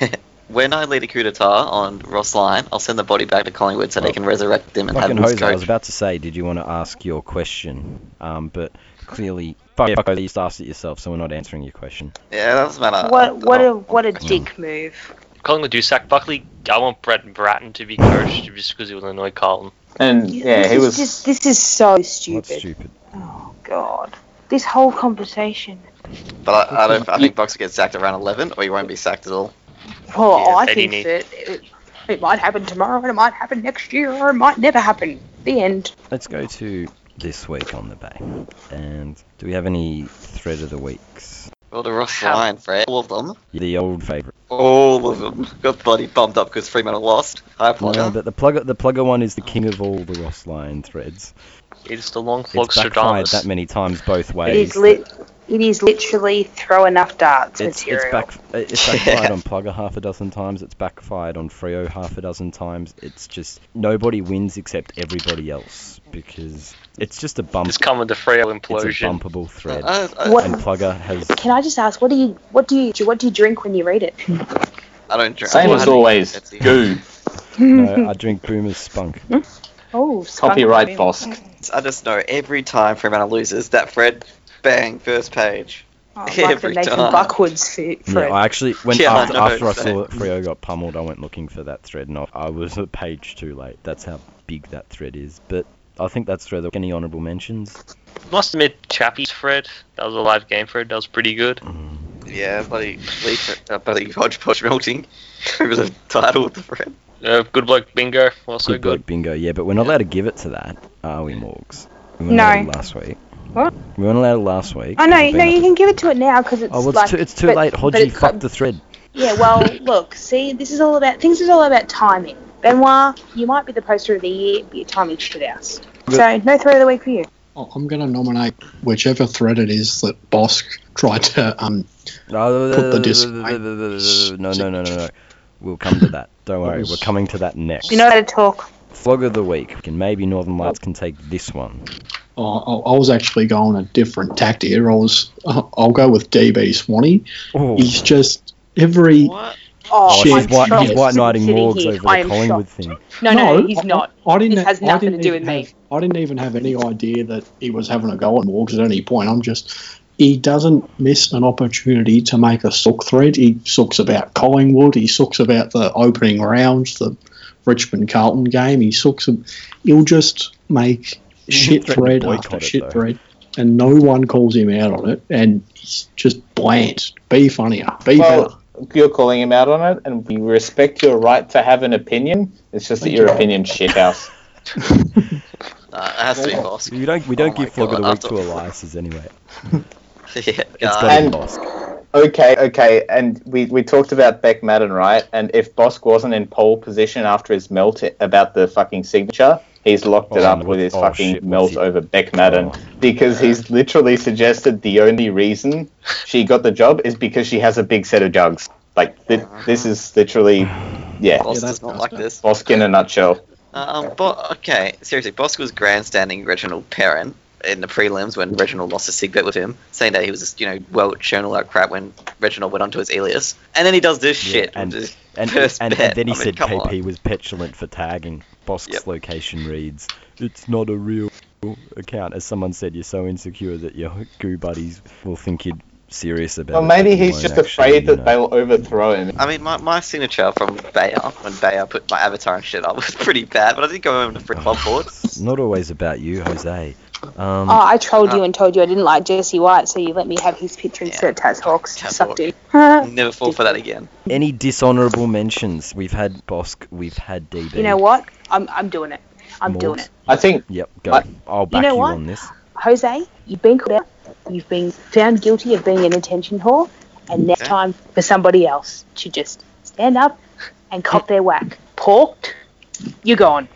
Speaker 3: when I lead a coup d'etat on Ross Lyon, I'll send the body back to Collingwood so they can resurrect him and have
Speaker 7: Fucking
Speaker 3: him as
Speaker 7: Jose, I was
Speaker 3: coach.
Speaker 7: about to say, did you want to ask your question? Um, but clearly, fuck, yeah, fuck Jose, you just asked it yourself, so we're not answering your question.
Speaker 3: Yeah, that doesn't matter.
Speaker 4: What what a
Speaker 3: I'll-
Speaker 4: what a dick move.
Speaker 5: Collingwood do sack Buckley. I want Brett Bratton to be coached just because he will annoy Carlton.
Speaker 6: And yeah,
Speaker 4: this
Speaker 6: he
Speaker 4: is
Speaker 6: was.
Speaker 4: Just, this is so stupid.
Speaker 7: That's stupid.
Speaker 4: Oh god. This whole conversation.
Speaker 3: But I, I don't. I think Bucks will get sacked at round eleven, or he won't be sacked at all.
Speaker 4: Well,
Speaker 5: Yeah,
Speaker 4: I
Speaker 5: they
Speaker 4: think
Speaker 5: need-
Speaker 4: that it, it might happen tomorrow, and it might happen next year, or it might never happen. The end.
Speaker 7: Let's go to this week on the bay. And do we have any thread of the weeks?
Speaker 3: Well, to Ross
Speaker 5: How-
Speaker 3: Lyon, Fred. All of them.
Speaker 7: The old favourite.
Speaker 3: All of them got bloody bummed up because Fremantle lost. I
Speaker 7: No,
Speaker 3: applaud
Speaker 7: but the plugger, the plugger one is the king of all the Ross Lion threads.
Speaker 5: It's the long
Speaker 7: It's backfired that
Speaker 5: Flogstradamus.
Speaker 7: many times both ways.
Speaker 4: It is
Speaker 7: that
Speaker 4: lit. It is literally throw enough darts
Speaker 7: it's, it's,
Speaker 4: material.
Speaker 7: back, it's backfired on Plugger half a dozen times. It's backfired on Frio half a dozen times. It's just nobody wins except everybody else because it's just a bump.
Speaker 5: It's coming to Freo
Speaker 7: It's a
Speaker 5: implosion.
Speaker 7: bumpable
Speaker 3: them.
Speaker 7: thread.
Speaker 3: I, I,
Speaker 4: Uh, What-
Speaker 7: And Plugger has
Speaker 4: Can I just ask, what do you, what do you, what do you drink when you read it?
Speaker 3: I don't drink.
Speaker 6: Same
Speaker 3: I
Speaker 6: as
Speaker 3: had-
Speaker 6: always,
Speaker 3: That's it.
Speaker 6: goo.
Speaker 7: no. I drink Boomer's spunk.
Speaker 4: Oh, spunk
Speaker 6: Copyright
Speaker 4: cream.
Speaker 6: Bosk.
Speaker 3: I just know every time Fremantle loses, that Fred, bang, first page.
Speaker 4: Oh, like the
Speaker 3: Every
Speaker 4: Nathan
Speaker 3: time.
Speaker 4: Buckwoods fit.
Speaker 7: Yeah, I actually when
Speaker 3: Yeah, I
Speaker 7: after,
Speaker 3: know,
Speaker 7: after I saw
Speaker 3: same.
Speaker 7: that Frio got pummeled, I went looking for that thread, and I, I was a page too late. That's how big that thread is. But I think that's thread. Any honourable mentions?
Speaker 5: Must admit, Chappie's Fred. That was a live game, Fred. That was pretty good.
Speaker 3: Yeah, bloody leaf, uh, bloody hodgepodge melting. it was a title of the Fred.
Speaker 5: Uh, good bloke Bingo. Also
Speaker 7: good, bloke
Speaker 5: good.
Speaker 7: bingo. Yeah, but we're not allowed to give it to that, are we, Morgs? We weren't
Speaker 4: No.
Speaker 7: allowed it last week.
Speaker 4: What?
Speaker 7: We weren't allowed it last week.
Speaker 4: Oh no,
Speaker 7: We've
Speaker 4: no,
Speaker 7: been-
Speaker 4: you can give it to it now because it's
Speaker 7: Oh, well, it's
Speaker 4: like
Speaker 7: too, it's too
Speaker 4: but-
Speaker 7: late.
Speaker 4: but
Speaker 7: Hodgie
Speaker 4: it-
Speaker 7: fucked the thread.
Speaker 4: Yeah, well, look, see, this is all about things. Is all about timing. Benoit, you might be the poster of the year, but your timing's shit ass. So no throw of the week for you.
Speaker 8: Oh, I'm going to nominate whichever thread it is that Bosk tried to. Um,
Speaker 7: Oh, No,
Speaker 8: Put the disc-
Speaker 7: No, no, no, no, no. We'll come to that. Don't worry, we're coming to that next.
Speaker 4: You know how to talk.
Speaker 7: Flog of the week. And maybe Northern Lights can take this one.
Speaker 8: oh, I I was actually going a different tactic. here. I was. I- I'll go with DB Swanee.
Speaker 7: Oh,
Speaker 8: He's just every.
Speaker 3: What?
Speaker 4: Oh,
Speaker 8: Shit.
Speaker 7: he's
Speaker 8: I'm
Speaker 7: white, he's
Speaker 8: shocked.
Speaker 7: white knighting
Speaker 4: Sitting
Speaker 7: Morgs
Speaker 4: here,
Speaker 7: over the
Speaker 4: I am
Speaker 7: Collingwood
Speaker 4: shocked.
Speaker 7: thing.
Speaker 4: No, no, he's
Speaker 8: I-
Speaker 4: not.
Speaker 8: I, I didn't.
Speaker 4: This has
Speaker 8: I
Speaker 4: nothing
Speaker 8: didn't
Speaker 4: to do
Speaker 8: even
Speaker 4: with me.
Speaker 8: have- I didn't even have any idea that he was having a go at Morgs at any point. I'm just. He doesn't miss an opportunity to make a sook thread. He sooks about Collingwood. He sooks about the opening rounds, the Richmond Carlton game. He sooks. ab- He'll just make shit
Speaker 7: threatened to
Speaker 8: thread
Speaker 7: boycott
Speaker 8: after
Speaker 7: it,
Speaker 8: shit
Speaker 7: though.
Speaker 8: thread, and no one calls him out on it. And he's just bland. Be funnier. Be better.
Speaker 6: Well, you're calling him out on it, and we respect your right to have an opinion. It's just that your opinion shithouse.
Speaker 3: Nah, it has to be Bosk.
Speaker 7: We don't, we don't
Speaker 3: Oh
Speaker 7: give
Speaker 3: my
Speaker 7: Flog of
Speaker 3: God,
Speaker 7: the week
Speaker 3: I
Speaker 7: to
Speaker 3: thought-
Speaker 7: Eliases anyway.
Speaker 3: yeah,
Speaker 7: It's
Speaker 3: uh,
Speaker 7: got to be
Speaker 6: And-
Speaker 7: Bosk.
Speaker 6: Okay, okay, and we, we talked about Beck Madden, right? And if Bosk wasn't in pole position after his melt about the fucking signature, he's locked it
Speaker 7: Oh,
Speaker 6: up
Speaker 7: no.
Speaker 6: with his
Speaker 7: Oh,
Speaker 6: fucking
Speaker 7: shit, what's
Speaker 6: melt
Speaker 7: he-
Speaker 6: over Beckmadden
Speaker 7: Oh.
Speaker 6: because he's literally suggested the only reason she got the job is because she has a big set of jugs. Like th- this is literally, yeah,
Speaker 3: Boss
Speaker 7: that's
Speaker 3: does not like this.
Speaker 6: Bosk in a nutshell.
Speaker 3: Um, but okay, seriously, Bosk was grandstanding Reginald Perrin in the prelims when Reginald lost his sig bet with him, saying that he was, you know, well shown all that crap when Reginald went onto his alias, and then he does this
Speaker 7: Yeah,
Speaker 3: shit.
Speaker 7: and-
Speaker 3: Just-
Speaker 7: And,
Speaker 3: First
Speaker 7: and,
Speaker 3: bet.
Speaker 7: and then he
Speaker 3: I mean,
Speaker 7: said
Speaker 3: come
Speaker 7: KP was petulant for tagging. Bosk's
Speaker 3: Yep.
Speaker 7: location reads, It's not a real account. As someone said, you're so insecure that your goo buddies will think you're serious about
Speaker 6: Well,
Speaker 7: it.
Speaker 6: maybe
Speaker 7: but you
Speaker 6: he's
Speaker 7: won't
Speaker 6: just
Speaker 7: actually,
Speaker 6: afraid
Speaker 7: you
Speaker 6: that
Speaker 7: know."
Speaker 6: they'll overthrow him.
Speaker 3: I mean, my, my signature from Bayer when Bayer put my avatar and shit up was pretty bad, but I did go home to free club board.
Speaker 7: It's not always about you, Jose. Um,
Speaker 4: Oh, I trolled you and told you I didn't like Jesse White, so you let me have his picture instead of Taz Hawks.
Speaker 3: Taz
Speaker 4: Sucked
Speaker 3: Hawke.
Speaker 4: it. you
Speaker 3: Never fall for that again.
Speaker 7: Any dishonourable mentions? We've had Bosk, we've had DB.
Speaker 4: know what? I'm, I'm doing it. I'm
Speaker 7: Morgs.
Speaker 4: doing it.
Speaker 6: I think
Speaker 7: Yep, go.
Speaker 6: I-
Speaker 7: I'll back you,
Speaker 4: know what?
Speaker 7: on this.
Speaker 4: Jose, you've been called out. You've been found guilty of being an attention whore, and now
Speaker 3: Okay.
Speaker 4: time for somebody else to just stand up and cop their whack. Porked, you're gone.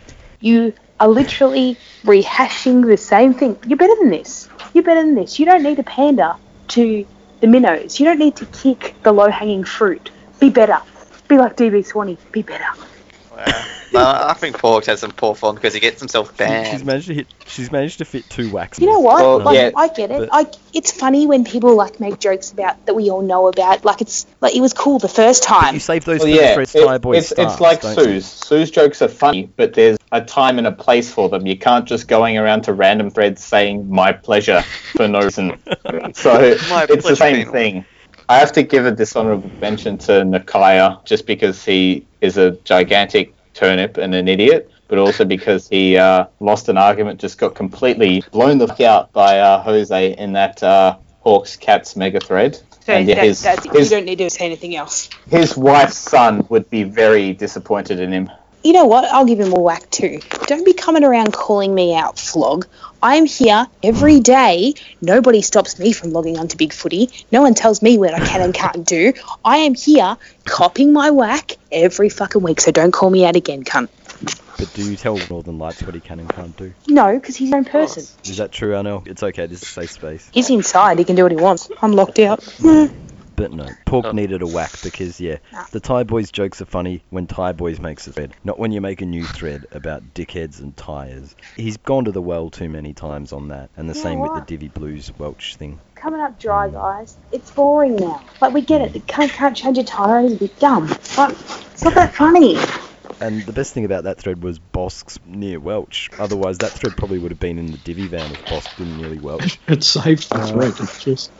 Speaker 4: You are literally rehashing the same thing. You're better than this. You're better than this. You don't need to pander to the minnows. You don't need to kick the low hanging fruit. Be better. Be like DB Swanee. Be better.
Speaker 3: No, Uh, I think Pork has some poor form because he gets himself
Speaker 7: She- She's
Speaker 3: banned.
Speaker 7: managed to hit. She's managed to fit two waxes.
Speaker 4: You know what?
Speaker 6: Well,
Speaker 4: like,
Speaker 6: yeah,
Speaker 4: I get it.
Speaker 7: but-
Speaker 4: I, it's funny when people like make jokes about that we all know about. Like it's like it was cool the first time.
Speaker 7: You save those
Speaker 6: Well,
Speaker 7: for
Speaker 6: yeah,
Speaker 7: the first
Speaker 6: it-
Speaker 7: Thai boy
Speaker 6: it's, it's like Sue's. Sue's jokes are funny, but there's a time and a place for them. You can't just going around to random threads saying "my pleasure" for no reason. so
Speaker 3: My
Speaker 6: it's
Speaker 3: pleasure,
Speaker 6: the same
Speaker 3: Daniel.
Speaker 6: thing. I have to give a dishonorable mention to Nakaya just because he is a gigantic turnip and an idiot, but also because he uh, lost an argument, just got completely blown the fuck out by uh, Jose in that uh, Hawks Cats mega thread.
Speaker 2: So
Speaker 6: And yeah,
Speaker 2: that,
Speaker 6: his-
Speaker 2: that's it.
Speaker 6: his-
Speaker 2: you don't need to say anything else.
Speaker 6: His wife's son would be very disappointed in him.
Speaker 4: You know what? I'll give him a whack too. Don't be coming around calling me out, flog. I'm here every day. Nobody stops me from logging onto Big Footy. No one tells me what I can and can't do. I am here copying my whack every fucking week. So don't call me out again, cunt.
Speaker 7: But do you tell Northern Lights what he can and can't do?
Speaker 4: No, because he's his own person.
Speaker 7: Is that true, Arnell? It's okay. This is safe space.
Speaker 4: He's inside. He can do what he wants. I'm locked out. Eh.
Speaker 7: But no, Pork
Speaker 5: Oh.
Speaker 7: needed a whack because yeah,
Speaker 4: Ah.
Speaker 7: the Thai boys jokes are funny when Thai boys makes a thread, not when you make a new thread about dickheads and tires. He's gone to the well too many times on that, and the
Speaker 4: You
Speaker 7: same
Speaker 4: know
Speaker 7: with the
Speaker 4: what?
Speaker 7: Divi Blues Welch thing.
Speaker 4: coming up dry, guys. It's boring now. Like we get it. The cunt can't change a tire and be dumb. Like it's not that funny.
Speaker 7: And the best thing about that thread was Bosk's near Welch. Otherwise, that thread probably would have been in the Divi van if Bosk didn't really Welch.
Speaker 8: It saved
Speaker 7: Uh,
Speaker 8: the thread. It's just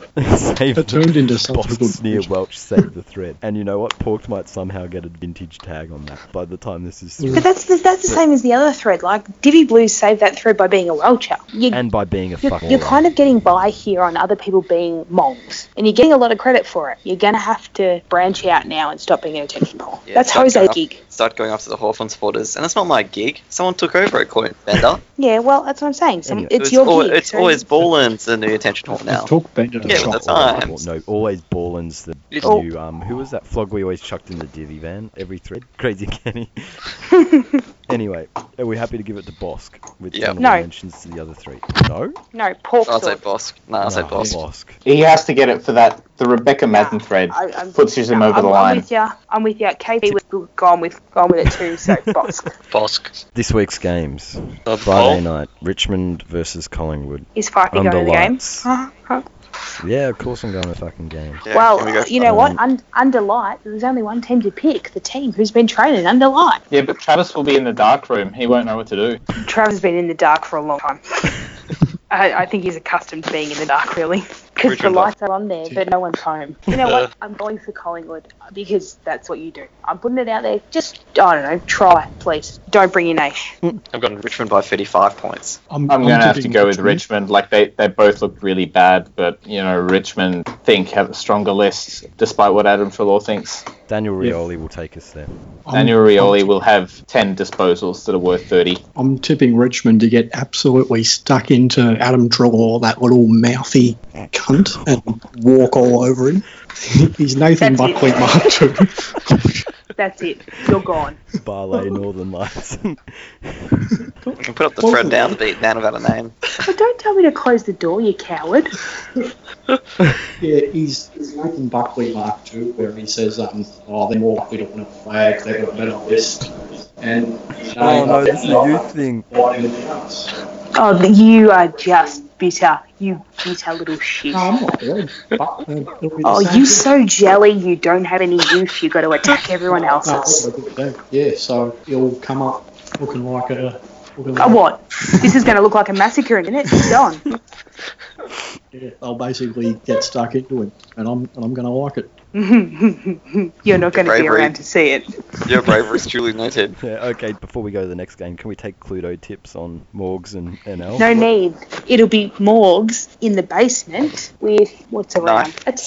Speaker 7: Save
Speaker 8: it turned into such a good
Speaker 7: Bosk's near
Speaker 8: picture.
Speaker 7: Welch saved the thread. And you know what? Pork might somehow get a vintage tag on that by the time this is through.
Speaker 4: But that's the, that's the same as the other thread. Like Divi Blues saved that thread by being a welcher. You,
Speaker 7: And by being a
Speaker 4: you're,
Speaker 7: fuck
Speaker 4: you're
Speaker 7: all-rounder.
Speaker 4: kind of getting by here on other people being mongs, and you're getting a lot of credit for it. You're gonna have to branch out now and stop being an attention pole.
Speaker 3: Yeah,
Speaker 4: that's
Speaker 3: start going
Speaker 4: Jose's
Speaker 3: up-
Speaker 4: gig.
Speaker 3: Start going after the Hawthorn supporters, and that's not my gig. Someone took over it, Coin Bender.
Speaker 4: Yeah, well, that's what I'm saying. So
Speaker 7: Anyway.
Speaker 4: it's,
Speaker 3: It was
Speaker 4: your
Speaker 3: al-
Speaker 4: gig.
Speaker 3: It's
Speaker 4: so-
Speaker 3: always Borland's in the attention hall now.
Speaker 8: It took Bender to
Speaker 3: Yeah,
Speaker 8: shop.
Speaker 3: that's
Speaker 7: Or-
Speaker 3: all.
Speaker 7: or- No, always Borland's the
Speaker 3: It's-
Speaker 7: new. Um, who was that flog we always chucked in the divvy van? Every thread, crazy Kenny. anyway, are we happy to give it to Bosk with
Speaker 3: Yeah.
Speaker 7: honorable
Speaker 4: No.
Speaker 7: mentions to the other three? No,
Speaker 4: no pork.
Speaker 3: I'll say
Speaker 4: sword.
Speaker 3: Bosk. No, I'll say
Speaker 7: No,
Speaker 3: Bosk.
Speaker 7: Bosk.
Speaker 6: He has to get it for that the Rebecca Madden thread.
Speaker 4: I, I'm,
Speaker 6: Puts you some
Speaker 4: no,
Speaker 6: over
Speaker 4: I'm,
Speaker 6: the
Speaker 4: I'm
Speaker 6: line.
Speaker 4: with you. I'm with you. KP was gone with gone with it too. So Bosk.
Speaker 5: Bosk.
Speaker 7: This week's games:
Speaker 5: The
Speaker 7: Friday
Speaker 5: Bolt.
Speaker 7: night, Richmond versus Collingwood.
Speaker 4: Is Fifey going
Speaker 7: Under
Speaker 4: to the game?
Speaker 7: lights.
Speaker 4: Huh? Huh?
Speaker 7: Yeah, of course I'm going to fucking game.
Speaker 3: Yeah,
Speaker 4: well,
Speaker 3: can we go-
Speaker 4: you know what?
Speaker 7: Um,
Speaker 4: Un- under light, there's only one team to pick. The team who's been training under light.
Speaker 6: Yeah, but Travis will be in the dark room. He won't know what to do.
Speaker 4: Travis has been in the dark for a long time. I, I think he's accustomed to being in the dark, really, because the
Speaker 3: Richmond
Speaker 4: lights are on there, but no one's home. You know
Speaker 5: Yeah.
Speaker 4: what? I'm going for Collingwood because that's what you do. I'm putting it out there. Just I don't know. Try, please. Don't bring your Nash.
Speaker 5: I've got Richmond.
Speaker 3: Richmond by 35 points.
Speaker 6: I'm going to have to
Speaker 8: tipping
Speaker 6: go with
Speaker 8: Richmond.
Speaker 6: Richmond. Like they, they both look really bad, but you know Richmond think have a stronger list, despite what Adam Trelaw thinks.
Speaker 7: Daniel
Speaker 8: Yeah.
Speaker 7: Rioli will take us there.
Speaker 8: I'm-
Speaker 6: Daniel Rioli will have ten disposals that are worth thirty.
Speaker 8: I'm tipping Richmond to get absolutely stuck into Adam Trelaw, that little mouthy cunt, and walk all over him. He's Nathan
Speaker 4: That's it.
Speaker 8: Buckley Mark II.
Speaker 4: That's it. You're gone.
Speaker 7: Barley Northern Lights. Oh,
Speaker 3: You can put up the thread down to beat down without a name.
Speaker 4: Well, don't tell me to close the door, you coward.
Speaker 8: Yeah, he's, he's making Buckley mark too, where he says, um, "Oh, they're more likely to win a flag. They've got a better list." And uh,
Speaker 7: oh no, this is a youth thing.
Speaker 8: No,
Speaker 4: Oh, th- you are just bitter. You bitter little shit.
Speaker 8: Oh, I'm not really. But, um, it'll be the
Speaker 4: Oh,
Speaker 8: same
Speaker 4: you
Speaker 8: thing.
Speaker 4: so jelly. You don't have any youth. You got to attack everyone
Speaker 8: No,
Speaker 4: else's.
Speaker 8: it'll be good, yeah, so he'll come up looking like a. Looking
Speaker 4: Oh, what? This is going to look like a massacre in a minute. It's done.
Speaker 8: Yeah, I'll basically get stuck into it, and I'm and I'm gonna like it.
Speaker 4: You're not going to be
Speaker 3: Bravery.
Speaker 4: around to see it.
Speaker 3: Your bravery is truly noted.
Speaker 7: Yeah, okay, before we go to the next game, can we take Cluedo tips on Morgs and NL?
Speaker 4: No need. It'll be Morgs in the basement with what's around
Speaker 3: Knife,
Speaker 4: a towel.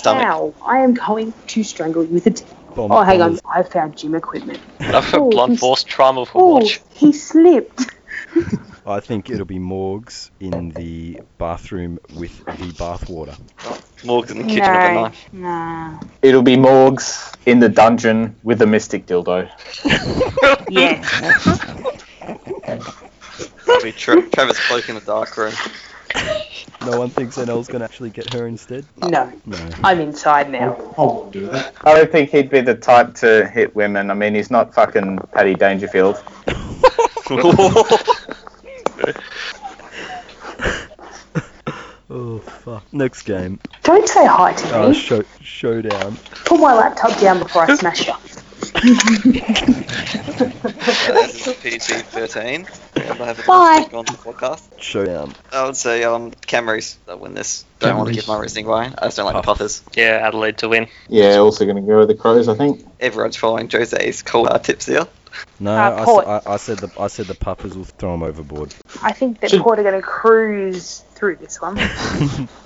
Speaker 3: stomach.
Speaker 4: I am going to strangle you with a towel.
Speaker 7: Bomb-
Speaker 4: Oh, hang on.
Speaker 7: bombers.
Speaker 4: I found gym equipment.
Speaker 5: Enough
Speaker 4: Oh,
Speaker 5: for blunt
Speaker 4: he's-
Speaker 5: force trauma for
Speaker 4: Oh,
Speaker 5: watch.
Speaker 4: he slipped.
Speaker 7: I think it'll be Morgs in the bathroom with the bathwater.
Speaker 3: Morgs in the kitchen with a
Speaker 4: No.
Speaker 3: knife.
Speaker 4: Nah.
Speaker 6: It'll be Morgs in the dungeon with a mystic dildo.
Speaker 4: Yes.
Speaker 3: That'll be Tra- Travis cloak in the dark room.
Speaker 7: No one thinks NL's going to actually get her instead.
Speaker 4: No.
Speaker 7: No.
Speaker 4: I'm inside now.
Speaker 8: I won't do that.
Speaker 6: I don't think he'd be the type to hit women. I mean, he's not fucking Paddy Dangerfield.
Speaker 7: Oh fuck. Next game.
Speaker 4: Don't say hi to me.
Speaker 7: Uh, show, showdown.
Speaker 4: Put my laptop down before I smash you.
Speaker 3: Uh, this is PG-13. And I have a
Speaker 4: Bye.
Speaker 3: on the podcast.
Speaker 7: Showdown.
Speaker 3: I would say um, Camrys that win this. Don't want to
Speaker 8: Camrys.
Speaker 3: give my reasoning away. I just don't like the puffers.
Speaker 5: Yeah, Adelaide to win.
Speaker 6: Yeah, also going to go with the Crows, I think.
Speaker 3: Everyone's following Jose's cool uh, tips here.
Speaker 7: No,
Speaker 4: Uh,
Speaker 7: I s-
Speaker 4: Port.
Speaker 7: I, I, said the I said the puppers will throw him overboard.
Speaker 4: I think that
Speaker 6: Should-
Speaker 4: Port are going to cruise through this one.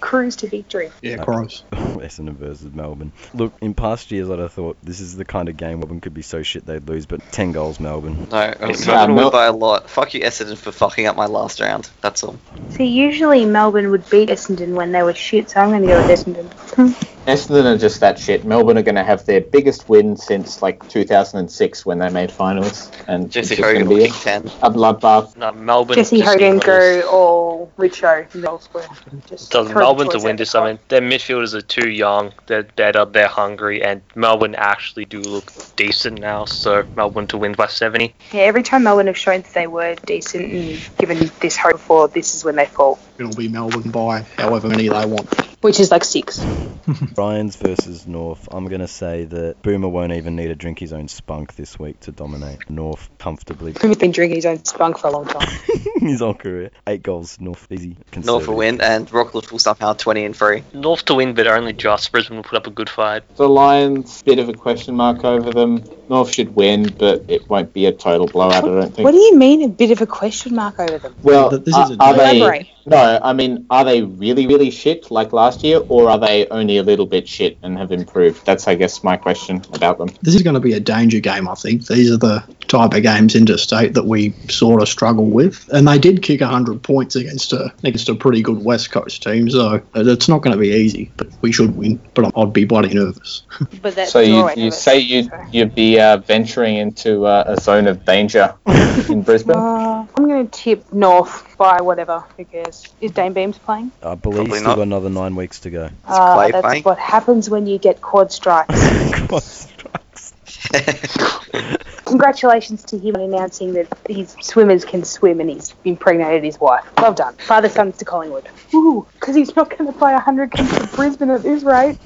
Speaker 4: cruise to victory.
Speaker 8: Yeah,
Speaker 7: No.
Speaker 8: gross.
Speaker 7: Essendon versus Melbourne. Look, in past years, I'd have thought this is the kind of game Melbourne could be so shit they'd lose, but 10 goals Melbourne.
Speaker 3: No, I'm
Speaker 6: It's
Speaker 3: going to
Speaker 6: not-
Speaker 3: win by a lot. Fuck you, Essendon, for fucking up my last round. That's all.
Speaker 4: See, usually Melbourne would beat Essendon when they were shit, so I'm going to go with Essendon.
Speaker 6: Essendon are just that shit. Melbourne are going to have their biggest win since like 2006 when they made finals, and it's
Speaker 3: Jesse
Speaker 6: just going
Speaker 3: Hogan
Speaker 6: to be
Speaker 3: will
Speaker 6: a,
Speaker 3: kick 10.
Speaker 6: a bloodbath.
Speaker 5: No, Melbourne.
Speaker 4: Jesse
Speaker 5: just
Speaker 4: Hogan
Speaker 5: equals-
Speaker 4: go all Richo elsewhere. Just
Speaker 5: Does
Speaker 4: throw the
Speaker 5: Melbourne to
Speaker 4: toys
Speaker 5: win
Speaker 4: out
Speaker 5: this?
Speaker 4: the
Speaker 5: I mean, their midfielders are too young. They're better. They're hungry, and Melbourne actually do look decent now. So Melbourne to win by seventy.
Speaker 4: Yeah, every time Melbourne have shown that they were decent and given this hope before, this is when they fall,
Speaker 8: It'll be Melbourne by however many they want.
Speaker 4: which is like six.
Speaker 7: Bryans versus North. I'm going to say that Boomer won't even need to drink his own spunk this week to dominate North comfortably
Speaker 4: Who's been drinking his own spunk for a long time.
Speaker 7: in his whole career. Eight goals, North. Easy.
Speaker 3: North will win, and Rockcliffe will somehow 20 and 3.
Speaker 5: North to win, but only just. Brisbane will put up a good fight.
Speaker 6: The Lions, bit of a question mark over them. North should win, but it won't be a total blowout. I don't think.
Speaker 4: What do you mean a bit of a question mark over them?
Speaker 6: well,
Speaker 8: Th- this
Speaker 6: are,
Speaker 8: is a-
Speaker 6: are they?
Speaker 4: Elaborate.
Speaker 6: No, I mean, are they really, really shit like last year, or are they only a little bit shit and have improved? That's, I guess, my question about them.
Speaker 8: This is going to be a danger game, I think. These are the type of games interstate that we sort of struggle with, and they did kick hundred points against a against a pretty good West Coast team, so it's not going to be easy. But we should win. But I'd be bloody nervous.
Speaker 4: But that's
Speaker 6: So you,
Speaker 4: alright,
Speaker 6: you
Speaker 4: Everett.
Speaker 6: say you you'd be uh, venturing into uh, a zone of danger in Brisbane?
Speaker 4: Uh, I'm going to tip North by whatever. Who cares? Is Dane Beams playing?
Speaker 7: I believe
Speaker 3: Probably
Speaker 7: still
Speaker 3: not.
Speaker 7: got another nine weeks to go.
Speaker 4: Ah,
Speaker 3: Clay
Speaker 4: that's
Speaker 3: playing?
Speaker 4: what happens when you get quad strikes.
Speaker 7: God strikes.
Speaker 4: Congratulations to him on announcing that his swimmers can swim and he's impregnated his wife. Well done. Father sons to Collingwood. Woo, because he's not going to play 100 games for Brisbane at this rate.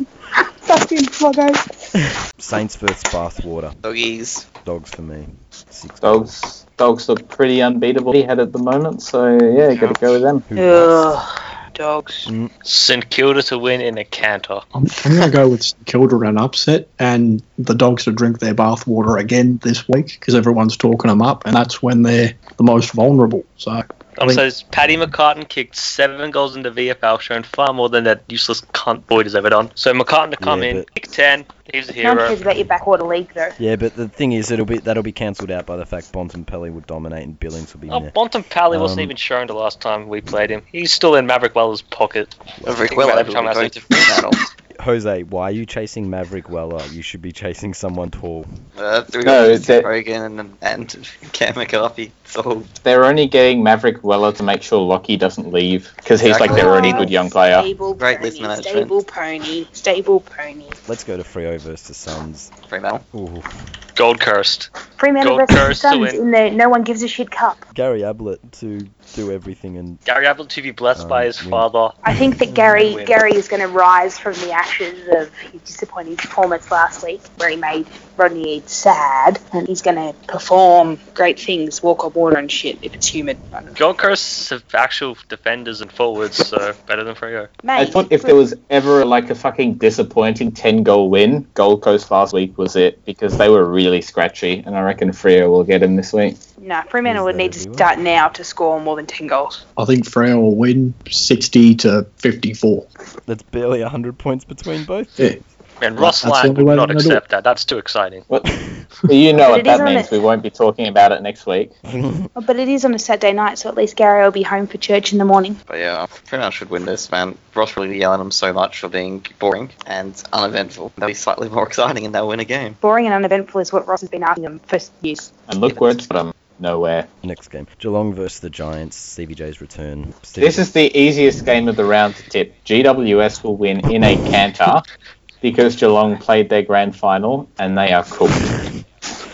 Speaker 4: Fucking floggo.
Speaker 7: Saints versus Bathwater.
Speaker 3: Doggies.
Speaker 7: Dogs for me. Six
Speaker 6: Dogs dogs look pretty unbeatable he had at the moment, so yeah, gotta go with them.
Speaker 7: Who
Speaker 4: Ugh, dogs.
Speaker 5: St Kilda to win in a canter.
Speaker 8: I'm, I'm going to go with St Kilda in an upset, and the dogs to drink their bathwater again this week because everyone's talking them up, and that's when they're the most vulnerable. So I
Speaker 5: Um,
Speaker 8: mean-
Speaker 5: so it's Paddy McCartan kicked seven goals in the VFL, showing far more than that useless cunt Boyd has ever done. So McCartan to come
Speaker 7: Yeah,
Speaker 5: in,
Speaker 7: but-
Speaker 5: kick ten, he's a
Speaker 4: No one
Speaker 5: hero.
Speaker 4: cares about your backwater league, though.
Speaker 7: Yeah, but the thing is, it'll be that'll be cancelled out by the fact Bontempelli would dominate and Billings will be
Speaker 5: Oh,
Speaker 7: meh.
Speaker 5: Bontempelli wasn't
Speaker 7: Um,
Speaker 5: even shown the last time we played him. He's still in Maverick Weller's pocket.
Speaker 3: Very
Speaker 5: Think
Speaker 3: well,
Speaker 5: about
Speaker 3: every
Speaker 5: every time
Speaker 3: time
Speaker 5: I
Speaker 3: I
Speaker 5: say-
Speaker 3: to Fremantle.
Speaker 7: Jose, why are you chasing Maverick Weller? You should be chasing someone tall.
Speaker 3: Uh, three
Speaker 6: No,
Speaker 3: options,
Speaker 6: that-
Speaker 3: Rogan and, and Cam McCarthy. So
Speaker 6: They're only getting Maverick Weller to make sure Lockie doesn't leave because he's like their only good young player.
Speaker 2: Stable
Speaker 3: Great
Speaker 2: pony,
Speaker 3: list management.
Speaker 2: stable pony, stable pony.
Speaker 7: Let's go to Frio versus Suns.
Speaker 3: Fremantle.
Speaker 7: Ooh,
Speaker 5: Gold cursed.
Speaker 4: Fremantle
Speaker 5: Gold
Speaker 4: versus
Speaker 5: Coast to
Speaker 4: Suns
Speaker 5: win.
Speaker 4: in the no one gives a shit cup.
Speaker 7: Gary Ablett to do everything and
Speaker 5: Gary Ablett to be blessed
Speaker 7: Um,
Speaker 5: by his
Speaker 7: yeah.
Speaker 5: father.
Speaker 4: I think that Gary
Speaker 5: Win.
Speaker 4: Gary is going to rise from the ashes of his disappointing performance last week, where he made Rodney Eade sad, and he's going to perform great things, walk on water and shit if it's humid. I don't know.
Speaker 5: Gold curse of actual defenders and forwards, so better than Freo.
Speaker 6: I
Speaker 4: Mate,
Speaker 6: thought if there was ever like a fucking disappointing 10 goal win, Gold Coast last week was it because they were really scratchy, and I reckon Freo will get him this week.
Speaker 4: no, Fremantle
Speaker 7: Is
Speaker 4: would
Speaker 7: there
Speaker 4: need to
Speaker 7: anyone?
Speaker 4: start now to score more than ten goals.
Speaker 8: I think Freo will win 60 to 54.
Speaker 7: that's barely 100 points between both.
Speaker 8: Yeah.
Speaker 5: And Ross
Speaker 8: That's the
Speaker 5: Lang
Speaker 8: only
Speaker 5: would
Speaker 8: way
Speaker 5: not
Speaker 8: they're gonna do
Speaker 5: accept that. That's too exciting.
Speaker 6: What? You know
Speaker 4: But
Speaker 6: what
Speaker 4: it is
Speaker 6: that
Speaker 4: on
Speaker 6: means.
Speaker 4: it.
Speaker 6: We won't be talking about it next week.
Speaker 4: Oh, but it is on a Saturday night, so at least Gary will be home for church in the morning.
Speaker 3: But yeah, Fremantle should win this, man. Ross really yelling at them so much for being boring and uneventful. They'll be slightly more exciting and they'll win a game.
Speaker 4: Boring and uneventful is what Ross has been asking them for years.
Speaker 6: And look where it's got him. Nowhere.
Speaker 7: Next game, Geelong versus the Giants. CBJ's return. Steve-
Speaker 6: This is the easiest game of the round to tip. GWS will win in a canter because Geelong played their grand final and they are cooked.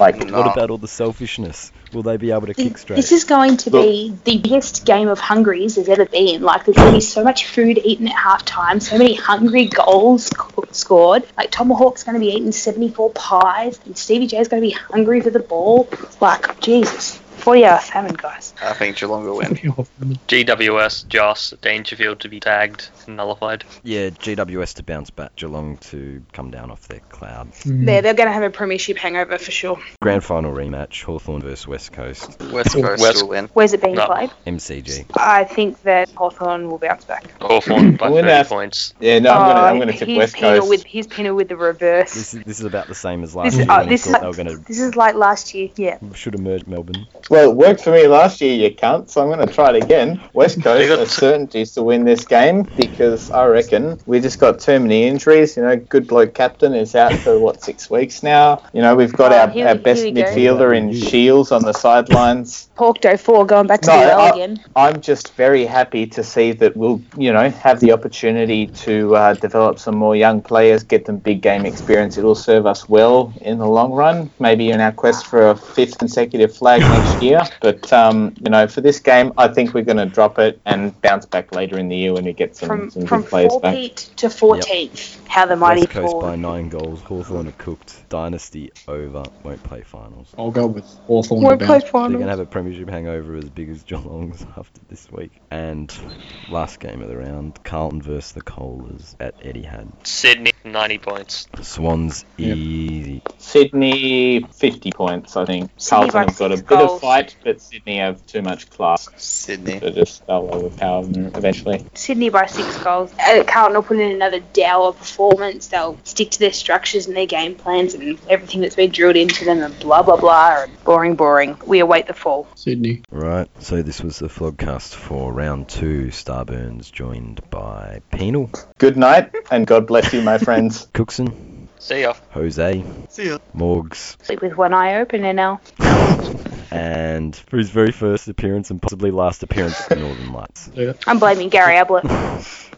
Speaker 6: Like,
Speaker 3: No.
Speaker 7: What about all the selfishness? Will they be able to kick straight?
Speaker 4: This is going to be the biggest game of hungries there's ever been. Like, there's going to be so much food eaten at halftime, so many hungry goals co- scored. Like, Tomahawk's going to be eating 74 pies, and Stevie J's going to be hungry for the ball. Like, Jesus. 40 hour famine, guys.
Speaker 3: I think Geelong will win.
Speaker 5: GWS, Joss, Dangerfield to be tagged and nullified.
Speaker 7: Yeah, GWS to bounce back, Geelong to come down off their cloud.
Speaker 2: Yeah, they're going to have a premiership hangover for sure.
Speaker 7: Grand final rematch, Hawthorn versus West Coast,
Speaker 3: West Coast
Speaker 5: West-
Speaker 3: will win.
Speaker 4: Where's it being
Speaker 5: No.
Speaker 4: played?
Speaker 7: MCG.
Speaker 4: I think that Hawthorn will bounce back.
Speaker 5: Hawthorn by
Speaker 6: I wouldn't
Speaker 5: 30
Speaker 6: have-
Speaker 5: points.
Speaker 6: yeah, no, I'm gonna, I'm gonna
Speaker 4: Oh,
Speaker 6: tip
Speaker 4: he's
Speaker 6: West
Speaker 4: penal
Speaker 6: Coast.
Speaker 4: With, he's penal with the reverse.
Speaker 7: This is, this is about the same as
Speaker 4: This
Speaker 7: last
Speaker 4: is,
Speaker 7: year
Speaker 4: uh,
Speaker 7: when we
Speaker 4: this, is
Speaker 7: thought they were
Speaker 4: like,
Speaker 7: going
Speaker 4: this is like last year. Yeah.
Speaker 7: to should emerge Melbourne.
Speaker 6: Well, it worked for me last year, you cunt, so I'm going to try it again. West
Speaker 5: They
Speaker 6: Coast
Speaker 5: got-
Speaker 6: are certainties to win this game because I reckon we just got too many injuries. You know, good bloke captain is out for, what, six weeks now? You know, we've got
Speaker 4: Oh,
Speaker 6: our,
Speaker 4: here
Speaker 6: our
Speaker 4: we-
Speaker 6: best
Speaker 4: here we go.
Speaker 6: midfielder in Shields on the sidelines.
Speaker 4: Porkdo 4 going back to
Speaker 6: No,
Speaker 4: the
Speaker 6: I-
Speaker 4: well again.
Speaker 6: I'm just very happy to see that we'll, you know, have the opportunity to uh, develop some more young players, get them big game experience. It'll serve us well in the long run, maybe in our quest for a fifth consecutive flag next year. But um, you know, for this game, I think we're going to drop it and bounce back later in the year when we get some,
Speaker 4: from
Speaker 6: some
Speaker 4: from
Speaker 6: big players
Speaker 4: four
Speaker 6: back.
Speaker 4: Pete to fourteenth. How the mighty
Speaker 7: West Coast by
Speaker 4: fall.
Speaker 7: nine goals, Hawthorn are cooked. Dynasty over, won't play finals.
Speaker 8: I'll go with Hawthorn
Speaker 4: We're
Speaker 8: to bounce.
Speaker 4: close
Speaker 7: They're going to
Speaker 4: finals.
Speaker 7: have a premiership hangover as big as Geelong's after this week. And last game of the round, Carlton versus the Colas at Etihad.
Speaker 5: Sydney, 90 points.
Speaker 7: Swans
Speaker 8: Yep.
Speaker 7: easy.
Speaker 6: Sydney, 50 points, I think.
Speaker 4: Sydney by
Speaker 6: Carlton have got a
Speaker 4: six
Speaker 6: bit
Speaker 4: goals.
Speaker 6: of fight, but Sydney have too much class.
Speaker 3: Sydney.
Speaker 6: So just they'll overpower them eventually.
Speaker 4: Sydney by six goals. Uh, Carlton will put in another dour performance. They'll stick to their structures and their game plans and everything that's been drilled into them and blah blah blah and boring boring. We await the fall.
Speaker 8: Sydney.
Speaker 7: Right, so this was the vlogcast for round two. Starburns joined by Penal,
Speaker 6: Good night, and God bless you, my friends.
Speaker 7: Cookson,
Speaker 5: See ya.
Speaker 7: Jose,
Speaker 3: See ya.
Speaker 7: Morgs,
Speaker 4: Sleep with one eye open and now
Speaker 7: and for his very first appearance and possibly last appearance at the Northern Lights.
Speaker 4: I'm blaming Gary Ablett.